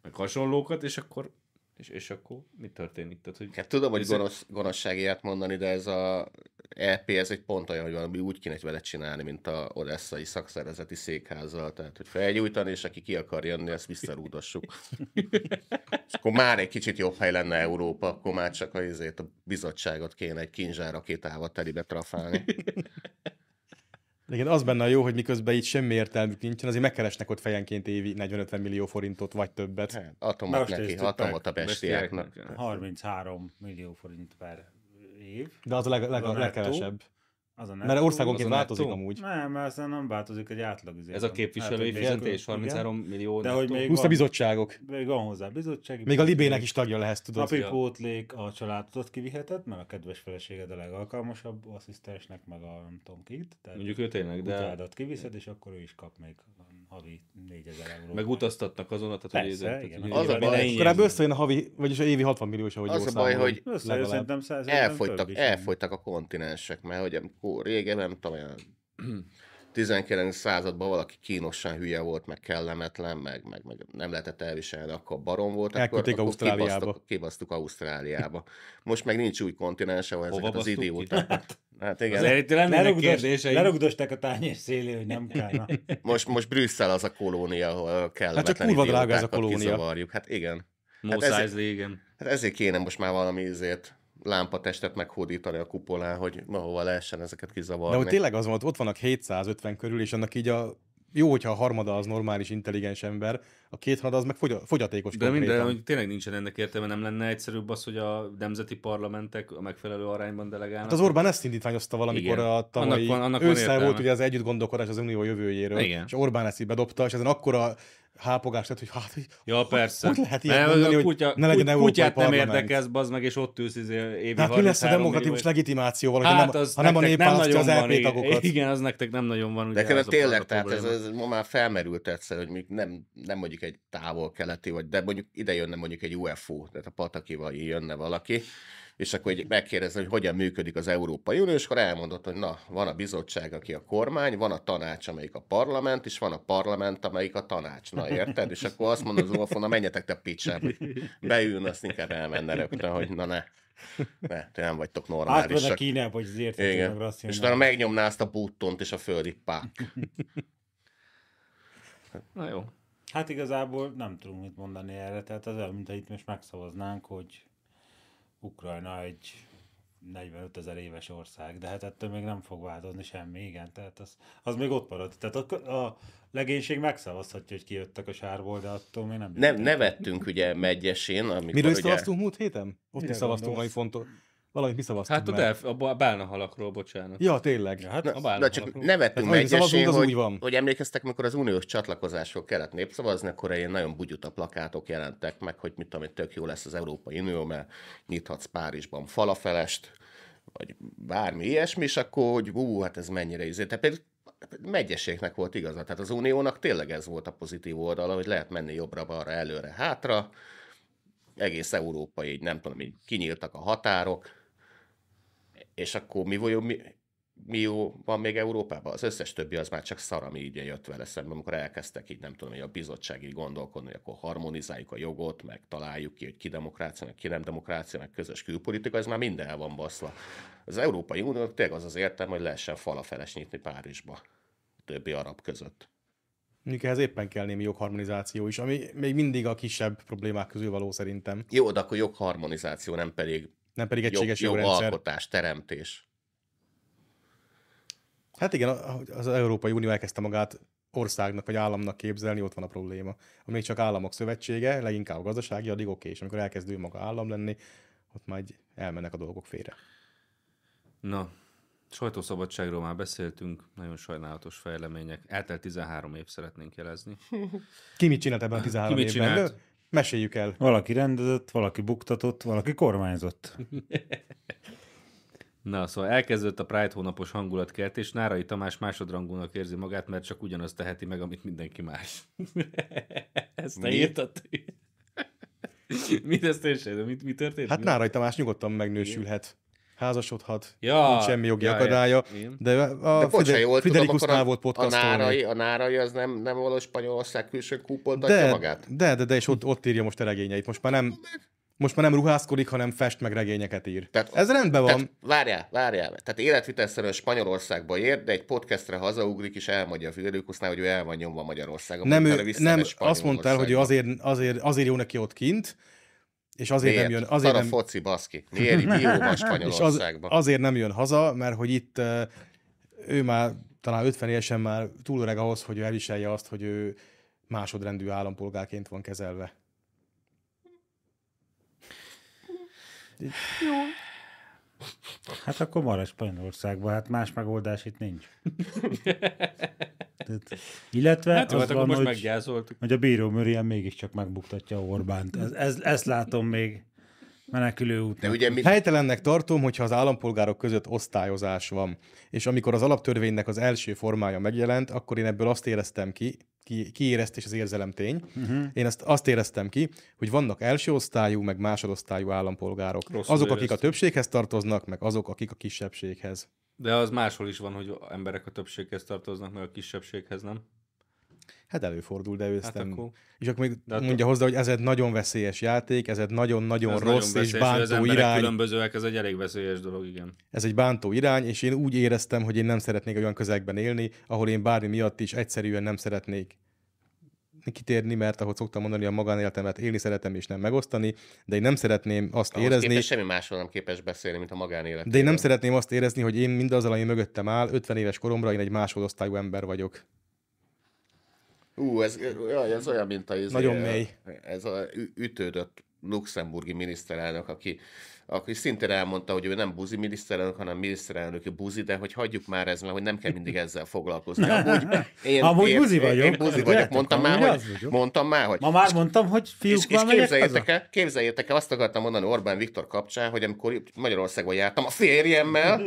Speaker 2: meg hasonlókat, és akkor és, és akkor mi történik? Tehát, hogy...
Speaker 3: Hát tudom, hogy
Speaker 2: Ez egy-
Speaker 3: gonosz, gonoszság ilyet mondani, de ez a EP, ez egy pont olyan, hogy valami úgy kéne vele csinálni, mint a odesszai szakszervezeti székházzal. Tehát, hogy felgyújtani, és aki ki akar jönni, ezt visszarúdassuk. és akkor már egy kicsit jobb hely lenne Európa, akkor már csak a, izét, a bizottságot kéne egy kinzsárrakétával telibe trafálni.
Speaker 4: Igen, az benne a jó, hogy miközben itt semmi értelmük nincsen, azért megkeresnek ott fejenként évi 40-50 millió forintot, vagy többet.
Speaker 3: Hát, atomot
Speaker 1: Most
Speaker 3: neki,
Speaker 1: tisztították.
Speaker 3: atomot a bestiáknak.
Speaker 1: 33 millió forint per év.
Speaker 4: De az a leg, leg,
Speaker 1: Az a nettó.
Speaker 4: legkevesebb.
Speaker 1: Az a
Speaker 4: Mert
Speaker 1: nettó.
Speaker 4: országonként
Speaker 6: az a
Speaker 4: változik
Speaker 6: nettó.
Speaker 4: amúgy.
Speaker 1: Nem, mert aztán nem változik egy átlag. üzér.
Speaker 6: Ez a
Speaker 1: Hát,
Speaker 6: képviselői
Speaker 1: hogy még-
Speaker 6: fizetés,
Speaker 1: igen.
Speaker 6: 33 millió.
Speaker 1: De hogy
Speaker 6: nettó.
Speaker 1: még
Speaker 4: Plusz a bizottságok.
Speaker 1: Még van hozzá bizottság.
Speaker 4: Még a libének is tagja lehetsz, tudod.
Speaker 1: Napi pótlék a családodat kiviheted, mert a kedves feleséged a legalkalmasabb asszisztensnek, meg a nem tudom kit. Tehát
Speaker 6: Mondjuk ő tényleg, de
Speaker 1: utádat kiviszed, és akkor ő is kap még havi 4000 eurót.
Speaker 6: meg utaztatnak azon, tehát hogy
Speaker 1: Persze,
Speaker 6: ezért-
Speaker 1: igen.
Speaker 6: tehát,
Speaker 3: Az a
Speaker 6: hogy
Speaker 3: baj,
Speaker 6: ne
Speaker 3: hogy-
Speaker 6: ingyen-
Speaker 4: Korábban összejön a havi, vagyis a évi 60 millió is, ahogy
Speaker 3: Az
Speaker 4: jól
Speaker 3: a baj,
Speaker 4: számolom.
Speaker 3: hogy
Speaker 1: Össze,
Speaker 4: Legalább.
Speaker 1: szerintem száz évben több
Speaker 3: elfogytak,
Speaker 1: is.
Speaker 3: elfogytak a kontinensek, mert hogy amikor régen, nem tudom, olyan 19. században valaki kínosan hülye volt, meg kellemetlen, meg, meg, meg nem lehetett elviselni, akkor barom volt, akkor,
Speaker 4: Elküldték
Speaker 3: akkor
Speaker 4: Ausztráliába.
Speaker 3: Kibasztuk, kibasztuk Ausztráliába. Most meg nincs új kontinens, ahol ezeket az
Speaker 6: basztuk ki?
Speaker 3: idiótákat. Hát igen,
Speaker 6: Az elég lennének
Speaker 1: Lerugdos,
Speaker 6: kérdéseim.
Speaker 1: lerugdosták a tányér szélén, hogy nem kell. na.
Speaker 3: most, most Brüsszel az a kolónia, ahol kellemetlen
Speaker 4: Hát kurva drága ez a
Speaker 3: idiótákat
Speaker 4: kolónia.
Speaker 3: Kizavarjuk. Hát igen.
Speaker 2: Mos
Speaker 3: Hát ez-
Speaker 2: Eisley, igen.
Speaker 3: Hát ezért kéne most már valami ízét lámpatestet meghódítani a kupolán, hogy ahova lehessen ezeket
Speaker 4: De
Speaker 3: kizavarni.
Speaker 4: hogy tényleg az volt, ott vannak 750 körül, és annak így a jó, hogyha a harmada az normális, intelligens ember, a kétharmada az meg fogy- fogyatékos
Speaker 2: De minden,
Speaker 4: konkrétan.
Speaker 2: hogy tényleg nincsen ennek értelme, nem lenne egyszerűbb az, hogy a nemzeti parlamentek a megfelelő arányban delegálnak.
Speaker 4: Hát az Orbán ezt indítványozta valamikor
Speaker 2: Igen.
Speaker 4: Igen. a tavalyi
Speaker 2: Annak van- annak van
Speaker 4: ősszel
Speaker 2: értelme.
Speaker 4: volt ugye az együtt gondolkodás az unió jövőjéről,
Speaker 2: Igen.
Speaker 4: és Orbán ezt így bedobta, és ezen akkora hápogás lett, hogy hát, hogy
Speaker 2: Ja, persze.
Speaker 4: Hogy lehet
Speaker 2: Mert
Speaker 4: ilyet
Speaker 2: a
Speaker 4: mondani, hogy
Speaker 2: kutya,
Speaker 4: ne legyen
Speaker 2: kut-
Speaker 4: európai
Speaker 2: kutyát nem
Speaker 4: parlament?
Speaker 2: érdekez, bazd meg, és ott ülsz izé évi
Speaker 4: hát mi lesz a
Speaker 2: 33
Speaker 4: demokratikus
Speaker 2: millió-
Speaker 4: legitimációval,
Speaker 2: Hát
Speaker 4: ha nem,
Speaker 2: az
Speaker 4: ha nem a
Speaker 2: nektek
Speaker 4: nép
Speaker 2: nem
Speaker 4: választja az
Speaker 2: nagyon van,
Speaker 4: LP
Speaker 2: igen.
Speaker 4: tagokat.
Speaker 2: Igen, az nektek nem nagyon van. ugye
Speaker 3: De
Speaker 2: az
Speaker 3: ez
Speaker 2: a- az
Speaker 3: tényleg,
Speaker 2: a
Speaker 3: tehát ez,
Speaker 2: probléma.
Speaker 3: ez ma már felmerült egyszer, hogy még nem, nem mondjuk egy távol-keleti, vagy de mondjuk ide jönne mondjuk egy UFO, tehát a patakival így jönne valaki, és akkor így megkérdezne, hogy hogyan működik az Európai Unió, és akkor elmondott, hogy na, van a bizottság, aki a kormány, van a tanács, amelyik a parlament, és van a parlament, amelyik a tanács. Na, érted? És akkor azt mondod az UFO, na menjetek te picsába. Beülne, azt inkább elmenne rögtön, hogy na ne. Ne, te nem vagytok
Speaker 1: Átmennek
Speaker 3: normálisak.
Speaker 1: Kínába, hogy az érthető, meg
Speaker 3: Igen. És
Speaker 1: racionális.
Speaker 3: utána megnyomná azt a buttont, és a földi pák.
Speaker 2: Na jó.
Speaker 1: Hát igazából nem tudunk mit mondani erre, tehát az olyan, mintha itt most megszavaznánk, hogy Ukrajna egy 45 ezer éves ország, de hát ettől még nem fog változni semmi, igen, tehát az, az még ott marad. Tehát a, a legénység megszavazhatja, hogy kijöttek a sárból, de attól még nem.
Speaker 3: Nem, nevettünk ugye megyesén, amikor
Speaker 4: Miről
Speaker 3: ugye...
Speaker 4: szavaztunk múlt héten? Ott
Speaker 1: Mire
Speaker 4: is szavaztunk valami
Speaker 1: gondolsz?
Speaker 4: fontos. Valamit mi szavaztunk
Speaker 2: Hát ott
Speaker 4: meg.
Speaker 2: el, a ba- bálna halakról, bocsánat.
Speaker 4: Ja, tényleg.
Speaker 1: Hát,
Speaker 3: Na,
Speaker 1: az-
Speaker 2: bálna
Speaker 3: na csak
Speaker 2: halakról.
Speaker 3: nevettünk
Speaker 4: Tehát, ahogy
Speaker 3: megyesén,
Speaker 4: szavazunk, Hát, az
Speaker 3: hogy,
Speaker 4: úgy van.
Speaker 3: hogy emlékeztek, amikor az uniós csatlakozásról kellett népszavazni, akkor ilyen nagyon bugyuta plakátok jelentek meg, hogy mit tudom, én, tök jó lesz az Európai Unió, mert nyithatsz Párizsban falafelest, vagy bármi ilyesmi, és akkor, hogy ú, hát ez mennyire izé. Tehát például megyeséknek volt igaza. Tehát az uniónak tényleg ez volt a pozitív oldala, hogy lehet menni jobbra-balra, előre-hátra, egész Európa így, nem tudom, így kinyíltak a határok, és akkor mi vajon mi, millió van még Európában, az összes többi az már csak szar, ami így jött vele szemben, amikor elkezdtek így, nem tudom, hogy a bizottság így gondolkodni, hogy akkor harmonizáljuk a jogot, meg találjuk ki, hogy ki demokrácia, meg ki nem demokrácia, meg közös külpolitika, ez már minden el van baszva. Az Európai Unió tényleg az az értelme, hogy lehessen falafeles nyitni Párizsba, a többi arab között.
Speaker 4: Mondjuk ehhez éppen kell némi jogharmonizáció is, ami még mindig a kisebb problémák közül való szerintem.
Speaker 3: Jó, de akkor jogharmonizáció, nem pedig
Speaker 4: Nem pedig
Speaker 3: jog,
Speaker 4: egységes jogrendszer.
Speaker 3: jogalkotás, teremtés.
Speaker 4: Hát igen, ahogy az Európai Unió elkezdte magát országnak vagy államnak képzelni, ott van a probléma. Ha még csak államok szövetsége, leginkább a gazdasági, addig oké, és amikor elkezd ő maga állam lenni, ott majd elmennek a dolgok félre.
Speaker 2: Na, sajtószabadságról már beszéltünk, nagyon sajnálatos fejlemények. Eltelt 13 év szeretnénk jelezni.
Speaker 4: Ki mit csinált ebben a 13
Speaker 2: Ki mit
Speaker 4: évben?
Speaker 2: csinált?
Speaker 4: Ö, Meséljük el.
Speaker 1: Valaki rendezett, valaki buktatott, valaki kormányzott.
Speaker 2: Na, szóval elkezdődött a Pride hónapos hangulatkeltés, Nárai Tamás másodrangúnak érzi magát, mert csak ugyanazt teheti meg, amit mindenki más.
Speaker 6: Ezt te írtad. mit ezt én sem, mi, mi történt?
Speaker 4: Hát
Speaker 6: Mi-
Speaker 4: Nárai Tamás nyugodtan megnősülhet. Házasodhat,
Speaker 6: Ja,
Speaker 4: nincs semmi jogi
Speaker 6: ja, ja.
Speaker 4: akadálya,
Speaker 6: Igen.
Speaker 4: de a
Speaker 3: De bocs,
Speaker 4: de
Speaker 3: ha
Speaker 4: Fide-
Speaker 3: jól tudom,
Speaker 4: Friderikus
Speaker 3: akkor
Speaker 4: Nál
Speaker 3: a,
Speaker 4: volt
Speaker 3: a,
Speaker 4: podcastolni.
Speaker 3: nárai, a nárai az nem, nem valós Spanyolország külső kúpoltatja
Speaker 4: De,
Speaker 3: magát?
Speaker 4: de, de, de, és ott, ott írja most a regényeit. Most már nem, most már nem ruházkodik, hanem fest meg regényeket ír.
Speaker 3: Tehát-
Speaker 4: Ez rendben van.
Speaker 3: Tehát, várjál, várjál. Tehát életvitelszerűen Spanyolországba ér, de egy podcastre hazaugrik, és elmondja a Fidelikusnál, hogy ő el van nyomva Magyarországon.
Speaker 4: Nem,
Speaker 3: utána
Speaker 4: ő,
Speaker 3: visszamegy
Speaker 4: nem azt mondta el, hogy ő
Speaker 3: Spanyolországba.
Speaker 4: azért, azért, azért jó neki ott kint, és azért
Speaker 3: Miért?
Speaker 4: nem jön, azért
Speaker 3: Szar a
Speaker 4: nem,
Speaker 3: foci, baszki. Miért jó van
Speaker 4: és az,
Speaker 3: Spanyolországban?
Speaker 4: azért nem jön haza, mert hogy itt eh, ő már talán 50 évesen már túl öreg ahhoz, hogy ő elviselje azt, hogy ő másodrendű állampolgárként van kezelve.
Speaker 1: Hát akkor maradj Spanyolországban, hát más megoldás itt nincs.
Speaker 2: Hát
Speaker 1: Tehát, illetve
Speaker 6: Hát jó,
Speaker 1: az
Speaker 6: hát akkor
Speaker 1: van,
Speaker 6: most
Speaker 1: hogy,
Speaker 6: meggyázoltuk.
Speaker 1: hogy a bíró Mörien mégiscsak megbuktatja Orbánt. Ez, ez, ezt látom még menekülő
Speaker 3: De
Speaker 1: útnak.
Speaker 3: ugye mi...
Speaker 4: Hát, Helytelennek tartom, hogyha az állampolgárok között osztályozás van. És amikor az alaptörvénynek az első formája megjelent, akkor én ebből azt éreztem ki, ki, kiéreztés az érzelemtény,
Speaker 2: Mhm.
Speaker 4: uh-huh. én ezt azt éreztem ki, hogy vannak első osztályú, meg másodosztályú állampolgárok.
Speaker 6: Rosszul
Speaker 4: azok, akik a
Speaker 6: érezted.
Speaker 4: többséghez tartoznak, meg azok, akik a kisebbséghez.
Speaker 2: De az máshol is van, hogy emberek a többséghez tartoznak, meg a kisebbséghez, nem?
Speaker 4: Hát előfordul, de ő ezt
Speaker 2: Hát
Speaker 4: nem.
Speaker 2: akkor-
Speaker 4: És akkor még
Speaker 2: attól-
Speaker 4: mondja hozzá, hogy ez egy nagyon veszélyes játék, ez egy nagyon-nagyon
Speaker 2: Ez
Speaker 4: rossz
Speaker 2: nagyon
Speaker 4: és
Speaker 2: veszélyes, hogy az
Speaker 4: bántó
Speaker 2: emberek
Speaker 4: irány.
Speaker 2: különbözőek, ez egy elég veszélyes dolog, igen.
Speaker 4: ez egy bántó irány, és én úgy éreztem, hogy én nem szeretnék olyan közegben élni, ahol én bármi miatt is egyszerűen nem szeretnék kitérni, mert ahogy szoktam mondani, a magánéletemet élni szeretem és nem megosztani, de én nem szeretném azt
Speaker 3: ahhoz
Speaker 4: érezni,
Speaker 3: képest semmi másról nem képes beszélni, mint a magánélet.
Speaker 4: de én nem szeretném azt érezni, hogy én mindazzal, ami mögöttem áll, 50 éves koromra én egy másodosztályú ember vagyok.
Speaker 3: Ú, ez, jaj, ez olyan, mint a... Ez
Speaker 4: Nagyon
Speaker 3: a,
Speaker 4: mély.
Speaker 3: Ez a ü- ütődött luxemburgi miniszterelnök, aki, aki szintén elmondta, hogy ő nem buzi miniszterelnök, hanem miniszterelnöki buzi, de hogy hagyjuk már ez, mert hogy nem kell mindig ezzel foglalkozni. Amúgy, én,
Speaker 1: Amúgy
Speaker 3: én,
Speaker 1: buzi
Speaker 3: én- Én
Speaker 1: vagyok.
Speaker 3: buzi vagyok.
Speaker 1: Tudjátok,
Speaker 3: Mondtam már,
Speaker 1: amúgy
Speaker 3: hogy,
Speaker 1: az vagyok.
Speaker 3: mondtam már, hogy
Speaker 1: Ma már mondtam, hogy
Speaker 3: és,
Speaker 1: fiúk
Speaker 3: és
Speaker 1: van,
Speaker 3: képzeljétek, el, képzeljétek el, azt akartam mondani Orbán Viktor kapcsán, hogy amikor itt Magyarországon jártam a férjemmel,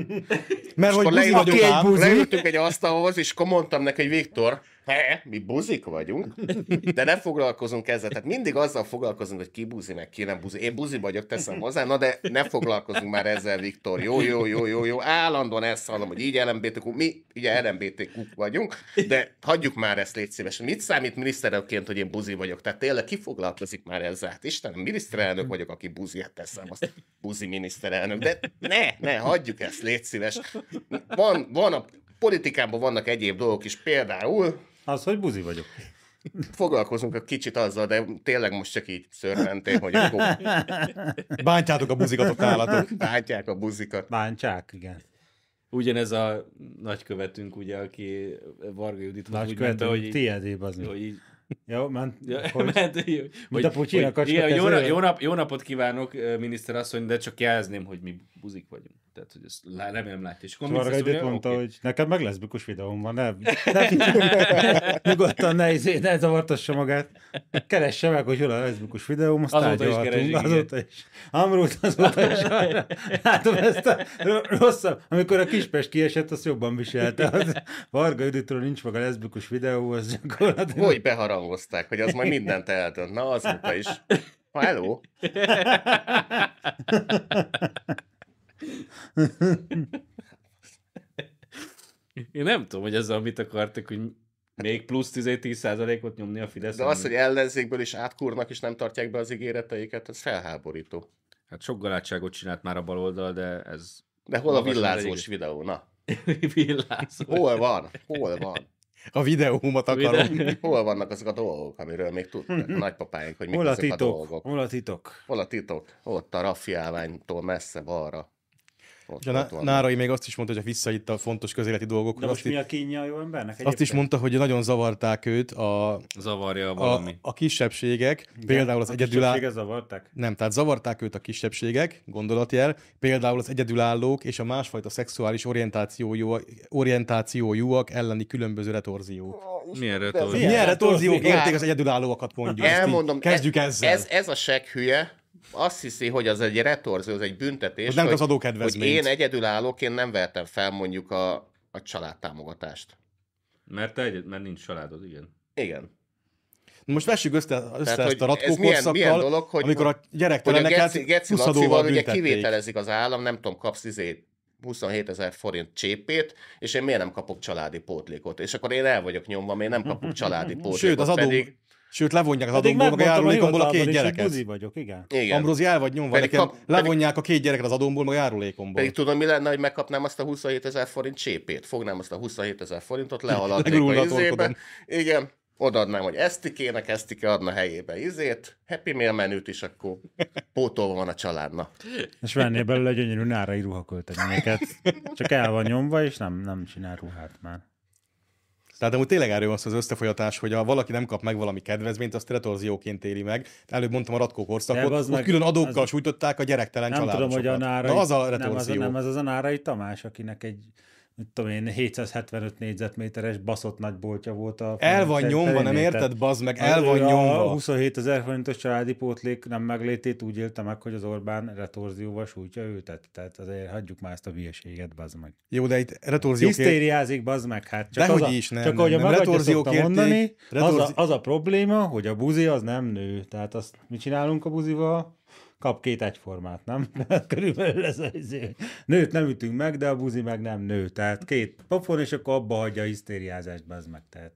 Speaker 4: Mert hogy
Speaker 3: akkor
Speaker 4: buzi
Speaker 3: leültünk,
Speaker 4: vagyok
Speaker 1: aki egy
Speaker 4: ám,
Speaker 1: buzi.
Speaker 3: leültünk egy asztalhoz, és akkor mondtam neki, hogy Viktor, he, mi buzik vagyunk, de nem foglalkozunk ezzel. Tehát mindig azzal foglalkozunk, hogy ki buzi, meg ki nem buzi. Én buzi vagyok, teszem hozzá, na de ne foglalkozunk már ezzel, Viktor. Jó, jó, jó, jó, jó. Állandóan ezt hallom, hogy így LMBTQ, mi ugye LMBTQ vagyunk, de hagyjuk már ezt, légy szíves. Mit számít miniszterelnökként, hogy én buzi vagyok? Tehát tényleg ki foglalkozik már ezzel? Hát Istenem, miniszterelnök vagyok, aki buzi, hát teszem azt. Buzi miniszterelnök. De ne, ne, hagyjuk ezt, légy szíves. Van, van a politikában vannak egyéb dolgok is, például
Speaker 1: Az, hogy buzi vagyok.
Speaker 3: foglalkozunk egy kicsit azzal, de tényleg most csak így szörmentén, hogy akkor
Speaker 4: bántjátok a buzikat ott nálatok.
Speaker 3: bántják a buzikat.
Speaker 1: Báncsák, igen.
Speaker 6: Ugyanez a nagykövetünk, ugye, aki Varga Judit úgy
Speaker 1: Nagy
Speaker 6: mondta, hogy
Speaker 1: követő,
Speaker 6: így,
Speaker 1: tiédéb az mi.
Speaker 6: hogy így
Speaker 1: Jó, ment,
Speaker 6: Ja,
Speaker 1: hogy
Speaker 6: ment, hogy,
Speaker 1: Mint a Putyin a kacska
Speaker 6: igen, jó, nap,
Speaker 1: kezelő.
Speaker 6: jó, nap, jó napot kívánok, ö, miniszter asszony, de csak jelezném, hogy mi buzik vagyunk. Tehát, hogy ezt lá, remélem látja. És akkor a
Speaker 1: Varga
Speaker 6: miniszter
Speaker 1: Judit
Speaker 6: azt
Speaker 1: mondta,
Speaker 6: oké.
Speaker 1: hogy nekem meg leszbikus videóm van, ne, ne, nyugodtan ne, izé, ne zavartassa magát. Keresse meg, hogy hol a leszbikus videóm, azt
Speaker 6: Azóta is keresik,
Speaker 1: tárgyalhatunk.
Speaker 6: igen.
Speaker 1: Azóta is. Amrult azóta is. arra. Látom ezt a ro- rosszabb. Amikor a kispest kiesett, azt jobban viselte. Az Varga Juditról nincs meg a leszbikus videó, az gyakorlatilag.
Speaker 3: Hogy beharangozták, hogy az majd mindent eldönt. Na, azóta is. Hello?
Speaker 6: Én nem tudom, hogy ezzel mit akartak, hogy még plusz 10-10%-ot nyomni a Fidesz.
Speaker 3: De az, hogy ellenzékből is átkúrnak, és nem tartják be az ígéreteiket, ez felháborító.
Speaker 6: Hát sok galátságot csinált már a baloldal, de ez
Speaker 3: De hol a
Speaker 6: Olvasom az
Speaker 3: villázós videó? Na,
Speaker 6: villázó.
Speaker 3: hol van? Hol van?
Speaker 4: A videómat akarom.
Speaker 3: Hol vannak azok a dolgok, amiről még tudnak a nagypapáink, hogy mik
Speaker 1: Hol a
Speaker 3: azok a
Speaker 1: titok?
Speaker 3: dolgok?
Speaker 1: Hol a titok?
Speaker 3: Hol a titok? Ott a raffiáványtól messze balra. Ott,
Speaker 4: És a
Speaker 3: ott
Speaker 4: Ná-
Speaker 3: van.
Speaker 4: Nárai még azt is mondta, hogy a vissza itt a fontos közéleti
Speaker 1: De
Speaker 4: dolgokról.
Speaker 1: most
Speaker 4: Azt,
Speaker 1: mi
Speaker 4: i-
Speaker 1: a kínja a jó embernek?
Speaker 4: azt is
Speaker 1: egyébként?
Speaker 4: mondta, hogy nagyon zavarták őt a,
Speaker 6: Zavarja
Speaker 4: a,
Speaker 6: valami.
Speaker 4: a kisebbségek, például az
Speaker 1: A
Speaker 4: egyedülálló...
Speaker 1: kisebbséget zavarták?
Speaker 4: Nem, tehát zavarták őt a kisebbségek, gondolatjel, például az egyedülállók és a másfajta szexuális orientációjú, orientációjúak elleni különböző retorzió.
Speaker 6: Milyen
Speaker 3: ez
Speaker 6: retorzió?
Speaker 3: ilyen.
Speaker 4: Milyen retorziók
Speaker 1: retorziók?
Speaker 4: érték az egyedülállóakat mondjuk? Ezt így
Speaker 3: Elmondom,
Speaker 4: Kezdjük
Speaker 3: ez,
Speaker 4: ezzel.
Speaker 3: Ez, ez a seg hülye, azt hiszi, hogy az egy retorzió, az egy büntetés.
Speaker 4: Hogy nem kapsz adókedvezményt.
Speaker 3: Hogy én egyedül állok, én nem vertem fel mondjuk a, a családtámogatást.
Speaker 6: Mert, te egy, mert nincs családod, igen.
Speaker 3: Igen.
Speaker 4: Most vessük össze, össze
Speaker 3: hogy
Speaker 4: ezt
Speaker 3: ez
Speaker 4: a ratkó
Speaker 3: milyen-
Speaker 4: korszakkal,
Speaker 3: milyen dolog, hogy-
Speaker 4: amikor a
Speaker 3: Hogy a
Speaker 4: gyerekteleneket
Speaker 3: Geci, Geci
Speaker 4: huszadóval
Speaker 3: Lacival ugye
Speaker 4: büntették.
Speaker 3: kivételezik az állam, nem tudom, kapsz izé 27 ezer forint csépét, és én miért nem kapok családi pótlékot? És akkor én el vagyok nyomva, miért nem kapok családi pótlékot.
Speaker 4: Sőt, az adó,
Speaker 3: pedig,
Speaker 4: sőt, levonják az
Speaker 1: Pedig
Speaker 4: adóból, meg a
Speaker 1: megmondtam a
Speaker 4: járulékomból a két
Speaker 1: hivatalban is, hogy
Speaker 4: gyereket.
Speaker 1: buzi vagyok, igen.
Speaker 3: igen.
Speaker 4: Ambrózi el vagy nyomva,
Speaker 3: Pedig
Speaker 4: nekem
Speaker 3: kap- pedig-
Speaker 4: levonják a két gyereket az adomból, meg a járulékomból.
Speaker 3: Pedig tudom, mi lenne, hogy megkapnám azt a 27 ezer forint csépét. Fognám azt a 27 ezer forintot, lehaladnék
Speaker 4: Legurulna
Speaker 3: a
Speaker 4: a
Speaker 3: izébe.
Speaker 4: torkodon.
Speaker 3: Igen, odaadnám, hogy esztikének, esztike adna helyébe izét, happy meal menüt is, akkor pótolva van a családna.
Speaker 1: És vennél belőle gyönyörű nárai ruhakölteményeket. Csak el van nyomva, és nem, nem csinál ruhát már.
Speaker 4: Tehát amúgy tényleg erről van szó az összefolyatás, hogy ha valaki nem kap meg valami kedvezményt, azt retorzióként éli meg. Előbb mondtam a Ratkó
Speaker 1: De
Speaker 4: korszakot,
Speaker 1: bazd
Speaker 4: ott
Speaker 1: meg,
Speaker 4: külön adókkal
Speaker 1: az-
Speaker 4: sújtották a gyerektelen
Speaker 1: Nem tudom, hogy a
Speaker 4: családosokat.
Speaker 1: nárai...
Speaker 4: Na az a
Speaker 1: nem, az, a-
Speaker 4: retorzió.
Speaker 1: nem, az az a nárai Tamás, akinek egy mit tudom én, 775 négyzetméteres baszott nagy boltja volt a...
Speaker 4: El van
Speaker 1: Ferenc
Speaker 4: nyomva, nem
Speaker 1: terén,
Speaker 4: érted?
Speaker 1: tehát
Speaker 4: Bazd meg,
Speaker 1: az
Speaker 4: el van
Speaker 1: ő a
Speaker 4: nyomva.
Speaker 1: 27 ezer forintos családi pótlék nem meglétét úgy élte meg, hogy az Orbán retorzióval sújtja őt. Tehát azért hagyjuk már ezt a hülyeséget, bazd meg.
Speaker 4: Jó, de itt retorzióként...
Speaker 1: Hisztériázik, bazd meg, hát csak
Speaker 4: Dehogy
Speaker 1: az a,
Speaker 4: is, nem,
Speaker 1: csak
Speaker 4: nem,
Speaker 1: ahogy a
Speaker 4: nem.
Speaker 1: magadja
Speaker 4: Retorziók
Speaker 1: szokta
Speaker 4: érték,
Speaker 1: mondani, az, a,
Speaker 4: retorzi-
Speaker 1: az a probléma, hogy a buzi az nem nő. Tehát azt mi csinálunk a buzival? Kap két egyformát, nem? Hát Körülbelül ez az izé. Nőt nem ütünk meg, de a buzi meg nem nő. Tehát két pofon, és akkor abba hagyja a hisztériázást, bazd meg. Tehát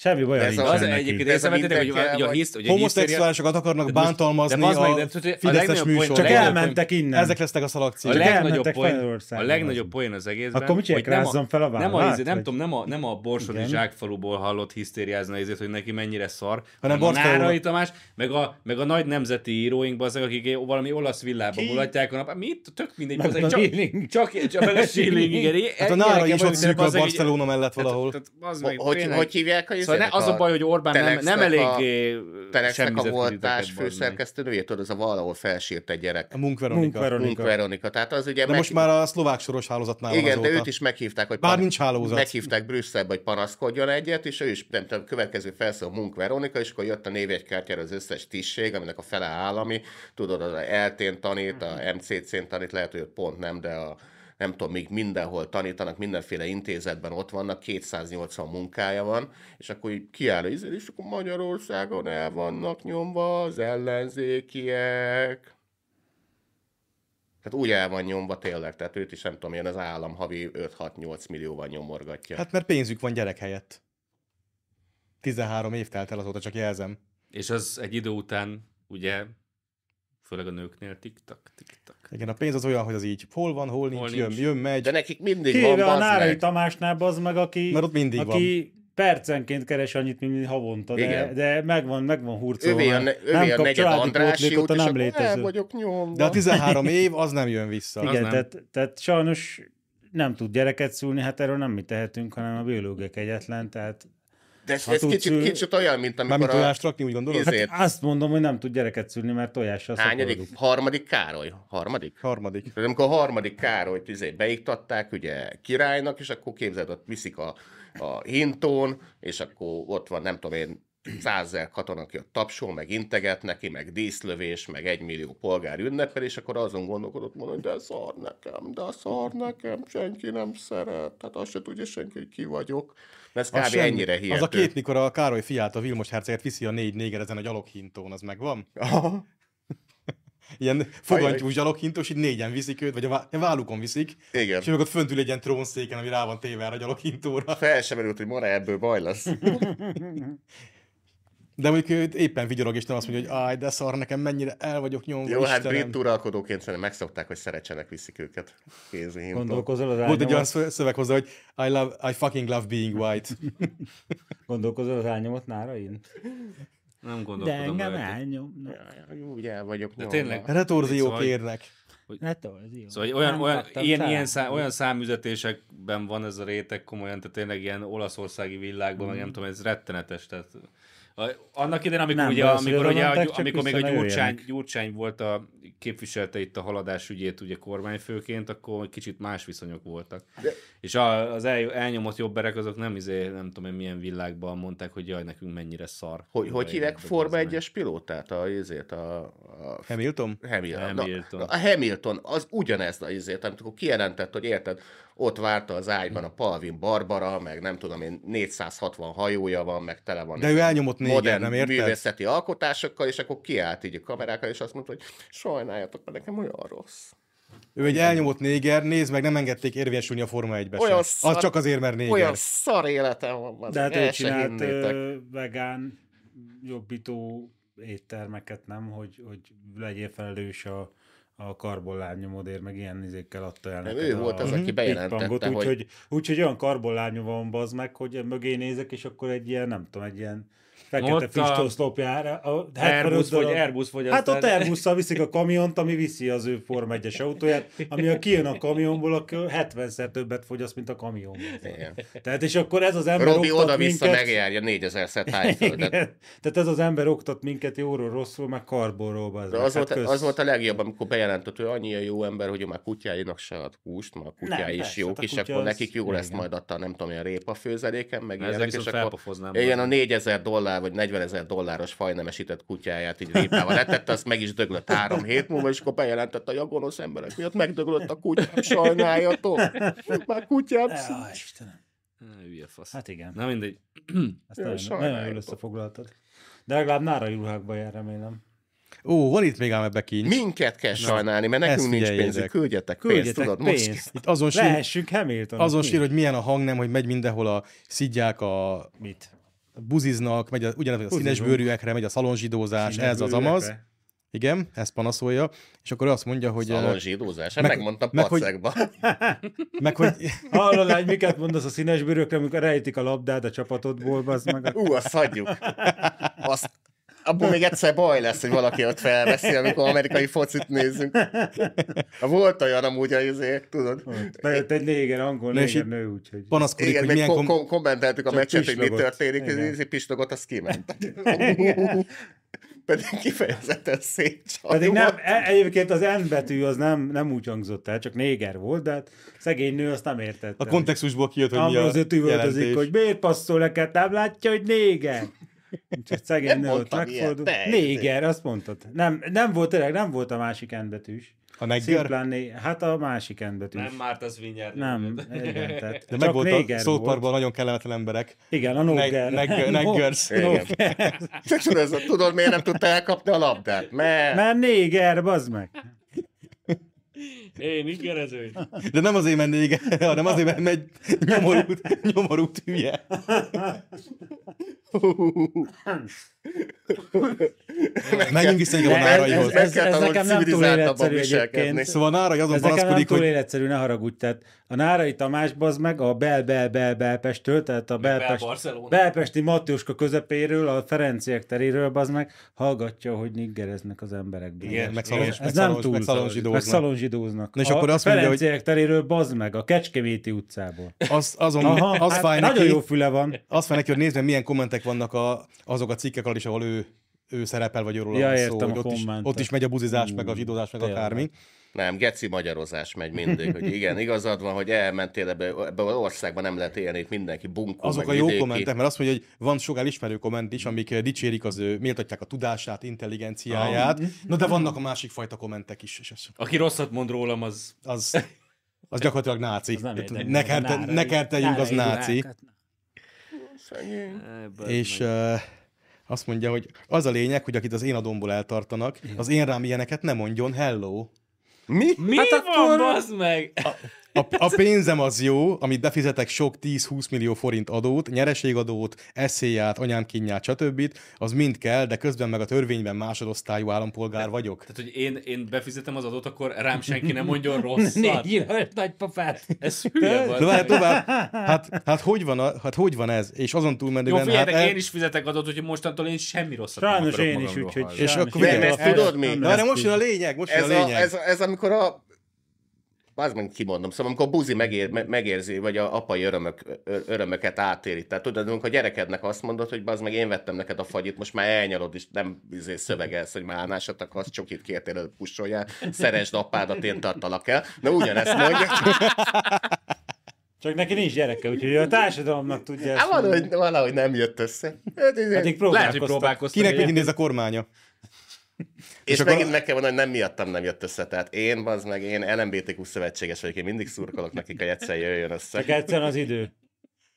Speaker 1: semmi baj
Speaker 3: Ez
Speaker 1: nincs
Speaker 3: Szóval az
Speaker 6: Az
Speaker 1: neki.
Speaker 3: Ez
Speaker 6: egyébként
Speaker 3: a
Speaker 6: észrevettétek, hogy,
Speaker 3: mindenki
Speaker 6: a- hogy a
Speaker 3: elvagy.
Speaker 6: hiszt, hogy a hisztéria-
Speaker 4: Homoszexuálisokat akarnak bántalmazni
Speaker 6: bazd meg, de
Speaker 4: a
Speaker 6: tudod, hogy a
Speaker 4: fideszes
Speaker 6: legnagyobb poén-
Speaker 4: műsorban.
Speaker 1: Csak
Speaker 6: legnagyobb
Speaker 1: elmentek innen.
Speaker 4: Ezek lesznek a
Speaker 6: a
Speaker 4: szalakcímek.
Speaker 6: legnagyobb
Speaker 1: elmentek
Speaker 6: poén, a
Speaker 1: Magyarországon.
Speaker 6: legnagyobb poén az egészben.
Speaker 1: Akkor mit csinálják,
Speaker 6: hogy nem a-
Speaker 1: rázzam fel a
Speaker 6: Nem, a,
Speaker 1: vállát,
Speaker 6: izé, nem
Speaker 1: vagy-
Speaker 6: tudom, nem a, nem a borsodi
Speaker 1: Igen.
Speaker 6: zsákfaluból hallott hisztériázna ezért, hogy neki mennyire szar,
Speaker 4: Hanem
Speaker 6: hanem a
Speaker 4: Bartfai
Speaker 6: Nárai
Speaker 4: úr.
Speaker 6: Tamás, meg a, meg a nagy nemzeti íróinkban azok, akik valami olasz villába mulatják a nap. Mit? Tök mindegy.
Speaker 1: Meg
Speaker 6: bazeg,
Speaker 1: a
Speaker 6: csak,
Speaker 1: Schilling.
Speaker 6: csak, csak, meg a Schilling, igen.
Speaker 4: Hát a Nárai is ott szűkül a Barcelona mellett
Speaker 6: Hát,
Speaker 4: valahol.
Speaker 3: Hogy, hogy hívják a
Speaker 6: Szóval ne,
Speaker 3: izének
Speaker 6: az a baj, hogy Orbán nem, nem
Speaker 3: Telexnek a-
Speaker 6: eléggé
Speaker 3: Telexnek a
Speaker 6: semmizet
Speaker 3: volt
Speaker 6: minditeket
Speaker 3: társ
Speaker 6: bazni.
Speaker 3: főszerkesztőnője, tudod, az a valahol felsírt egy gyerek.
Speaker 4: A Munk
Speaker 1: Munk
Speaker 4: Veronika.
Speaker 3: Munk
Speaker 1: Veronika.
Speaker 3: Veronika. Tehát az ugye
Speaker 4: De most már a szlovák soros hálózatnál van
Speaker 3: Igen, de
Speaker 4: azóta.
Speaker 3: őt is meghívták, hogy
Speaker 4: Bár
Speaker 3: pan-
Speaker 4: nincs hálózat.
Speaker 3: Meghívták Brüsszelbe, hogy panaszkodjon egyet, és ő is, nem tudom, következő felszól Munk Veronika, és akkor jött a névjegykártyára az összes tisztség, aminek a fele állami, tudod, az eltén tanít,
Speaker 1: Mhm.
Speaker 3: a MCC-n tanít, lehet, hogy ott pont nem, de a nem tudom, még mindenhol tanítanak, mindenféle intézetben ott vannak, 280 munkája van, és akkor így kiáll a ízér, és akkor Magyarországon el vannak nyomva az ellenzékiek. Tehát úgy el van nyomva tényleg, tehát őt is nem tudom, ilyen az állam havi 5-6-8 millióval nyomorgatja. Hát,
Speaker 4: Hát mert pénzük van gyerek helyett. 13 év telt el azóta, csak jelzem.
Speaker 6: És az egy idő után, ugye, főleg a nőknél tiktak, tiktak.
Speaker 4: Igen, a pénz az olyan, hogy az így hol van, hol nincs,
Speaker 6: Hol
Speaker 4: hol
Speaker 6: nincs.
Speaker 4: jön, jön, megy.
Speaker 3: de nekik mindig van,
Speaker 1: Kivéve a
Speaker 3: bazd
Speaker 1: Nárai
Speaker 3: meg.
Speaker 1: Tamásnál az meg, aki,
Speaker 4: Mert ott mindig
Speaker 1: aki percenként keres annyit, mint havonta, de,
Speaker 3: Igen.
Speaker 1: de megvan, megvan hurcolva.
Speaker 3: Övé a,
Speaker 1: már.
Speaker 3: övé a negyed
Speaker 1: családi
Speaker 3: Andrássy
Speaker 1: pótlékot
Speaker 3: út,
Speaker 1: a
Speaker 3: és
Speaker 1: nem
Speaker 3: akkor eh, el
Speaker 1: létező.
Speaker 3: vagyok nyomva.
Speaker 4: De a 13 év, az nem jön vissza.
Speaker 1: Igen,
Speaker 6: nem.
Speaker 1: tehát, tehát sajnos nem tud gyereket szülni, hát erről nem mi tehetünk, hanem a biológia egyetlen, tehát
Speaker 3: De ez,
Speaker 1: ha
Speaker 3: ez
Speaker 1: tudsz
Speaker 3: kicsit,
Speaker 1: ül-
Speaker 3: kicsit olyan, mint amikor
Speaker 4: Mármint
Speaker 3: a
Speaker 4: tojást rakni, úgy gondolod? Hát,
Speaker 3: ezért,
Speaker 1: azt mondom, hogy nem tud gyereket szülni, mert tojással
Speaker 3: hányadik,
Speaker 1: szaporodunk.
Speaker 3: harmadik Károly, harmadik?
Speaker 4: harmadik.
Speaker 3: Tehát amikor a harmadik Károlyt izé beiktatták ugye királynak, és akkor képzeld, ott viszik a, a hintón, és akkor ott van, nem tudom én, százezer katona, aki ott tapsol, meg integet neki, meg díszlövés, meg egymillió polgár ünnepel, és akkor azon gondolkodott mondani, hogy de szar nekem, de szar nekem, senki nem szeret, tehát azt se tudja senki, hogy ki vagyok. De ez
Speaker 4: Az
Speaker 3: kb.
Speaker 4: semmi.
Speaker 3: ennyire
Speaker 4: Az
Speaker 3: hihető.
Speaker 4: a kép, mikor a Károly fiát, a Vilmos herceget viszi a négy néger ezen a gyaloghintón, az megvan? ilyen fogantyú zsaloghintos, így négyen viszik őt, vagy a vá- vállukon viszik,
Speaker 3: Igen.
Speaker 4: és ő meg ott fönt ül egy ilyen trónszéken, ami rá van téve erre a gyaloghintóra.
Speaker 3: Fel sem merült, hogy mara ebből baj lesz.
Speaker 4: De mondjuk ő éppen vigyorog, és nem azt mondja, hogy áj, de szar, nekem mennyire el vagyok nyomva,
Speaker 3: Jó, hát
Speaker 4: Istenem.
Speaker 3: brit uralkodóként szerintem megszokták, hogy szerecsenek viszik őket. Kézi
Speaker 1: Gondolkozol az
Speaker 4: Volt egy olyan
Speaker 1: ányomat,
Speaker 4: szö- szöveg hozzá, hogy I, love, I fucking love being white.
Speaker 1: gondolkozol az ányomat nárain?
Speaker 2: Nem
Speaker 1: De
Speaker 2: gondolkodom
Speaker 1: engem
Speaker 2: rajta.
Speaker 1: elnyom.
Speaker 3: Úgy el vagyok
Speaker 2: De
Speaker 3: nyomva.
Speaker 2: tényleg.
Speaker 4: Retorziók
Speaker 2: Szóval-
Speaker 4: érnek.
Speaker 1: Ne torzíj.
Speaker 2: Szóval hogy olyan,
Speaker 1: Nem
Speaker 2: olyan,
Speaker 1: kaptam
Speaker 2: ilyen,
Speaker 1: talán.
Speaker 2: ilyen, szá, olyan számüzetésekben van ez a réteg komolyan, tehát tényleg ilyen olaszországi világban, mm. meg nem tudom, ez rettenetes. Tehát, a, annak idején, amikor,
Speaker 1: Nem,
Speaker 2: ugye,
Speaker 1: valószínűleg
Speaker 2: amikor, ugye,
Speaker 1: mondták,
Speaker 2: a-
Speaker 1: csak
Speaker 2: amikor még a
Speaker 1: vissza ne
Speaker 2: gyurcsány,
Speaker 1: jöjjenek.
Speaker 2: gyurcsány, volt a képviselte itt a haladás ügyét ugye kormányfőként, akkor kicsit más viszonyok voltak. De... És a, az el, elnyomott jobberek azok nem izé, nem tudom én milyen világban mondták, hogy jaj, nekünk mennyire szar.
Speaker 3: Hogy, hogy
Speaker 2: Jaj,
Speaker 3: hívják
Speaker 2: de
Speaker 3: Forma
Speaker 2: bazd meg.
Speaker 3: 1-es pilótát? A, ezért a, a
Speaker 4: Hamilton?
Speaker 3: Hamilton.
Speaker 2: Hamilton.
Speaker 3: Na, na, a Hamilton, az ugyanez az izért, amit akkor kijelentett, hogy érted, ott várta az ágyban a Palvin Barbara, meg nem tudom én, 460 hajója van, meg tele van.
Speaker 4: De ő elnyomott négyet,
Speaker 3: modern
Speaker 4: nem érted?
Speaker 3: művészeti alkotásokkal, és akkor kiállt így a kamerákkal, és azt mondta, hogy sajnáljatok, mert nekem olyan rossz.
Speaker 4: Ő egy elnyomott néger, nézd meg, nem engedték érvényesülni a Forma 1-be
Speaker 3: Olyan
Speaker 4: sem. Az csak azért, mert néger.
Speaker 3: Olyan szar életem van, az
Speaker 1: De hát ő
Speaker 3: el se
Speaker 1: csinált
Speaker 3: hinnétek.
Speaker 1: ö, vegán jobbító éttermeket, nem? Hogy, hogy legyél felelős a, a karbonlábnyomodért, meg ilyen izékkel adta el
Speaker 3: Nem,
Speaker 1: neked
Speaker 3: ő
Speaker 1: a
Speaker 3: volt az, aki
Speaker 1: Big
Speaker 3: bejelentette,
Speaker 1: Pangot,
Speaker 3: hogy-
Speaker 1: Úgyhogy úgy, olyan karbonlábnyom van, bazd meg, hogy mögé nézek, és akkor egy ilyen, nem tudom, egy ilyen
Speaker 2: Ott a-
Speaker 1: fekete füstoszlopjára. A 75
Speaker 2: Airbus vagy-
Speaker 1: darab-
Speaker 2: Airbus vagy
Speaker 1: Hát ott
Speaker 2: aztán-
Speaker 1: Airbusszal viszik a kamiont, ami viszi az ő Form 1-es autóját, ami a kijön a kamionból, akkor 70-szer többet fogyaszt, mint a kamion.
Speaker 3: Igen.
Speaker 1: Tehát és akkor ez az ember
Speaker 3: Robi
Speaker 1: oktat
Speaker 3: oda-vissza
Speaker 1: minket-
Speaker 3: megjárja 4000 szer tájföldet.
Speaker 1: igen. Tehát ez az ember oktat minket jóról, rosszul, meg karbonról. bazd
Speaker 3: De
Speaker 1: meg.
Speaker 3: az,
Speaker 1: Hát
Speaker 3: volt,
Speaker 1: kösz.
Speaker 3: az volt a legjobb, amikor bejelentett, hogy annyira jó ember, hogy ő már kutyáinak se ad húst, mert a kutyái
Speaker 1: Nem,
Speaker 3: is
Speaker 1: persze,
Speaker 3: jók,
Speaker 1: hát a
Speaker 3: és
Speaker 1: kutya
Speaker 3: akkor
Speaker 1: az-
Speaker 3: nekik jó lesz
Speaker 1: igen.
Speaker 3: majd adta, nem tudom, ilyen répa főzeléken, meg
Speaker 2: Na, ezzel
Speaker 3: ilyenek, és
Speaker 2: viszont
Speaker 3: akkor
Speaker 2: felpofoznám
Speaker 3: ilyen a
Speaker 2: magam.
Speaker 3: 4000 dollár vagy 40 ezer dolláros fajnemesített kutyáját így répával letette, azt meg is döglött három hét múlva, és akkor bejelentette, hogy a gonosz emberek miatt megdöglött a kutyám, sajnáljatok, már kutyám
Speaker 1: Á, Istenem.
Speaker 2: Na, Hülye fasz.
Speaker 1: Hát igen.
Speaker 2: Na mindegy.
Speaker 1: Ezt nagyon,
Speaker 3: sajnáljuk.
Speaker 1: nagyon jól összefoglaltad. De legalább nára juhákba jár, remélem.
Speaker 4: Ó, van itt még ám ebbe kincs.
Speaker 3: Minket kell sajnálni, mert nekünk
Speaker 4: ezt
Speaker 3: nincs
Speaker 4: figyeljétek.
Speaker 3: pénzünk, küldjetek pénzt,
Speaker 1: Küldjetek
Speaker 3: tudod,
Speaker 1: pénzt.
Speaker 3: most
Speaker 4: Itt azon sír,
Speaker 1: Lehessünk Hamilton.
Speaker 4: azon sír, hogy milyen a hang nem, hogy megy mindenhol a szidják, a
Speaker 1: Mit?
Speaker 4: buziznak, megy a, ugyanaz, a színes
Speaker 1: Buzizunk.
Speaker 4: bőrűekre, megy a szalonzsidózás, ez az amaz. Igen, ezt panaszolja. És akkor ő azt mondja, hogy... eh,
Speaker 3: Szalon zsidózás, hát
Speaker 4: Meg-
Speaker 3: megmondtam
Speaker 4: meg hogy-
Speaker 3: pacekba.
Speaker 4: Meg hogy
Speaker 1: Hallod, hogy miket mondasz a színes bőrökre, amikor rejtik a labdát a csapatodból, az meg a...
Speaker 3: Ú, azt hagyjuk. Azt, abból még egyszer baj lesz, hogy valaki ott felveszi, amikor amerikai focit nézünk. Volt olyan amúgy, hogy azért, tudod.
Speaker 1: Bejött egy néger, angol
Speaker 4: Na, és
Speaker 1: néger
Speaker 4: itt-
Speaker 1: nő, úgyhogy...
Speaker 4: panaszkodik,
Speaker 3: Igen,
Speaker 4: hogy
Speaker 3: még
Speaker 4: milyen
Speaker 3: kom-
Speaker 4: kom-
Speaker 3: kom- kommenteltük a
Speaker 1: Csak
Speaker 3: meccset, hogy mi
Speaker 1: pislogott.
Speaker 3: történik,
Speaker 1: Igen.
Speaker 3: és pistogot, azt kiment. Pedig kifejezetten szép csaj
Speaker 1: Pedig nem,
Speaker 3: volt.
Speaker 1: e- egyébként az N betű az nem, nem úgy hangzott el, csak néger volt, de hát szegény nő azt nem értette.
Speaker 4: a kontextusból kijött, hogy mi a
Speaker 1: Ambrose öt üvöltözik,
Speaker 4: jelentés.
Speaker 1: hogy miért passzol neked, nem látja, hogy néger. Úgyhogy szegény
Speaker 3: Nem
Speaker 1: nő ott
Speaker 3: mondtam
Speaker 1: megfordul.
Speaker 3: ilyet, te
Speaker 1: Néger, azt mondtad. Nem, nem volt tényleg, nem volt a másik endbetűs.
Speaker 4: A negger?
Speaker 1: Szimplán né... Hát a másik endbetűs.
Speaker 2: Nem már az vinyárt.
Speaker 1: Nem, igen, tehát
Speaker 4: De
Speaker 1: csak
Speaker 4: meg volt a
Speaker 1: néger
Speaker 4: South
Speaker 1: volt.
Speaker 4: Parkban nagyon kellemetlen emberek.
Speaker 1: Igen, a
Speaker 4: Neg-
Speaker 1: Noger.
Speaker 4: neg- neggers.
Speaker 1: No-
Speaker 3: Csak tudod, ez a- tudod, miért nem tudta elkapni a labdát? Mert
Speaker 1: Mert néger, bazd meg.
Speaker 7: Én ingerező.
Speaker 4: De nem azért, mert néger, hanem azért, mert megy nyomorút, nyomorút hülye. Menjünk vissza inkább a
Speaker 1: Ne,
Speaker 4: náraihoz.
Speaker 1: ez- ez
Speaker 3: tanulni
Speaker 1: nekem nem túl
Speaker 3: civilizáltabban
Speaker 1: életszerű
Speaker 3: viselkedni.
Speaker 1: egyébként.
Speaker 4: Szóval Nárai azon
Speaker 1: Ez nekem nem
Speaker 4: panaszkodik,
Speaker 1: túl
Speaker 4: hogy
Speaker 1: életszerű, ne haragudj, tehát a Nárai Tamás bazd meg a bel bel bel Belpestől, tehát a Belpest,
Speaker 2: Barcelona.
Speaker 1: Belpesti Matőska közepéről, a Ferenciek teréről bazd meg, hallgatja, hogy niggereznek az emberek.
Speaker 4: Igen, meg szalon-
Speaker 1: ez,
Speaker 4: meg
Speaker 1: ez
Speaker 4: szalon-
Speaker 1: nem túl.
Speaker 4: meg szalonzsidóznak.
Speaker 1: Meg szalonzsidóznak.
Speaker 4: Na és
Speaker 1: a
Speaker 4: akkor azt mondja, hogy-
Speaker 1: Ferenciek teréről bazd meg, a Kecskeméti utcából.
Speaker 4: az, azon,
Speaker 1: Aha,
Speaker 4: az,
Speaker 1: hát
Speaker 4: fáj
Speaker 1: nagyon
Speaker 4: neki,
Speaker 1: jó füle van.
Speaker 4: az fáj neki, hogy nézd meg, milyen kommentek vannak a, azok a cikkek alatt is, ahol ő, ő szerepel, vagy őről
Speaker 1: Ja,
Speaker 4: van szó,
Speaker 1: értem
Speaker 4: hogy
Speaker 1: a
Speaker 4: ott is,
Speaker 1: kommentet.
Speaker 4: ott is megy a buzizás, meg a zsidózás, meg
Speaker 1: tényleg.
Speaker 4: akármi.
Speaker 3: Nem, geci magyarozás megy mindig, hogy igen, igazad van, hogy elmentél ebbe, ebbe az országban, nem lehet élni, itt mindenki bunkó,
Speaker 4: Azok
Speaker 3: meg
Speaker 4: a jó
Speaker 3: vidéki.
Speaker 4: kommentek, mert azt mondja, hogy van sok elismerő komment is, amik eh, dicsérik az ő, méltatják a tudását, intelligenciáját. Na de vannak a másik fajta kommentek is, és az,
Speaker 2: Aki rosszat mond rólam, az...
Speaker 4: az, az gyakorlatilag náci.
Speaker 1: Az nem
Speaker 4: Tehát
Speaker 1: érdekli.
Speaker 4: ne, kerte,
Speaker 1: Nárai-
Speaker 4: ne kerteljünk, az
Speaker 1: Nárai
Speaker 4: náci.
Speaker 1: ruhákat.
Speaker 3: Szegény.
Speaker 4: És eh, Azt mondja, hogy az a lényeg, hogy akit az én adomból eltartanak, az én rám ilyeneket ne mondjon, hello.
Speaker 3: Mi?
Speaker 7: Mi hát van, akkor... bazd meg?
Speaker 4: A, a pénzem az jó, amit befizetek sok 10-20 millió forint adót, nyereségadót, eszéját, anyám kínját, stb. Az mind kell, de közben meg a törvényben másodosztályú állampolgár vagyok.
Speaker 6: Tehát, hogy én, én befizetem az adót, akkor rám senki nem mondjon rosszat.
Speaker 7: Négy jelölt nagypapát.
Speaker 6: Ez hülye
Speaker 4: De
Speaker 6: volt.
Speaker 4: várj tovább, hát, hát, hogy van a, hát hogy van ez? És azon
Speaker 6: Jó,
Speaker 4: túlmenően... hát
Speaker 6: figyeljetek,
Speaker 4: el-
Speaker 6: én is fizetek adót, hogy mostantól én semmi rosszat nem
Speaker 1: Sajnos
Speaker 6: akarok
Speaker 1: én is,
Speaker 6: magamról
Speaker 1: úgyhogy...
Speaker 6: hallani.
Speaker 4: És
Speaker 1: sajnos
Speaker 4: akkor
Speaker 1: én
Speaker 4: nem,
Speaker 1: is.
Speaker 4: ezt tudod
Speaker 3: még?
Speaker 1: Nem
Speaker 4: Na, de
Speaker 1: lesz
Speaker 4: most
Speaker 1: így.
Speaker 4: jön a lényeg, most jön
Speaker 3: Ez,
Speaker 4: a
Speaker 3: a,
Speaker 4: lényeg.
Speaker 3: ez, ez amikor a az meg kimondom, szóval amikor a buzi megér, me- megérzi, vagy a apai örömök, ö- örömöket átéri. Tehát tudod, amikor a gyerekednek azt mondod, hogy az meg én vettem neked a fagyit, most már elnyalod, és nem izé szövegelsz, hogy már állásat akarsz, csokit kértél, előbb pusolja, szeresd apádat, én tartalak el. Na ugyanezt mondja.
Speaker 1: Csak neki nincs gyereke, úgyhogy a társadalomnak tudja
Speaker 3: Hát
Speaker 1: ezt mondani.
Speaker 3: valahogy, valahogy nem jött össze.
Speaker 4: Hát,
Speaker 1: Eddig
Speaker 6: Lehet, hogy
Speaker 1: Hát próbálkoztak.
Speaker 6: próbálkoztam.
Speaker 4: Kinek
Speaker 6: igen.
Speaker 4: mit néz a kormánya?
Speaker 3: És,
Speaker 4: És
Speaker 3: és
Speaker 4: akkor-
Speaker 3: megint nekem van, hogy nem miattam nem jött össze. Tehát én, az meg én LMBTQ szövetséges vagyok, én mindig szurkolok nekik, hogy egyszer jöjjön össze.
Speaker 1: Csak egyszerűen az idő.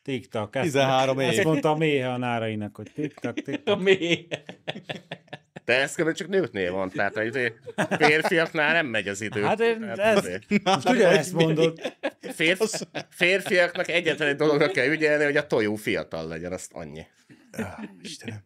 Speaker 1: Tiktak. Ezt,
Speaker 4: 13 év.
Speaker 1: Ezt mondta a méhe a nárainak, hogy tiktak, tiktak.
Speaker 7: Mi?
Speaker 3: De ez körül csak nőknél van, tehát hogy izé, férfiaknál nem megy az idő.
Speaker 1: Hát én-
Speaker 3: Tehát
Speaker 1: ez-
Speaker 3: izé,
Speaker 1: Most ugyanezt mondod.
Speaker 3: férfi, férfiaknak egyetlen egy dologra kell ügyelni, hogy a tojó fiatal legyen, azt annyi.
Speaker 4: Istenem.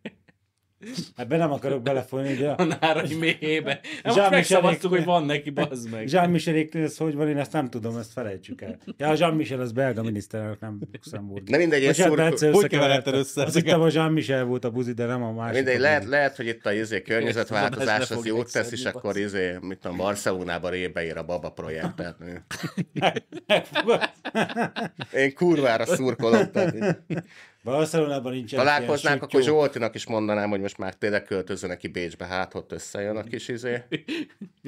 Speaker 1: Ebben nem akarok belefolyni, de
Speaker 7: A nárai méhébe. Na,
Speaker 1: Zsámi
Speaker 7: Most megszavaztuk,
Speaker 1: Zsanék-
Speaker 7: hogy van neki, bazd meg.
Speaker 1: Jean-Michel ez hogy van, én ezt nem tudom, ezt felejtsük el. Ja, a Jean-Michel az belga miniszterelnök, nem Luxemburg.
Speaker 3: De mindegy, én szurkol-
Speaker 4: Hogy keveredted össze
Speaker 1: Azt
Speaker 4: ezeket?
Speaker 1: hittem, a Jean-Michel volt a buzi, de nem a másik.
Speaker 3: Mindegy,
Speaker 1: a
Speaker 3: lehet,
Speaker 1: buzi.
Speaker 3: lehet, hogy itt a izé, környezetváltozás az
Speaker 6: fog
Speaker 3: jót
Speaker 6: megszedni,
Speaker 3: tesz, és
Speaker 6: basz.
Speaker 3: akkor izé, mit tudom, Barcelonában rébe ér a baba projekt. Tehát, én kurvára szurkolok. Tehát, így-
Speaker 1: Barcelonában nincs
Speaker 3: Találkoznánk, akkor Zsoltinak is mondanám, hogy most már tényleg költözön neki Bécsbe, hát ott összejön a kis izé.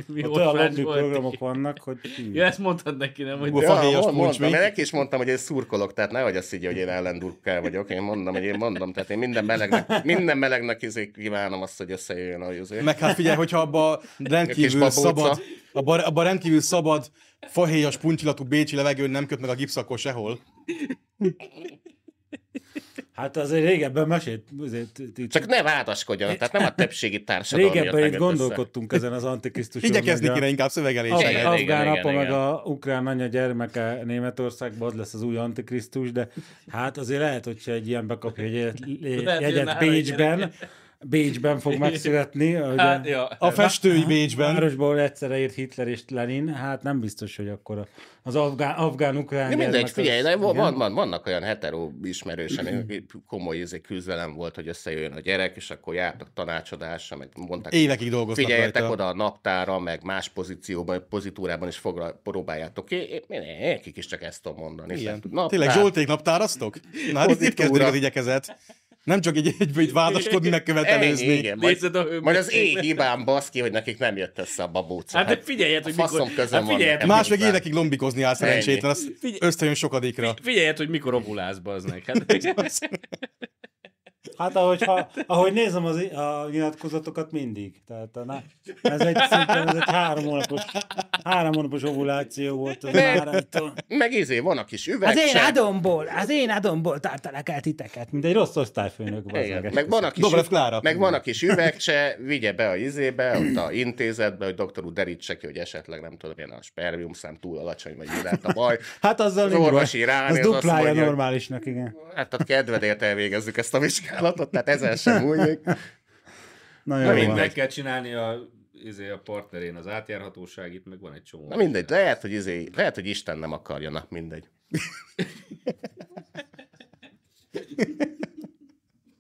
Speaker 7: Mi
Speaker 1: Ott
Speaker 7: ott
Speaker 1: olyan
Speaker 7: más
Speaker 1: lobby
Speaker 7: volt
Speaker 1: programok
Speaker 7: neki?
Speaker 1: vannak, hogy...
Speaker 7: Ja, ezt mondtad neki, nem? Hogy
Speaker 4: Ú, a fahéjas
Speaker 3: mond-
Speaker 4: puncs
Speaker 3: mondtam,
Speaker 4: még.
Speaker 3: mert neki is mondtam, hogy én szurkolok, tehát nehogy azt higgye, hogy én ellendurkkel vagyok, én mondom, hogy én mondom, tehát én minden melegnek, minden melegnek izé kívánom azt, hogy összejöjjön a izé.
Speaker 4: Meg hát figyelj, hogyha abba a rendkívül
Speaker 3: babóca.
Speaker 4: szabad, abba, abba a rendkívül szabad, fahéjas puncsilatú bécsi levegőn nem köt meg a gipsz, akkor sehol.
Speaker 1: Hát azért régebben mesélt, azért, itt-
Speaker 3: Csak ne vádaskodjon, tehát nem a többségi társadalom
Speaker 1: régebben
Speaker 3: miatt
Speaker 1: itt
Speaker 3: nem jött
Speaker 1: gondolkodtunk ezen az antikrisztusról.
Speaker 4: Igyekezni
Speaker 1: meg a-
Speaker 4: kéne inkább
Speaker 1: Az,
Speaker 3: Igen,
Speaker 4: szövegeléssel.
Speaker 1: afgán
Speaker 3: igen,
Speaker 1: apa
Speaker 3: igen,
Speaker 1: meg
Speaker 3: igen.
Speaker 1: a ukrán anya gyermeke Németországban, az lesz az új antikrisztus, de hát azért lehet, hogyha egy ilyen bekapja egy jegyet,
Speaker 7: hogy
Speaker 1: jegyet
Speaker 7: nála
Speaker 1: Bécsben, Bécsben fog megszületni, ugye,
Speaker 7: Hát, ja.
Speaker 4: A festői Bécsben.
Speaker 1: városból egyszerre írt Hitler és Lenin, hát nem biztos, hogy akkor a- az afgán, afgán-ukrán
Speaker 3: össze. De mindegy,
Speaker 1: gyermek az-
Speaker 3: figyelj, de van,
Speaker 1: Igen.
Speaker 3: van, van, vannak olyan hetero ismerősen, komoly izé küzdelem volt, hogy összejöjjön a gyerek, és akkor jártak tanácsadásra, meg mondták,
Speaker 4: Évekig dolgoztak
Speaker 3: Figyeljetek
Speaker 4: rajta.
Speaker 3: oda a naptára, meg más pozícióban, pozitúrában is fogra, próbáljátok. Én, én, én, én nekik is csak ezt tudom mondani.
Speaker 4: Igen.
Speaker 3: Tehát naptár-
Speaker 4: Tényleg Zsolték naptárasztok? Na hát itt- itt kezdődik az igyekezet. Nem csak így egyből így vádaskodni, meg
Speaker 3: Ennyi,
Speaker 4: követelőzni.
Speaker 3: igen. Majd,
Speaker 7: Nézed a hőmérséklet.
Speaker 3: majd az én hibám basz ki, hogy nekik nem jött össze a babóca.
Speaker 7: Hát de figyeljet, hogy
Speaker 3: a faszom
Speaker 7: mikor...
Speaker 3: közöm
Speaker 7: hát
Speaker 3: van
Speaker 7: figyeljet,
Speaker 3: nekem.
Speaker 4: Más meg évekig lombikozni áll szerencsétlen, az
Speaker 7: Figyelj-
Speaker 4: ösztönjön sokadikra.
Speaker 6: Figyeljet, hogy mikor ovulálsz, bazd meg. Hát,
Speaker 1: Hát ahogy, ha, ahogy nézem az, i- a nyilatkozatokat mindig. Tehát a, na- ez egy, szintén, ez egy három hónapos, három hónapos ovuláció volt az náráitól.
Speaker 3: Meg izé, van a kis üveg.
Speaker 1: adomból, az én adomból tartalak el titeket. Mint egy rossz osztályfőnök. bazd meg.
Speaker 3: meg van a kis,
Speaker 4: Dobrev Klára.
Speaker 3: meg van a kis üvegcse, vigye be a izébe, ott a intézetbe, hogy doktor úr derítse ki, hogy esetleg nem tudom, én a spermium szám túl alacsony, vagy mi lehet a baj.
Speaker 1: Hát azzal
Speaker 3: Az
Speaker 1: nincs baj.
Speaker 3: orvosi ránéz,
Speaker 1: Az
Speaker 3: azt
Speaker 1: duplája
Speaker 3: mondja, hogy-
Speaker 1: normálisnak, igen.
Speaker 3: Hát a kedvedért elvégezzük ezt a vizsgálatot, tehát ezen sem múlik.
Speaker 1: Nagyon
Speaker 3: Na
Speaker 1: jó.
Speaker 3: mindegy.
Speaker 1: van.
Speaker 6: meg kell csinálni a, izé, a partnerén az átjárhatóságit, meg van egy csomó.
Speaker 3: Na mindegy, lehet, hogy, izé, lehet, hogy Isten nem akarja, na mindegy.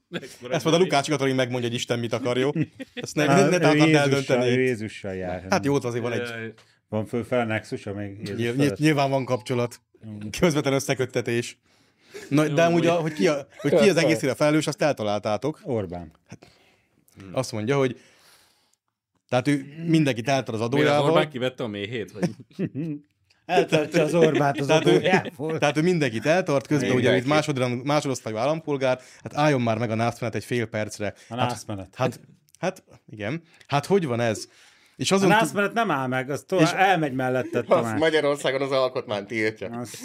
Speaker 6: Mekkora
Speaker 4: Ezt majd a Lukács Katalin megmondja, hogy Isten mit akar, jó? Ezt ne,
Speaker 1: Na,
Speaker 4: ne, ne
Speaker 1: ő
Speaker 4: tártam
Speaker 1: Jézussal- ő
Speaker 4: eldönteni.
Speaker 1: Jézussal jár.
Speaker 4: Hát jó, ott azért van egy
Speaker 6: Jaj,
Speaker 1: Van fölfel a nexusa még? Jézus
Speaker 4: Nyilv,
Speaker 1: fölött?
Speaker 4: nyilv- nyilván van kapcsolat. Közvetlen összeköttetés. Na, de amúgy, a, hogy, ki a, hogy ki az egészére felelős, azt eltaláltátok.
Speaker 1: Orbán.
Speaker 4: Azt mondja, hogy tehát ő mindenkit eltart az
Speaker 6: Miért az Orbán
Speaker 4: adójával,
Speaker 6: kivette a méhét? Vagy?
Speaker 1: Eltartja az Orbánt az
Speaker 4: Tehát ő-
Speaker 1: adójából.
Speaker 4: tehát ő mindenkit eltart, közben ugye itt másodra- másodosztályú állampolgár, hát álljon már meg a nászmenet egy fél percre.
Speaker 1: A nászmenet.
Speaker 4: Hát, hát, igen. Hát hogy van ez? És
Speaker 1: A
Speaker 4: azon
Speaker 1: nász
Speaker 4: túl-
Speaker 1: mellett nem áll meg, az tovább, elmegy mellette
Speaker 3: Azt
Speaker 1: Tomás.
Speaker 3: Magyarországon az alkotmány tiltja.
Speaker 1: Azt-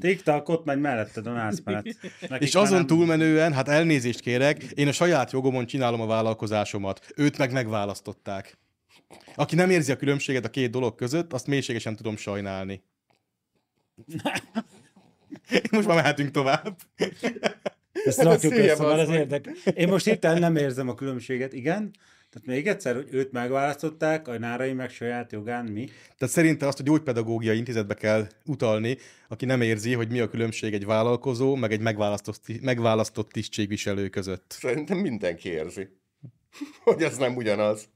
Speaker 1: Tiktak, ott megy mellette a nász mellett. Nekik
Speaker 4: és
Speaker 1: már
Speaker 4: azon
Speaker 1: nem-
Speaker 4: túlmenően, hát elnézést kérek, én a saját jogomon csinálom a vállalkozásomat. Őt meg megválasztották. Aki nem érzi a különbséget a két dolog között, azt mélységesen tudom sajnálni. Most már mehetünk tovább. Hát
Speaker 1: Ezt rakjuk
Speaker 3: Szüljem
Speaker 1: össze, mert
Speaker 3: az,
Speaker 1: az
Speaker 3: hogy-
Speaker 1: érdek. Én most hirtelen nem érzem a különbséget, igen. Tehát még egyszer, hogy őt megválasztották, a nárai meg saját jogán mi.
Speaker 4: Tehát szerintem azt a gyógypedagógiai intézetbe kell utalni, aki nem érzi, hogy mi a különbség egy vállalkozó, meg egy megválasztott, megválasztott tisztségviselő között.
Speaker 3: Szerintem mindenki érzi, hogy ez nem ugyanaz.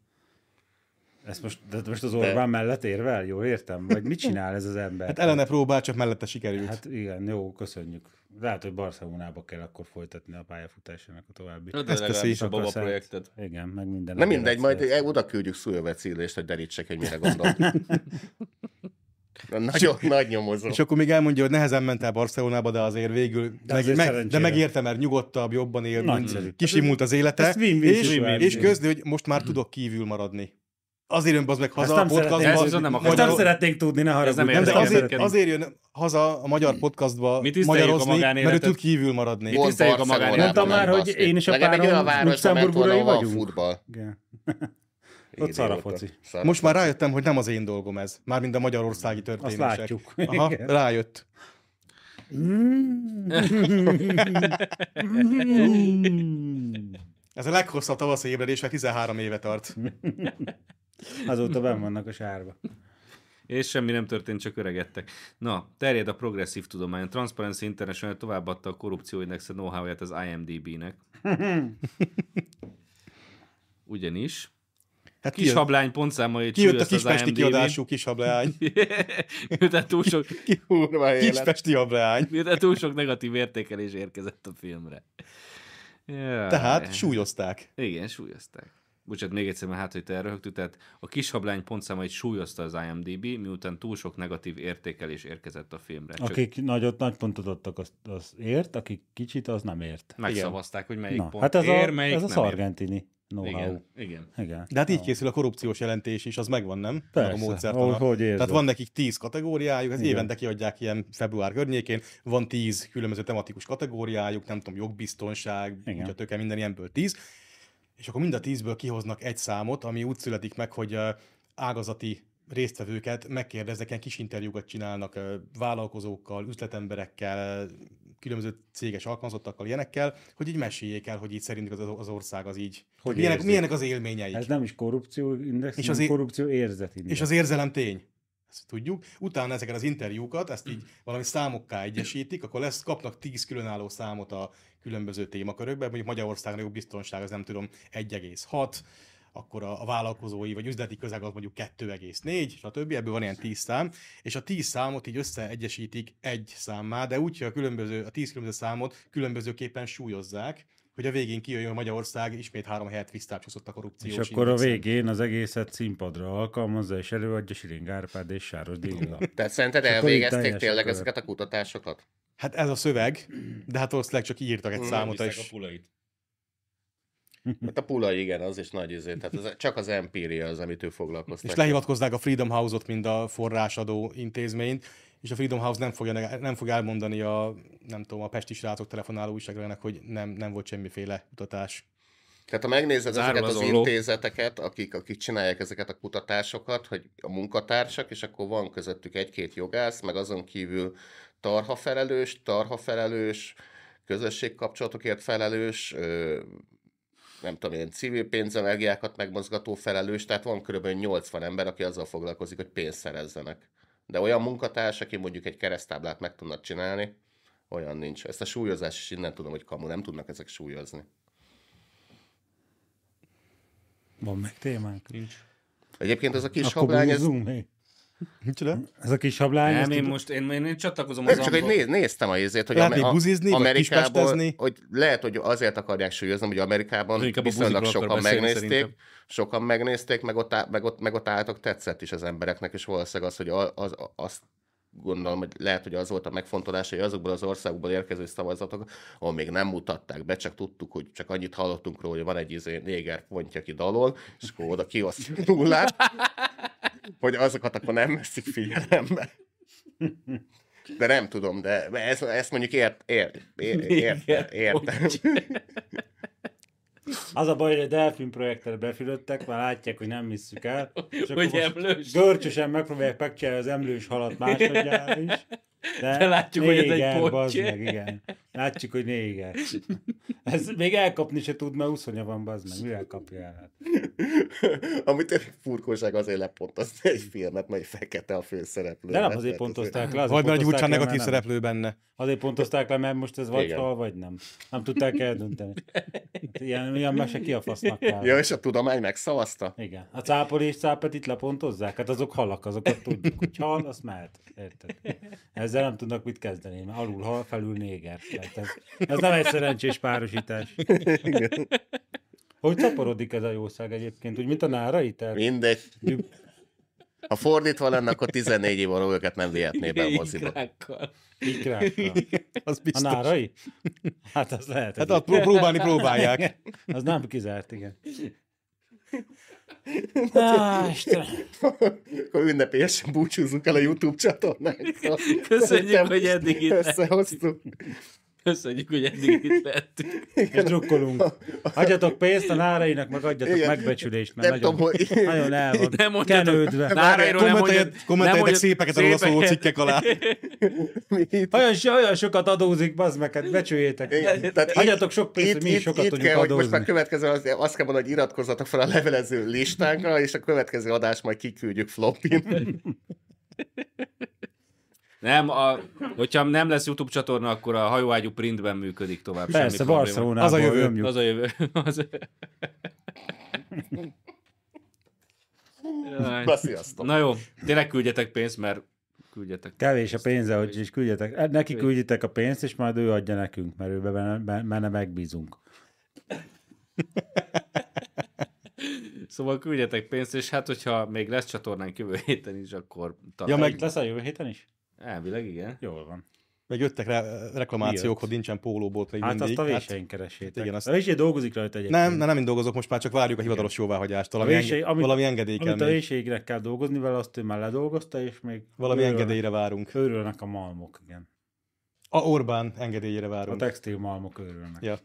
Speaker 1: Ezt most, de most az Orbán mellett érvel, jól értem? Vagy mit csinál ez az ember?
Speaker 4: Hát ellene próbál, csak mellette sikerült.
Speaker 1: Hát igen, jó, köszönjük. Lehet, hogy Barcelonába kell akkor folytatni a pályafutásának a további.
Speaker 6: Na, de
Speaker 4: Ezt
Speaker 6: legalábbis
Speaker 4: teszi.
Speaker 6: a Baba
Speaker 1: Akaszát.
Speaker 6: projektet.
Speaker 1: Igen, meg minden.
Speaker 3: Nem mindegy, majd eh,
Speaker 1: Lesz.
Speaker 3: oda küldjük Szújövecillést, hogy derítsek, hogy mire gondolt. Nagyon nagy nyomozó.
Speaker 4: És akkor még elmondja, hogy nehezen ment el Barcelonába, de azért végül de, meg,
Speaker 1: azért
Speaker 4: meg, de
Speaker 1: szerencsére.
Speaker 4: megérte, mert nyugodtabb, jobban él,
Speaker 1: Nagyszerű.
Speaker 4: mint- kisimult az élete,
Speaker 1: Ez win-win
Speaker 4: és,
Speaker 1: situation.
Speaker 4: és közli, hogy most már tudok kívül maradni. Azért jön az meg haza a
Speaker 1: nem szeretném.
Speaker 4: podcastba.
Speaker 6: Ez viszont nem akartam.
Speaker 1: Ezt nem
Speaker 4: magyar-
Speaker 1: szeretnénk tudni, ne haragudj.
Speaker 4: nem,
Speaker 6: érdekel.
Speaker 4: de
Speaker 1: Ezt nem
Speaker 4: azért,
Speaker 1: szeretnénk.
Speaker 4: azért jön haza a magyar podcastba
Speaker 6: Mi tiszteljük a
Speaker 4: magyarozni, mert ő
Speaker 6: magánéletet.
Speaker 4: tud kívül maradni.
Speaker 3: Pont
Speaker 6: tiszteljük a
Speaker 3: Barcelonában
Speaker 6: magánéletet.
Speaker 1: Mondtam
Speaker 3: nem
Speaker 1: már, hogy
Speaker 3: baszki.
Speaker 1: én és a
Speaker 3: Legalább egy
Speaker 1: párom
Speaker 3: olyan városban, amely
Speaker 1: luxemburgurai
Speaker 3: tudom, ahol
Speaker 1: vagyunk.
Speaker 3: futball.
Speaker 1: Igen. Ott
Speaker 3: Idióta.
Speaker 1: szar a foci.
Speaker 3: Szar a
Speaker 4: Most már rájöttem, hogy nem az én dolgom ez, mármint a magyarországi történések.
Speaker 1: látjuk.
Speaker 4: Aha,
Speaker 1: Igen.
Speaker 4: rájött.
Speaker 1: Mm.
Speaker 4: Ez a leghosszabb tavaszi ébredés, mert 13 éve tart.
Speaker 1: Azóta benn vannak a sárba.
Speaker 6: És semmi nem történt, csak öregedtek. Na, terjed a progresszív tudomány. A Transparency International továbbadta a korrupcióindex a know-how-ját az IMDB-nek. Ugyanis
Speaker 4: Hát ki
Speaker 6: kis
Speaker 4: jött,
Speaker 6: hablány pontszámait
Speaker 4: ki jött a
Speaker 6: súlyozta az
Speaker 4: kispesti
Speaker 6: IMDb.
Speaker 4: kiadású kis hableány.
Speaker 6: Miután túl sok,
Speaker 3: Kurva élet.
Speaker 4: Kispesti hableány.
Speaker 6: miután túl sok negatív értékelés érkezett a filmre. Jaj.
Speaker 4: Tehát súlyozták.
Speaker 6: Igen, súlyozták. Bocsánat, még egyszer, mert hát, hogy te elröhögtük, tehát a kishablány pontszámait súlyozta az IMDB, miután túl sok negatív értékelés érkezett a filmre. Csak
Speaker 1: Akik nagyot nagy pontot adtak, az, az ért, akik kicsit, az nem ért.
Speaker 6: megszavazták, hogy melyik
Speaker 1: Na,
Speaker 6: pont
Speaker 1: hát ez
Speaker 6: ér,
Speaker 1: a,
Speaker 6: melyik
Speaker 1: ez a
Speaker 6: nem ér.
Speaker 1: szargentini know-how.
Speaker 6: Igen, igen.
Speaker 1: Igen.
Speaker 4: De hát így készül a korrupciós jelentés is, az megvan, nem?
Speaker 1: Persze,
Speaker 4: a módszertana.
Speaker 1: ahogy- hogy érzed.
Speaker 4: Tehát van nekik 10 kategóriájuk, ez
Speaker 1: Igen.
Speaker 4: évente kiadják ilyen február környékén, van 10 különböző tematikus kategóriájuk, nem tudom, jogbiztonság,
Speaker 1: Igen.
Speaker 4: tőke, minden ilyenből 10, és akkor mind a 10-ből kihoznak egy számot, ami úgy születik meg, hogy ö, ágazati résztvevőket megkérdeznek, ilyen kis interjúkat csinálnak ö, vállalkozókkal, üzletemberekkel, ö, különböző céges alkalmazottakkal, ilyenekkel, hogy így meséljék el, hogy így szerintük az, az ország az így.
Speaker 1: Hogy
Speaker 4: milyenek,
Speaker 1: érzik? Hát
Speaker 4: milyenek az élményeik.
Speaker 1: Ez nem is korrupció index,
Speaker 4: És
Speaker 1: és az
Speaker 4: azért-
Speaker 1: korrupció érzet index.
Speaker 4: És az érzelem tény. Ezt tudjuk. Utána ezeket az interjúkat, ezt
Speaker 1: Mm.
Speaker 4: így valami számokká egyesítik, akkor lesz, kapnak 10 különálló számot a különböző témakörökben, mondjuk Magyarországon a biztonság az nem tudom 1,6, akkor a, a vállalkozói vagy üzleti közeg az mondjuk 2,4, stb. Ebből van ilyen 10 szám, és a 10 számot így összeegyesítik egy számmá, de úgy, hogy a, különböző, a 10 különböző számot különbözőképpen súlyozzák, hogy a végén kijön, hogy Magyarország ismét három helyet visszacsúszott a korrupciós
Speaker 1: És akkor a
Speaker 4: indexen.
Speaker 1: végén az egészet színpadra alkalmazza, és előadja Siring Árpád és Sáros Dilla.
Speaker 3: Tehát szerinted
Speaker 1: akkor így
Speaker 3: elvégezték
Speaker 1: teljes
Speaker 3: tényleg
Speaker 1: kör.
Speaker 3: ezeket a kutatásokat?
Speaker 4: Hát ez a szöveg, de hát valószínűleg csak írtak egy számot,
Speaker 6: Viszlek a
Speaker 4: és
Speaker 6: pulait.
Speaker 3: Hát a pula, igen, az is nagy izé. Tehát ez csak az empíria az, amit ő
Speaker 4: és
Speaker 3: foglalkoztak.
Speaker 4: lehivatkoznák a Freedom House-ot, mint a forrásadó intézményt, és a Freedom House nem fogja, nem fog elmondani a, nem tudom, a pesti srácok telefonáló újságírójának, hogy nem, nem volt semmiféle utatás.
Speaker 3: Tehát ha megnézed
Speaker 6: Zárva
Speaker 3: ezeket az,
Speaker 6: az olló.
Speaker 3: intézeteket, akik, akik csinálják ezeket a kutatásokat, hogy a munkatársak, és akkor van közöttük egy-két jogász, meg azon kívül tarhafelelős, tarhafelelős, közösségkapcsolatokért felelős, ö, nem tudom, ilyen civil pénzenergiákat megmozgató felelős, tehát van kb. 80 ember, aki azzal foglalkozik, hogy pénzt szerezzenek. De olyan munkatárs, aki mondjuk egy keresztáblát meg tudna csinálni, olyan nincs. Ezt a súlyozás is innen tudom, hogy kamu, nem tudnak ezek súlyozni.
Speaker 1: Van meg témánk?
Speaker 3: Egyébként ez a kis
Speaker 1: Akkor
Speaker 3: hablány, ez...
Speaker 1: búzzunk még.
Speaker 4: Micsoda?
Speaker 1: Ez a kis hablány,
Speaker 6: Nem,
Speaker 1: ezt
Speaker 6: én
Speaker 1: tud-
Speaker 6: most én, én, én csatlakozom az
Speaker 3: Nem, csak hogy néz, néztem a izét, hogy
Speaker 4: Lehet
Speaker 3: Ame-
Speaker 4: még buzizni, vagy
Speaker 3: Amerikából,
Speaker 4: kispestezni?
Speaker 3: hogy lehet, hogy azért akarják súlyozni, hogy Amerikában
Speaker 6: Inkább a
Speaker 3: viszonylag
Speaker 6: buzikról akar
Speaker 3: sokan
Speaker 6: beszélni
Speaker 3: megnézték,
Speaker 6: szerintem.
Speaker 3: sokan megnézték, meg ott, á- meg, ott, meg ott álltak, tetszett is az embereknek, és valószínűleg az, hogy a- az, azt gondolom, hogy lehet, hogy az volt a megfontolás, hogy azokból az országokból érkező szavazatok, ahol még nem mutatták be, csak tudtuk, hogy csak annyit hallottunk róla, hogy van egy izé néger pontja ki dalol, és akkor oda kiosztjuk nullát, hogy azokat akkor nem veszik figyelembe. De nem tudom, de ezt, ezt mondjuk ért, ért, ért, ért, értem.
Speaker 1: Az a baj, hogy a Delfin projektre befülöttek, már látják, hogy nem visszük el, és akkor
Speaker 6: Hogy
Speaker 1: most
Speaker 6: emlős.
Speaker 1: görcsösen megpróbálják megcsinálni az emlős halat másodjára is. De,
Speaker 6: De látjuk, hogy ez egy pontje.
Speaker 1: bazd meg, igen. Látjuk, hogy néger. Ez még elkapni se tud, mert uszonya van, bazd meg. Mivel kapja el? Hát.
Speaker 3: Amit egy furkóság azért lepontozta egy filmet, mert fekete a főszereplő.
Speaker 1: De nem
Speaker 3: Hát,
Speaker 1: azért
Speaker 3: tehát
Speaker 1: pontozták le. Azért
Speaker 4: Vagy nagy
Speaker 1: pontozták
Speaker 4: furcsán
Speaker 1: le, mert
Speaker 4: negatív
Speaker 1: nem.
Speaker 4: szereplő benne.
Speaker 1: Azért pontozták le, mert most ez vagy
Speaker 3: Igen.
Speaker 1: hal, vagy nem. Nem tudták eldönteni. Hát Ilyen, ilyen mese ki a fasznak kell.
Speaker 3: Ja, és a tudomány megszavazta?
Speaker 1: Igen. A cápoli és cápetit lepontozzák? Hát azok halak, azokat tudjuk, hogy hal, az mehet. Érted? Ezzel nem tudnak mit kezdeni, mert alul hal, felül néger. Tehát ez, ez nem egy szerencsés párosítás. Hogy szaporodik ez a jószág egyébként? Úgy, mint a nárai? Tehát
Speaker 3: Mindegy. Ha fordítva lenne, akkor 14 év alul őket nem vihetné be a moziba.
Speaker 6: Ikrákkal.
Speaker 1: ikrákkal.
Speaker 4: Az
Speaker 1: A
Speaker 4: biztos.
Speaker 1: nárai? Hát az lehet. Hát
Speaker 4: Hát a pró- próbálni próbálják.
Speaker 1: Az nem kizárt, igen. Á, Istenem.
Speaker 3: Akkor ünnepélyesen búcsúzzunk el a YouTube csatornánktól.
Speaker 6: Köszönjük, hogy eddig itt
Speaker 3: Összehoztuk.
Speaker 6: Köszönjük, hogy eddig itt lettünk.
Speaker 1: és drukkolunk. Adjatok pénzt a nárainak, meg adjatok
Speaker 3: Igen.
Speaker 1: megbecsülést, mert
Speaker 3: Nem
Speaker 1: nagyon,
Speaker 3: tudom, hogy...
Speaker 1: nagyon el van
Speaker 6: Nem mondjatok.
Speaker 1: kenődve.
Speaker 6: Nárairól nem
Speaker 4: Kommenteljetek-
Speaker 6: mondjad- nem
Speaker 4: Kommenteljetek
Speaker 6: mondjad-
Speaker 4: szépeket alól a szóló
Speaker 6: szépeket.
Speaker 4: cikkek alá.
Speaker 3: Itt,
Speaker 1: Olyan, so- olyan sokat adózik, bazd meg, hát becsüljétek.
Speaker 3: Igen, tehát itt-
Speaker 1: Adjatok sok pénzt, hogy mi is sokat
Speaker 3: itt
Speaker 1: tudjunk
Speaker 3: kell, hogy most már
Speaker 1: adózni.
Speaker 3: következő, az, azt kell mondani, hogy iratkozzatok fel a levelező listánkra, és a következő adást majd kiküldjük flopin.
Speaker 6: Nem, a, hogyha nem lesz YouTube csatorna, akkor a hajóágyú printben működik tovább. semmi
Speaker 1: Persze,
Speaker 6: probléma.
Speaker 1: Barcelonából
Speaker 4: Az a jövő.
Speaker 1: Ömjük.
Speaker 6: Az a jövő. Az a... Jaj.
Speaker 3: Na, sziasztok!
Speaker 6: Na jó, tényleg küldjetek pénzt, mert küldjetek.
Speaker 1: Kevés a pénze, hogy is küldjetek. Hát Neki küldjetek a pénzt, és majd ő adja nekünk, mert őbe benne, benne megbízunk.
Speaker 6: Szóval küldjetek pénzt, és hát hogyha még lesz csatornánk jövő héten is, akkor
Speaker 4: Ja,
Speaker 6: talán.
Speaker 4: meg-
Speaker 1: Itt lesz a jövő héten is?
Speaker 6: Elvileg igen.
Speaker 1: Jól van.
Speaker 4: Meg jöttek re- reklamációk, hogy nincsen pólóbolt még
Speaker 1: Hát
Speaker 4: mindig.
Speaker 1: azt a vésein keresétek.
Speaker 4: igen,
Speaker 1: Igen,
Speaker 4: azt-
Speaker 1: azt... A vésé dolgozik rajta egyébként.
Speaker 4: nem, nem, nem én dolgozok most már, csak várjuk a hivatalos jóváhagyást. Valami,
Speaker 1: A vésé-
Speaker 4: enge-
Speaker 1: amit-
Speaker 4: valami engedély kell
Speaker 1: Amit a
Speaker 4: még.
Speaker 1: véségre kell dolgozni vele, azt ő már ledolgozta, és még
Speaker 4: Valami
Speaker 1: őrülnek-
Speaker 4: engedélyre várunk.
Speaker 1: Őrülnek a malmok, igen.
Speaker 4: A Orbán engedélyére
Speaker 1: A
Speaker 4: várunk.
Speaker 1: textil malmok őrülnek.
Speaker 4: Ja.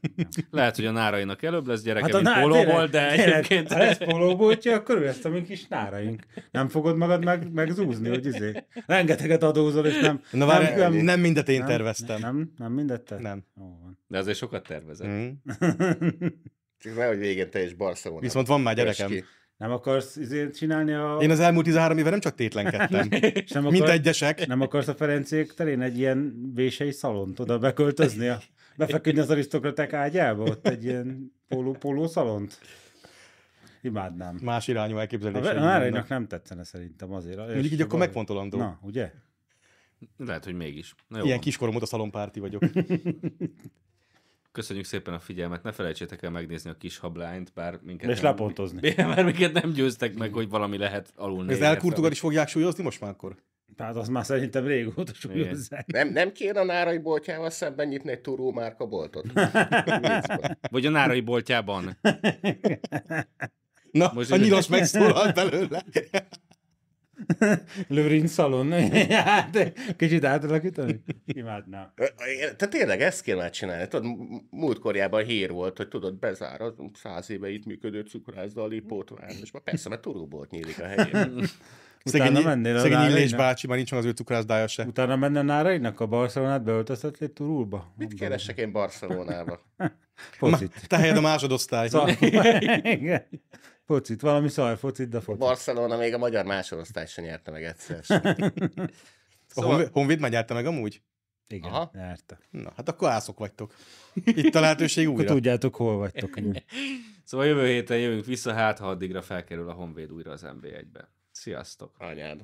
Speaker 6: Lehet, hogy a nárainak előbb lesz gyereke, hát mint
Speaker 1: ná-
Speaker 6: póló
Speaker 1: tényleg-
Speaker 6: volt, de
Speaker 1: tényleg,
Speaker 6: egyébként...
Speaker 1: Ha lesz pólóbótja, akkor ő ezt a mi kis náraink. Nem fogod magad meg, megzúzni, hogy izé. Rengeteget adózol, és nem...
Speaker 4: Na várj, nem, nem mindet én terveztem. Nem.
Speaker 1: Nem, nem, nem mindet te?
Speaker 4: nem.
Speaker 1: Jó van.
Speaker 6: De azért sokat tervezett.
Speaker 4: Mm.
Speaker 3: Nehogy végén te is Barcelona.
Speaker 4: Viszont van már
Speaker 3: Kösz
Speaker 4: gyerekem.
Speaker 3: ki.
Speaker 1: Nem akarsz izé csinálni a...
Speaker 4: Én az elmúlt 13 éve nem csak tétlenkedtem.
Speaker 1: és nem,
Speaker 4: Mint
Speaker 1: akar,
Speaker 4: egyesek.
Speaker 1: nem akarsz a Ferenciek terén egy ilyen vései szalont oda beköltözni? A, befeküdni az arisztokraták ágyába? Ott egy ilyen póló, póló szalont? Imádnám.
Speaker 4: Más irányú
Speaker 1: A
Speaker 4: elképzeléseim. vannak.
Speaker 1: Nárainak nem tetszene szerintem azért.
Speaker 4: Mondjuk így akkor megfontolandó.
Speaker 1: Na, ugye?
Speaker 6: Lehet, hogy mégis. Na jó,
Speaker 4: Ilyen
Speaker 6: Ilyen
Speaker 4: kiskorom óta szalompárti vagyok.
Speaker 6: köszönjük szépen a figyelmet, ne felejtsétek el megnézni a kis hablányt, bár minket
Speaker 1: És
Speaker 6: nem,
Speaker 1: lepontozni.
Speaker 6: Mert minket nem győztek meg, hogy valami lehet alul
Speaker 4: Ez
Speaker 6: nézni.
Speaker 4: elkurtugat is fogják súlyozni most már akkor?
Speaker 1: Tehát azt már szerintem régóta súlyozzák.
Speaker 3: Nem, nem kéne a nárai boltjával szemben nyitni egy Turó márka boltot?
Speaker 6: Vagy a nárai boltjában.
Speaker 4: Na,
Speaker 6: Most
Speaker 4: a
Speaker 6: így-
Speaker 4: nyilas megszólalt belőle.
Speaker 1: Lőrinc szalon. Hát, Kicsit átalakítani? Imádnám.
Speaker 3: Te tényleg ezt kéne már csinálni. Tudod, m- múltkorjában hír volt, hogy tudod, bezár az száz éve itt működő cukrászda a Lipótvárosban. Persze, mert Turó bolt nyílik a helyén.
Speaker 1: Utána
Speaker 4: Szegény,
Speaker 1: mennél a
Speaker 4: szegény Illés
Speaker 1: Nárainak?
Speaker 4: bácsi, már nincs meg az ő cukrászdája se.
Speaker 1: Utána menne Nárainak a Barcelonát beöltöztetni Turulba?
Speaker 3: Mit keresek én Barcelonába?
Speaker 1: Focit. Szóval-
Speaker 4: Te helyed a másodosztály.
Speaker 1: Szar. Igen. Focit, valami szar, focit, de focit.
Speaker 3: Barcelona még a magyar másodosztály sem nyerte meg egyszer sem.
Speaker 4: A Honvéd- Honvéd már nyerte meg amúgy?
Speaker 1: Igen,
Speaker 3: Aha.
Speaker 1: járta.
Speaker 4: Na, hát akkor ászok vagytok. Itt a lehetőség
Speaker 1: Akkor
Speaker 4: újra.
Speaker 1: tudjátok, hol vagytok.
Speaker 6: Szóval jövő héten jövünk vissza, hát ha addigra felkerül a Honvéd újra az NB1-be. Sziasztok!
Speaker 3: Anyád.